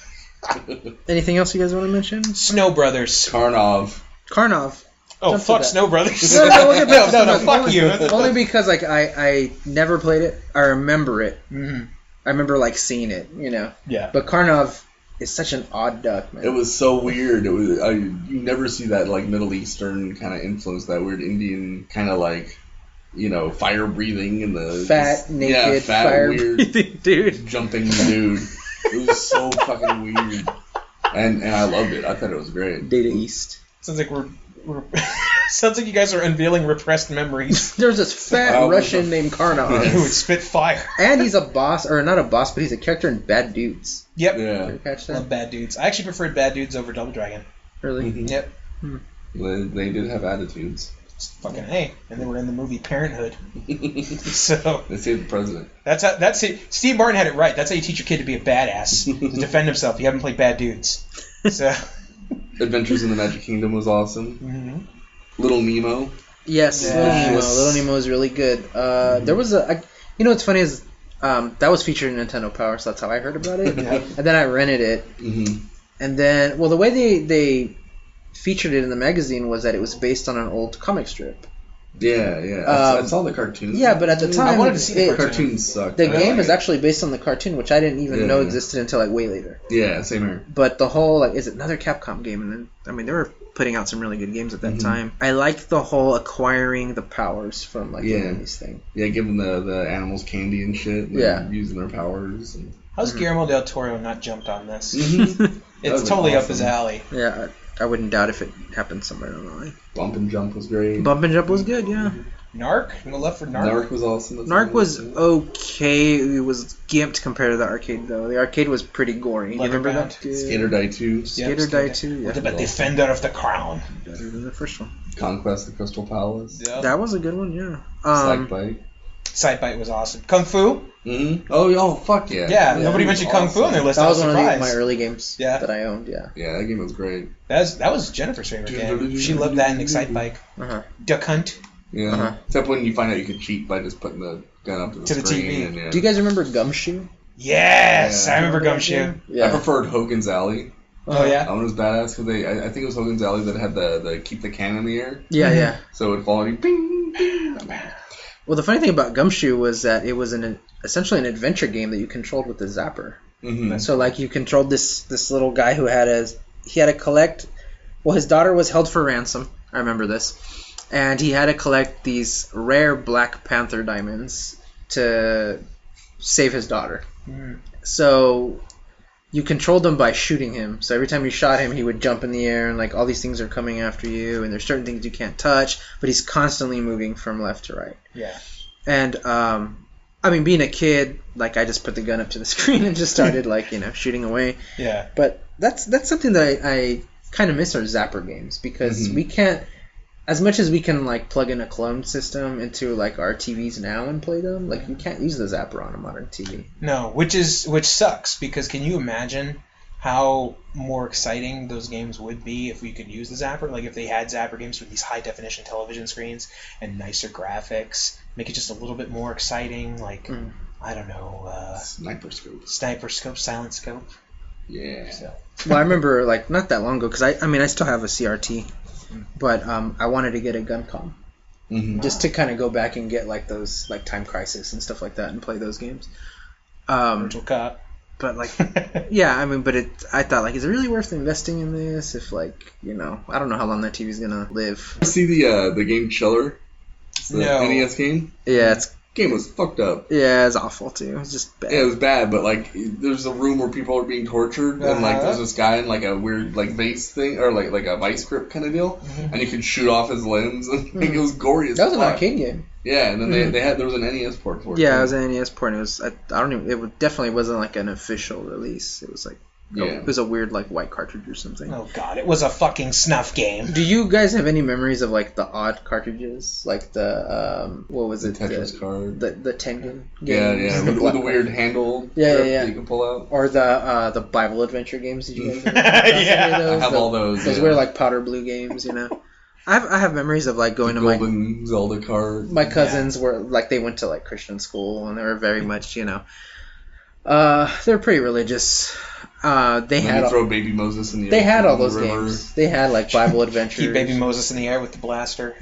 Speaker 6: Anything else you guys want to mention?
Speaker 3: Snow Brothers.
Speaker 4: Karnov.
Speaker 6: Karnov.
Speaker 3: Oh
Speaker 6: Jump to
Speaker 3: fuck
Speaker 6: that.
Speaker 3: Snow Brothers.
Speaker 6: No, no, we'll get back to
Speaker 3: no,
Speaker 6: Snow
Speaker 3: no, no, fuck
Speaker 6: Brothers.
Speaker 3: you.
Speaker 6: Only because like I I never played it. I remember it.
Speaker 3: Mhm.
Speaker 6: I remember like seeing it. You know.
Speaker 3: Yeah.
Speaker 6: But Karnov is such an odd duck, man.
Speaker 4: It was so weird. It was I, you never see that like Middle Eastern kind of influence, that weird Indian kind of like, you know, fire breathing and the
Speaker 6: fat, naked,
Speaker 4: uh, yeah, fat,
Speaker 6: fire
Speaker 4: weird
Speaker 6: breathing dude.
Speaker 4: jumping dude. It was so fucking weird, and and I loved it. I thought it was great.
Speaker 6: Data East.
Speaker 3: Sounds like we're, we're sounds like you guys are unveiling repressed memories.
Speaker 6: There's this fat
Speaker 4: Oh,
Speaker 6: Russian
Speaker 4: the-
Speaker 6: named Karnov,
Speaker 3: Who would spit fire?
Speaker 6: and he's a boss, or not a boss, but he's a character in Bad Dudes.
Speaker 3: Yep.
Speaker 4: Yeah,
Speaker 6: Did you catch
Speaker 3: Love
Speaker 6: that?
Speaker 3: Bad Dudes. I actually preferred Bad Dudes over Double Dragon.
Speaker 4: Mm-hmm.
Speaker 6: Really?
Speaker 3: Yep.
Speaker 6: Hmm.
Speaker 4: they, they did have attitudes.
Speaker 3: Just fucking hey. And they were in the movie Parenthood. so
Speaker 4: They saved the president.
Speaker 3: that's how that's it. Steve Martin had it right. That's how you teach your kid to be a badass, to defend himself. You haven't played Bad Dudes. So
Speaker 4: Adventures in the Magic Kingdom was awesome.
Speaker 3: mm-hmm.
Speaker 4: Little Nemo.
Speaker 6: Yes, Little Nemo.
Speaker 3: Yes.
Speaker 6: Little Nemo is really good.
Speaker 4: Mm-hmm.
Speaker 6: Uh, there was a, I, you know what's funny is, um, that was featured in Nintendo Power, so that's how I heard about it. And then I rented it,
Speaker 4: hmm
Speaker 6: and then well, the way they they featured it in the magazine was that it was based on an old comic strip.
Speaker 4: Yeah, yeah. I,
Speaker 6: Um,
Speaker 4: I saw the cartoons.
Speaker 6: Yeah, but at the time,
Speaker 3: I wanted to see the
Speaker 6: it-
Speaker 3: cartoon.
Speaker 4: cartoons sucked.
Speaker 6: the
Speaker 4: I
Speaker 6: game
Speaker 4: like
Speaker 6: is
Speaker 4: it.
Speaker 6: actually based on the cartoon, which I didn't even know
Speaker 4: Yeah.
Speaker 6: existed until like way later.
Speaker 4: yeah, same here.
Speaker 6: But the whole like is it another Capcom game? And then I mean they were putting out some really good games at that
Speaker 4: Mm-hmm.
Speaker 6: time. I like the whole acquiring the powers from like
Speaker 4: Yeah.
Speaker 6: the enemies thing.
Speaker 4: Yeah, giving the, the animals candy and shit. and
Speaker 6: Yeah.
Speaker 4: Using their powers. And...
Speaker 3: how's Guillermo del Toro not jumped on this?
Speaker 4: would've
Speaker 3: It's
Speaker 4: been
Speaker 3: totally up
Speaker 4: awesome.
Speaker 3: his alley.
Speaker 6: Yeah, I, I wouldn't doubt if it happened somewhere down the line.
Speaker 4: Bump and jump was great.
Speaker 6: Bump and jump was good, yeah.
Speaker 3: Narc? No left for Narc?
Speaker 4: Narc was awesome. That's
Speaker 6: Narc was
Speaker 4: amazing.
Speaker 6: okay. It was gimped compared to the arcade, though. The arcade was pretty gory. You remember that?
Speaker 4: Skinner Die 2,
Speaker 3: Yeah,
Speaker 6: Gator
Speaker 3: Skinner.
Speaker 6: Die 2, yeah.
Speaker 3: What about Defender of the Crown?
Speaker 6: Better than the first one.
Speaker 4: Conquest of the Crystal Palace,
Speaker 3: Yeah.
Speaker 6: That was a good one, yeah.
Speaker 4: Psych
Speaker 6: Um,
Speaker 4: Bite.
Speaker 3: Sidebite was awesome. Kung Fu?
Speaker 4: hmm Oh, yeah, oh, fuck yeah.
Speaker 3: Yeah, nobody mentioned Kung Fu on their
Speaker 4: awesome.
Speaker 3: list.
Speaker 6: that
Speaker 3: I
Speaker 6: was one of the-
Speaker 3: surprised.
Speaker 6: my early games
Speaker 3: Yeah.
Speaker 6: that I owned, yeah.
Speaker 4: Yeah, that game was great.
Speaker 3: That was, that was Jennifer's favorite game. She loved that in Excite Bike.
Speaker 6: Uh-huh.
Speaker 3: Duck Hunt.
Speaker 4: Yeah.
Speaker 6: Uh-huh.
Speaker 4: Except when you find out you could cheat by just putting the gun up to the,
Speaker 3: To the
Speaker 4: screen.
Speaker 3: TV.
Speaker 4: And, yeah.
Speaker 6: Do you guys remember Gumshoe?
Speaker 3: Yes,
Speaker 4: Yeah.
Speaker 3: I remember Gumshoe.
Speaker 4: I
Speaker 6: Yeah. Uh,
Speaker 4: preferred Hogan's Alley.
Speaker 3: Oh
Speaker 4: That
Speaker 3: yeah,
Speaker 4: one was badass because they, I, I think it was Hogan's Alley that had the, the keep the can in the air,
Speaker 6: Yeah, yeah.
Speaker 4: so it would fall and you bing, bing.
Speaker 6: Well, the funny thing about Gumshoe was that it was an essentially an adventure game that you controlled with the zapper.
Speaker 4: Mm-hmm.
Speaker 6: So like you controlled this this little guy who had a he had to collect. Well, his daughter was held for ransom. I remember this, and he had to collect these rare Black Panther diamonds to save his daughter.
Speaker 3: Mm,
Speaker 6: So you controlled him by shooting him. So every time you shot him, he would jump in the air and like all these things are coming after you, and there's certain things you can't touch. But he's constantly moving from left to right.
Speaker 3: yeah.
Speaker 6: And um, I mean, being a kid, like I just put the gun up to the screen and just started like you know shooting away.
Speaker 3: Yeah.
Speaker 6: But that's that's something that I, I kind of miss our Zapper games because we can't. As much as we can like plug in a clone system into like our TVs now and play them, like you can't use the zapper on a modern TV.
Speaker 3: No, which is which sucks because can you imagine how more exciting those games would be if we could use the Zapper? Like if they had Zapper games with these high definition television screens and nicer graphics, make it just a little bit more exciting. Like
Speaker 6: Mm.
Speaker 3: I don't know, uh,
Speaker 4: Sniper scope.
Speaker 3: sniper scope, silent scope.
Speaker 4: Yeah.
Speaker 3: So
Speaker 6: well, I remember like not that long ago because I I mean I still have a CRT, but um I wanted to get a gun com
Speaker 4: Mm-hmm.
Speaker 6: just to kind of go back and get like those like Time Crisis and stuff like that and play those games. Um,
Speaker 3: Virtual Cop.
Speaker 6: but like yeah i mean but it i thought like is it really worth investing in this if like you know i don't know how long that tv's gonna live
Speaker 4: See the uh, the game Chiller, It's the
Speaker 3: No.
Speaker 4: NES game.
Speaker 6: yeah it's
Speaker 4: Game was fucked up.
Speaker 6: yeah it's awful too it's just bad
Speaker 4: Yeah, it was bad, but like, there's a room where people are being tortured, and
Speaker 6: Uh-huh.
Speaker 4: like, there's this guy in like a weird like vase thing or like like a vice grip kind of deal, and you could shoot off his limbs, and like, it was gory
Speaker 6: Mm-hmm.
Speaker 4: as
Speaker 6: that was an
Speaker 4: fuck.
Speaker 6: arcade game
Speaker 4: Yeah, and then they, they had there was an NES port for it.
Speaker 6: yeah it
Speaker 4: too.
Speaker 6: was an nes port and it was i, I don't even it would, definitely wasn't like an official release it was like
Speaker 4: yeah.
Speaker 6: it was a weird like white cartridge or something
Speaker 3: Oh god, it was a fucking snuff game.
Speaker 6: do you guys have any memories of like the odd cartridges like the um what was
Speaker 4: The
Speaker 6: it
Speaker 4: Tetris card.
Speaker 6: the the tengen games,
Speaker 4: yeah, yeah, with, with
Speaker 6: black
Speaker 4: the weird handle.
Speaker 6: Yeah, yeah,
Speaker 4: grip
Speaker 6: yeah.
Speaker 4: That you can pull out.
Speaker 6: or the uh, the Bible adventure games. Did you guys? Ever
Speaker 3: Yeah.
Speaker 6: any of
Speaker 4: I
Speaker 6: those?
Speaker 4: have
Speaker 6: The-
Speaker 4: all those.
Speaker 6: Those
Speaker 4: yeah.
Speaker 6: were like powder blue games, you know. I have, I have memories of like going to my
Speaker 4: golden Zelda card.
Speaker 6: my cousins were like they went to like Christian school and they were
Speaker 4: Mm-hmm.
Speaker 6: very much you know, uh, they're pretty religious. Uh, they
Speaker 4: Then
Speaker 6: had
Speaker 4: you
Speaker 6: all,
Speaker 4: throw Baby Moses in the
Speaker 6: they
Speaker 4: ocean,
Speaker 6: had all
Speaker 4: in the
Speaker 6: those
Speaker 4: river.
Speaker 6: games. They had like Bible adventures.
Speaker 3: Keep Baby Moses in the air with the blaster.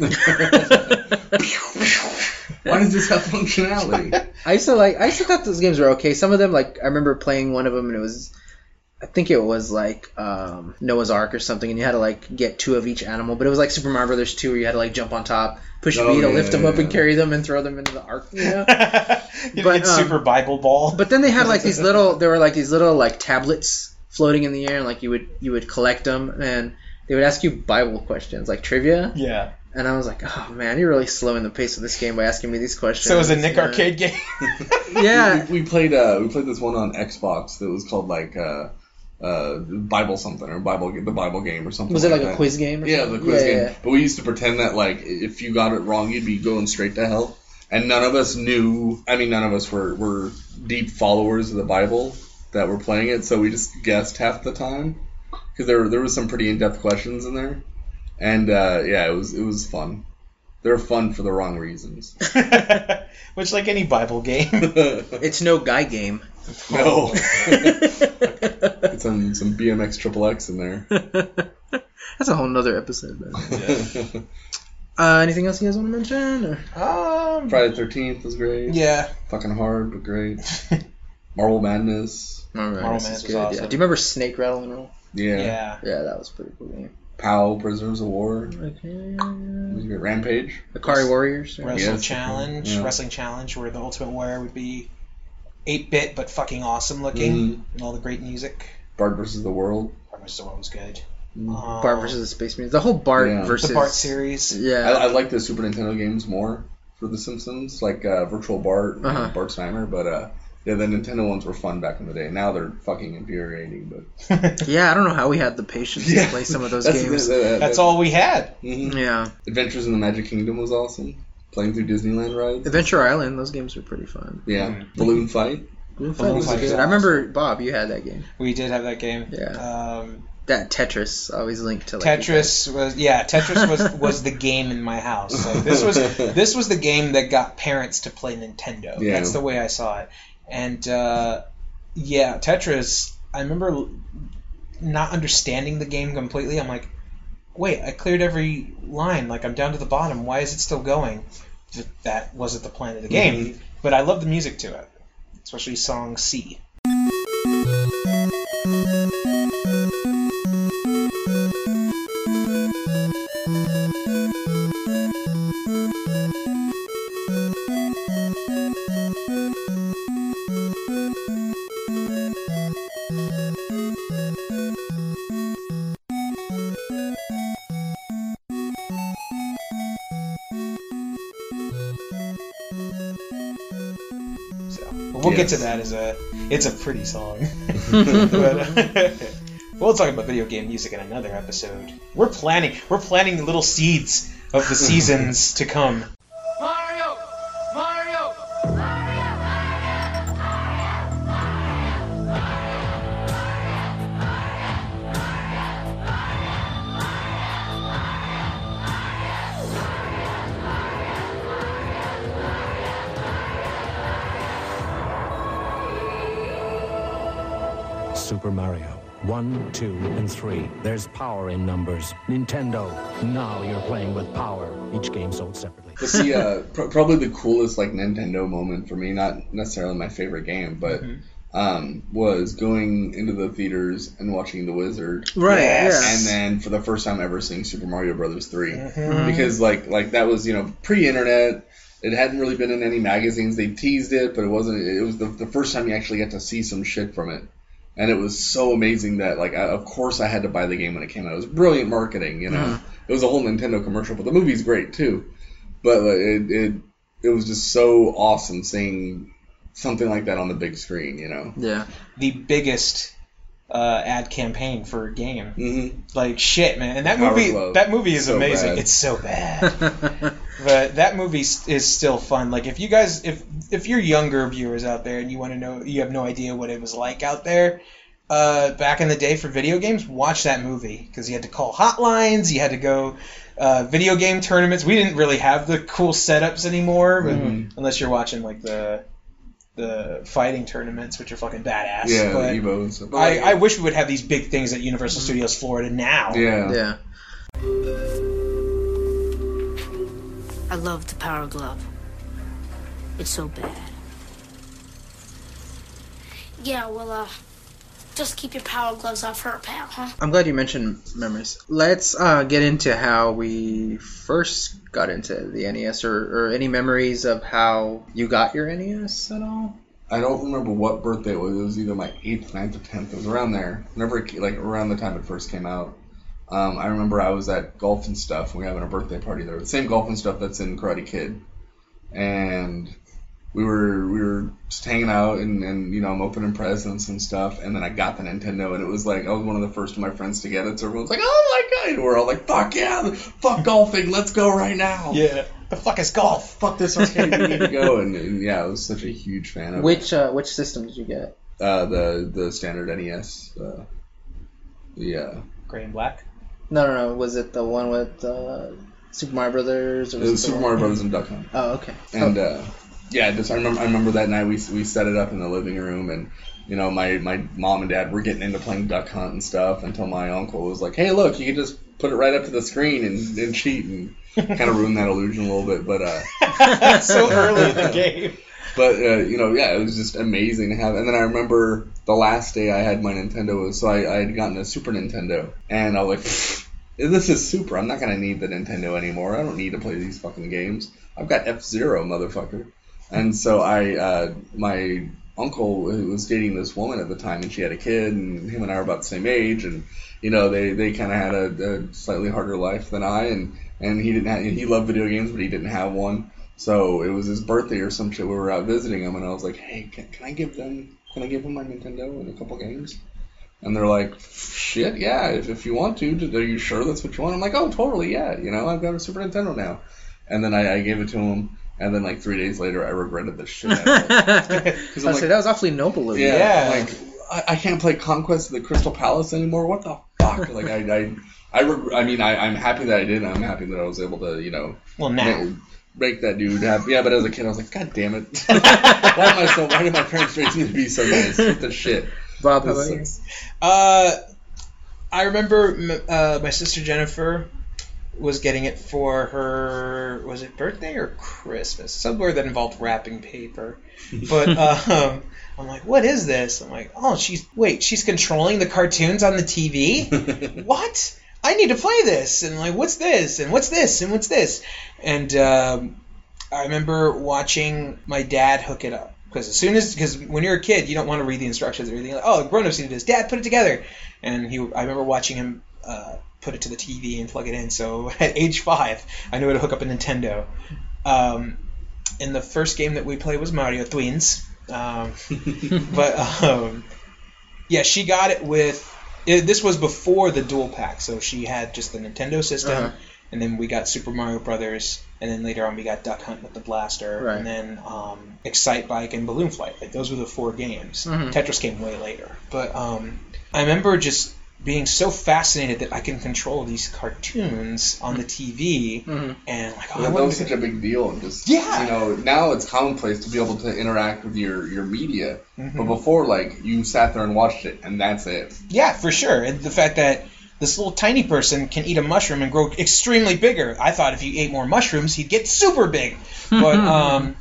Speaker 4: Why does this have functionality?
Speaker 6: I used to like I used to thought those games were okay. Some of them like I remember playing one of them and it was. I think it was like um, Noah's Ark or something, and you had to like get two of each animal. But it was like Super Mario Brothers 2, where you had to like jump on top, push
Speaker 4: Oh,
Speaker 6: B to
Speaker 4: yeah,
Speaker 6: lift them up and
Speaker 4: yeah.
Speaker 6: carry them and throw them into the ark. You know?
Speaker 3: you
Speaker 6: But,
Speaker 3: but,
Speaker 6: um,
Speaker 3: get Super Bible Ball.
Speaker 6: But then they had like these little, there were like these little like tablets floating in the air, and like you would you would collect them, and they would ask you Bible questions like trivia,
Speaker 3: yeah.
Speaker 6: and I was like, oh man, you're really slowing the pace of this game by asking me these questions.
Speaker 3: So it was a Nick
Speaker 6: you know?
Speaker 3: Arcade game.
Speaker 6: Yeah,
Speaker 4: we, we played uh, we played this one on Xbox that was called like uh, uh, Bible something or Bible the Bible game or something.
Speaker 6: was it like
Speaker 4: that.
Speaker 6: a quiz game? Or
Speaker 4: Yeah, the
Speaker 6: something?
Speaker 4: quiz
Speaker 6: Yeah,
Speaker 4: game.
Speaker 6: yeah, yeah.
Speaker 4: But we used to pretend that like if you got it wrong, you'd be going straight to hell. And none of us knew. I mean, none of us were were deep followers of the Bible that were playing it, so we just guessed half the time because there there was some pretty in depth questions in there. And uh, yeah, it was it was fun. They're fun for the wrong reasons.
Speaker 3: Which, like any Bible game.
Speaker 6: It's no guy game.
Speaker 4: no, Get some some BMX triple X in there.
Speaker 6: That's a whole nother episode. Man. Uh, anything else you guys want to mention? Or?
Speaker 3: um,
Speaker 4: Friday the Thirteenth was great.
Speaker 3: yeah.
Speaker 4: Fucking hard, but great. Marble Madness.
Speaker 6: Marvel
Speaker 3: Marvel
Speaker 6: Madness
Speaker 3: Madness
Speaker 6: is
Speaker 3: was
Speaker 6: good, yeah.
Speaker 3: awesome.
Speaker 6: Do you remember Snake Rattle and Roll?
Speaker 4: Yeah.
Speaker 3: Yeah.
Speaker 6: Yeah, that was a pretty cool game.
Speaker 4: Pow, Prisoners of War.
Speaker 6: Okay.
Speaker 4: Was it Rampage.
Speaker 6: Akari Warriors. or-
Speaker 3: Wrestle
Speaker 4: Yes.
Speaker 3: Challenge.
Speaker 4: Yeah.
Speaker 3: Wrestling Challenge, where the Ultimate Warrior would be 8 bit but fucking awesome looking
Speaker 6: Mm-hmm.
Speaker 3: and all the great music.
Speaker 4: Bard versus the World.
Speaker 3: Bart versus the World was good. Um,
Speaker 6: Bart versus the Space Marines. The whole Bart
Speaker 4: Yeah. The
Speaker 6: versus
Speaker 3: the Bart series.
Speaker 6: Yeah,
Speaker 4: I, I like the Super Nintendo games more for The Simpsons, like uh, Virtual Bart and
Speaker 2: Uh-huh.
Speaker 4: Bart Seimer, but uh, yeah, the Nintendo ones were fun back in the day. Now they're fucking infuriating, but
Speaker 2: Yeah, I don't know how we had the patience
Speaker 4: yeah,
Speaker 2: to play some of those
Speaker 4: that's-
Speaker 2: games.
Speaker 4: that- that-
Speaker 3: That's
Speaker 4: that-
Speaker 3: all we had.
Speaker 4: mhm.
Speaker 2: Yeah,
Speaker 4: Adventures in the Magic Kingdom was awesome. Playing through Disneyland rides.
Speaker 2: Adventure Island. Those games were pretty fun.
Speaker 4: Yeah,
Speaker 3: Mm-hmm.
Speaker 4: balloon fight.
Speaker 2: Balloon Fight
Speaker 3: Balloon
Speaker 2: was
Speaker 3: Fight
Speaker 2: good.
Speaker 3: was
Speaker 2: I remember Bob, you had that game.
Speaker 3: We did have that game.
Speaker 2: Yeah.
Speaker 3: Um,
Speaker 2: That Tetris always linked to like
Speaker 3: Tetris was yeah. Tetris was was the game in my house. Like, this was this was the game that got parents to play Nintendo.
Speaker 4: Yeah.
Speaker 3: That's the way I saw it. And uh, yeah, Tetris. I remember l- not understanding the game completely. I'm like, wait, I cleared every line. Like I'm down to the bottom. Why is it still going? Th- That wasn't the plan of the
Speaker 2: Mm-hmm.
Speaker 3: game. But I love the music to it, especially song C. So but we'll get to
Speaker 4: Yes.
Speaker 3: that as a it's a pretty song. but, uh, we'll talk about video game music in another episode. We're planning we're planting the little seeds of the seasons to come.
Speaker 5: Mario! Mario!
Speaker 10: Super Mario. One, two, and three. There's power in numbers. Nintendo. Now you're playing with power. Each game sold separately.
Speaker 4: But see, uh, pr- probably the coolest like Nintendo moment for me, not necessarily my favorite game, but um, was going into the theaters and watching The Wizard.
Speaker 2: That. Right.
Speaker 4: and
Speaker 2: Yes.
Speaker 4: then for the first time ever seeing Super Mario Brothers 3 because like like that was you know pre-internet it hadn't really been in any magazines they teased it but it wasn't it was the, the first time you actually got to see some shit from it and it was so amazing that like I, of course I had to buy the game when it came out it was brilliant marketing you know it was a whole Nintendo commercial but the movie's great too but like, it it it was just so awesome seeing something like that on the big screen you know
Speaker 2: yeah.
Speaker 3: The biggest uh, ad campaign for a game.
Speaker 4: hmm
Speaker 3: Like shit, man. And that
Speaker 4: Power
Speaker 3: movie
Speaker 4: Glove.
Speaker 3: that movie is
Speaker 4: So
Speaker 3: amazing.
Speaker 4: bad.
Speaker 3: It's so bad. but that movie s- is still fun. Like if you guys, if if you're younger viewers out there and you want to know, you have no idea what it was like out there uh, back in the day for video games. Watch that movie because you had to call hotlines, you had to go uh, video game tournaments. We didn't really have the cool setups anymore, but
Speaker 4: Mm-hmm.
Speaker 3: unless you're watching like the the fighting tournaments, which are fucking badass.
Speaker 4: yeah
Speaker 3: but
Speaker 4: the Evo and stuff
Speaker 3: I, I wish we would have these big things at Universal Studios Florida now.
Speaker 4: yeah
Speaker 2: Yeah.
Speaker 5: I love the power glove. It's so bad.
Speaker 11: Yeah, well, uh, just keep your power gloves off her, pal, huh?
Speaker 2: I'm glad you mentioned memories. Let's uh, get into how we first got into the NES, or, or any memories of how you got your NES at all.
Speaker 4: I don't remember what birthday it was. It was either my eighth, 9th, or tenth. It was around there. Whenever it, ca- like around the time it first came out. Um, I remember I was at golf and stuff. We were having a birthday party there. The same golf and stuff that's in Karate Kid. And we were we were just hanging out and, and you know I'm opening presents and stuff. And then I got the Nintendo and it was like I was one of the first of my friends to get it. So everyone's like, oh my god! And we're all like, fuck yeah, fuck golfing, let's go right now.
Speaker 3: Yeah. The fuck is golf?
Speaker 4: Fuck this arcade, we need to go. And, and yeah, I was such a huge fan of it.
Speaker 2: Which uh, which system did you get?
Speaker 4: Uh, the the standard NES. Uh, yeah,
Speaker 3: Gray and black.
Speaker 2: No, no, no. Was it the one with uh, Super Mario Brothers? Or
Speaker 4: it
Speaker 2: was
Speaker 4: was
Speaker 2: it the
Speaker 4: Super
Speaker 2: one-
Speaker 4: Mario Brothers and Duck Hunt.
Speaker 2: Oh, okay.
Speaker 4: And uh, yeah, just I remember I remember that night we we set it up in the living room and. You know, my, my mom and dad were getting into playing duck hunt and stuff until my uncle was like, "Hey, look, you can just put it right up to the screen and, and cheat and kind of ruin that illusion a little bit." But uh,
Speaker 3: so early in the game.
Speaker 4: but uh, you know, yeah, it was just amazing to have. And then I remember the last day I had my Nintendo was so I, I had gotten a Super Nintendo, and I was like, "Pfft, "This is super. I'm not gonna need the Nintendo anymore. I don't need to play these fucking games. I've got F Zero, motherfucker." And so I, uh, my uncle who was dating this woman at the time, and she had a kid, and him and I were about the same age, and you know, they, they kind of had a, a slightly harder life than I, and and he didn't have, he loved video games, but he didn't have one. So it was his birthday or some shit. We were out visiting him, and I was like, "Hey, can, can I give them? Can I give him my Nintendo and a couple games?" And they're like, "Shit, yeah, if, if you want to." Are you sure that's what you want? I'm like, "Oh, totally, yeah. You know, I've got a Super Nintendo now." And then I, I gave it to him, and then like three days later, I regretted the shit. Because
Speaker 6: I say that was awfully noble of you.
Speaker 4: yeah,
Speaker 3: Yeah.
Speaker 4: like I, I can't play Conquest of the Crystal Palace anymore. What the fuck? Like I, I, I, reg- I mean, I, I'm happy that I did. and I'm happy that I was able to, you know,
Speaker 3: Well, now.
Speaker 4: make, make that dude happy. Yeah, but as a kid, I was like, God damn it! why am I so? Why did my parents raise me to be so nice? What the shit?
Speaker 6: Bob, how
Speaker 4: This
Speaker 6: about you?
Speaker 4: sucks.
Speaker 3: Uh, I remember m- uh, my sister Jennifer was getting it for her was it birthday or Christmas somewhere that involved wrapping paper. But um, I'm like, what is this? I'm like, oh, she's wait, she's controlling the cartoons on the TV. what? I need to play this. And like, what's this? And what's this? And what's this? And um, I remember watching my dad hook it up because as soon as because when you're a kid, you don't want to read the instructions or anything. Like, oh, grown-ups need to do this. Dad, put it together. And he, I remember watching him uh, put it to the TV and plug it in. So at age five, I knew how to hook up a Nintendo. Um, and the first game that we played was Mario Twins. Um, but um, yeah, she got it with. It, this was before the dual pack, so she had just the Nintendo system, and then we got Super Mario Brothers, and then later on we got Duck Hunt with the blaster,
Speaker 6: Right.
Speaker 3: and then um, Excite Bike and Balloon Flight. Like those were the four games. Tetris came way later, but um, I remember just being so fascinated that I can control these cartoons on the TV, and like oh, I
Speaker 4: That
Speaker 3: wanna
Speaker 4: was
Speaker 3: make
Speaker 4: such a big deal. And just
Speaker 3: Yeah.
Speaker 4: you know, now it's commonplace to be able to interact with your your media. But before, like you sat there and watched it, and that's it.
Speaker 3: Yeah, for sure. And the fact that this little tiny person can eat a mushroom and grow extremely bigger. I thought if he ate more mushrooms, he'd get super big. But um,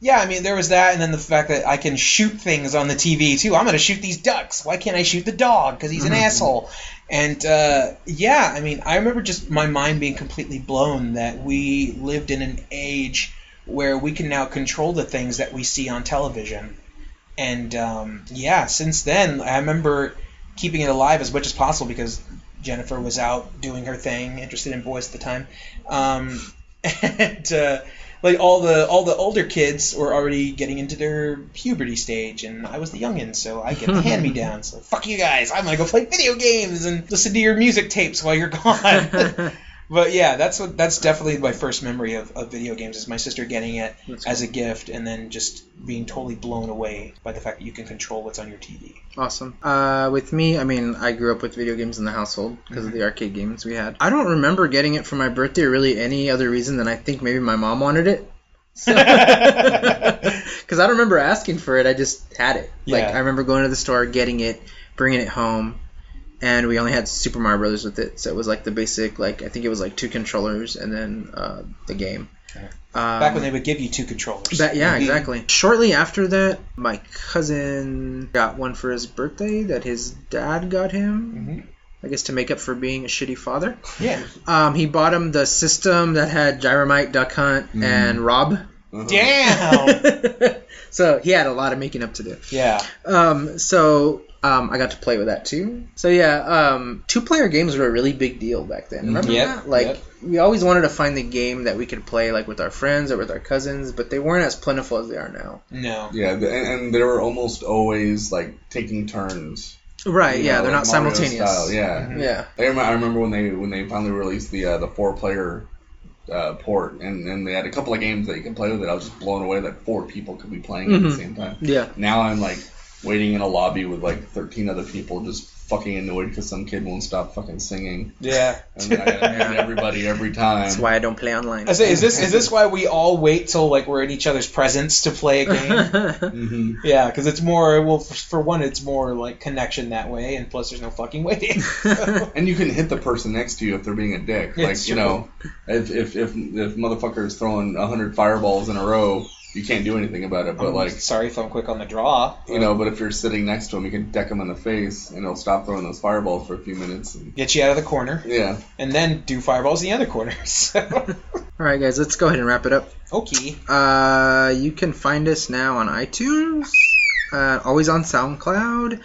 Speaker 3: yeah, I mean, there was that, and then the fact that I can shoot things on the TV too. I'm gonna shoot these ducks. Why can't I shoot the dog? Because he's an asshole. And uh, yeah, I mean, I remember just my mind being completely blown that we lived in an age where we can now control the things that we see on television. And um, yeah, since then, I remember keeping it alive as much as possible because Jennifer was out doing her thing, interested in boys at the time, um, and uh, like all the all the older kids were already getting into their puberty stage, and I was the youngin, so I get the hand me down. So fuck you guys, I'm gonna go play video games and listen to your music tapes while you're gone. But yeah, that's what that's definitely my first memory of, of video games is my sister getting it as a gift and then just being totally blown away by the fact that you can control what's on your TV.
Speaker 6: Awesome. Uh, with me, I mean, I grew up with video games in the household because of the arcade games we had. I don't remember getting it for my birthday or really any other reason than I think maybe my mom wanted it. Because I don't remember asking for it, I just had it. Like,
Speaker 3: Yeah.
Speaker 6: I remember going to the store, getting it, bringing it home, and we only had Super Mario Brothers with it. So it was like the basic, like, I think it was like two controllers and then uh, the game.
Speaker 3: Back when they would give you two controllers.
Speaker 6: That, yeah, exactly. Shortly after that, my cousin got one for his birthday that his dad got him.
Speaker 3: Mm-hmm.
Speaker 6: I guess to make up for being a shitty father.
Speaker 3: yeah.
Speaker 6: Um, he bought him the system that had Gyromite, Duck Hunt,
Speaker 3: Mm-hmm.
Speaker 6: and Rob.
Speaker 3: Damn.
Speaker 6: So he had a lot of making up to do.
Speaker 3: yeah.
Speaker 6: Um, so um, I got to play with that too. So yeah, um, two-player games were a really big deal back then. Remember
Speaker 3: Mm-hmm. Yep,
Speaker 6: that? Like
Speaker 3: yep.
Speaker 6: we always wanted to find the game that we could play like with our friends or with our cousins, but they weren't as plentiful as they are now.
Speaker 3: No.
Speaker 4: Yeah, th- and, and they were almost always like taking turns.
Speaker 6: Right,
Speaker 4: you
Speaker 6: Uh, yeah,
Speaker 4: know,
Speaker 6: they're
Speaker 4: like
Speaker 6: not
Speaker 4: Mario
Speaker 6: simultaneous.
Speaker 4: style, Yeah.
Speaker 6: Yeah.
Speaker 4: I remember, I remember when they when they finally released the uh, the four player uh, port, and, and they had a couple of games that you can play with it. I was just blown away that four people could be playing at the same time.
Speaker 6: Mm-hmm. Yeah.
Speaker 4: Now I'm like waiting in a lobby with like 13 other people, just fucking annoyed because some kid won't stop fucking singing,
Speaker 3: Yeah.
Speaker 4: and then I gotta mute everybody every time.
Speaker 6: That's why I don't play online.
Speaker 3: I say, is this is this why we all wait till like we're in each other's presence to play a game?
Speaker 4: Mhm.
Speaker 3: yeah, because it's more well for, for one, it's more like connection that way, and plus there's no fucking waiting.
Speaker 4: And you can hit the person next to you if they're being a dick.
Speaker 3: Yeah,
Speaker 4: like
Speaker 3: it's
Speaker 4: you
Speaker 3: true.
Speaker 4: know, if if if if motherfucker is throwing 100 fireballs in a row, you can't do anything about it. But like
Speaker 3: sorry if I'm quick on the draw.
Speaker 4: You know, but if you're sitting next to him, you can deck him in the face, and he'll stop throwing those fireballs for a few minutes. And,
Speaker 3: Get you out of the corner,
Speaker 4: yeah,
Speaker 3: and then do fireballs in the other corner. So.
Speaker 6: All right, guys, let's go ahead and wrap it up.
Speaker 3: okay.
Speaker 6: Uh, you can find us now on iTunes, uh, always on SoundCloud,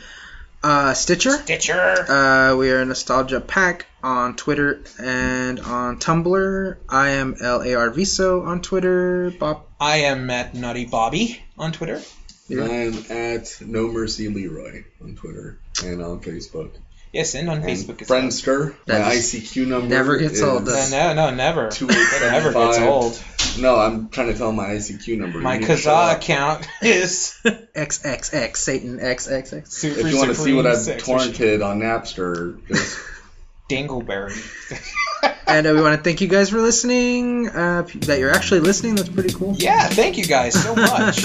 Speaker 6: Uh, Stitcher.
Speaker 10: Ditcher.
Speaker 6: Uh, we are Nostalgia Pack on Twitter and on Tumblr. I am LARViso on Twitter. Bob,
Speaker 3: I am at Nutty Bobby on Twitter.
Speaker 4: I'm at No Mercy Leroy on Twitter and on Facebook.
Speaker 3: Yes, and on
Speaker 4: And
Speaker 3: Facebook as well.
Speaker 4: Friendster.
Speaker 6: That
Speaker 4: my
Speaker 6: is-
Speaker 4: ICQ number
Speaker 6: never gets
Speaker 4: is-
Speaker 6: old, does
Speaker 3: Uh, no, no, never.
Speaker 4: Two
Speaker 3: That never gets
Speaker 4: 875.
Speaker 3: old.
Speaker 4: No, I'm trying to tell my ICQ number.
Speaker 3: My
Speaker 4: You need to show
Speaker 3: Kazaa
Speaker 4: up.
Speaker 3: account is
Speaker 6: XXX Satan XXX.
Speaker 3: super.
Speaker 4: If you want to see
Speaker 3: Supreme
Speaker 4: what I've
Speaker 3: Six or shit.
Speaker 4: torrented on Napster, just
Speaker 3: Dingleberry.
Speaker 6: And uh, we want to thank you guys for listening. Uh, p- that you're actually listening. That's pretty cool.
Speaker 3: Yeah, thank you guys so much.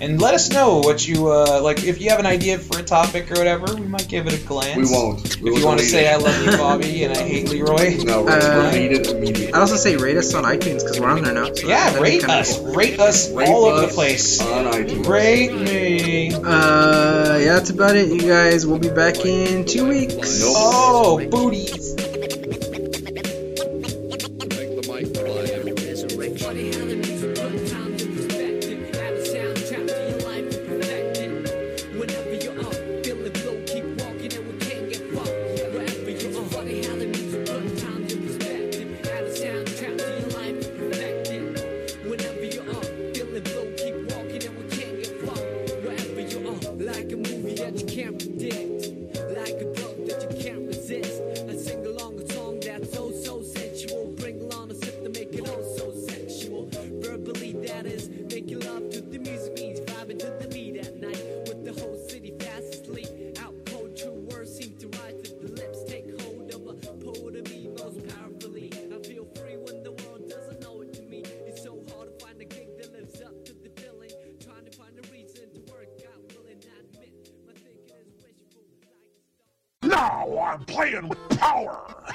Speaker 3: and let us know what you uh, like. If you have an idea for a topic or whatever, we might give it a glance.
Speaker 4: we won't. We
Speaker 3: If you
Speaker 4: will
Speaker 3: want to
Speaker 4: delete
Speaker 3: say
Speaker 4: it.
Speaker 3: I love you, Bobby, and I hate Leroy.
Speaker 4: No, we're
Speaker 6: Uh,
Speaker 4: gonna delete it immediately.
Speaker 6: I'd also say rate us on iTunes because we're on there now. So
Speaker 3: Yeah,
Speaker 6: that'd be
Speaker 3: rate
Speaker 6: kinda
Speaker 3: us.
Speaker 6: cool.
Speaker 3: Rate us
Speaker 4: Rate
Speaker 3: all over the
Speaker 4: us Uh,
Speaker 3: place.
Speaker 4: on iTunes.
Speaker 3: Rate me.
Speaker 6: Uh, yeah, that's about it, you guys. We'll be back in two weeks.
Speaker 4: Nope.
Speaker 3: Oh, booties.
Speaker 12: Like a movie that you can't predict, like a drug that you can't resist. A sing along a song that's so so sensual. Bring along a sip to make it all so sexual. Verbally that is making love to the music means vibing to the beat at night with the whole city fast asleep. Out cold, true words seem to rise to the lips. Take hold of a poet of me most powerfully. I feel free when the world doesn't know it to me. It's so hard to find a gig that lives up to the billing. Trying to find a reason to work out, willing I admit my thinking is wishful. Like
Speaker 10: Now I'm playing with power.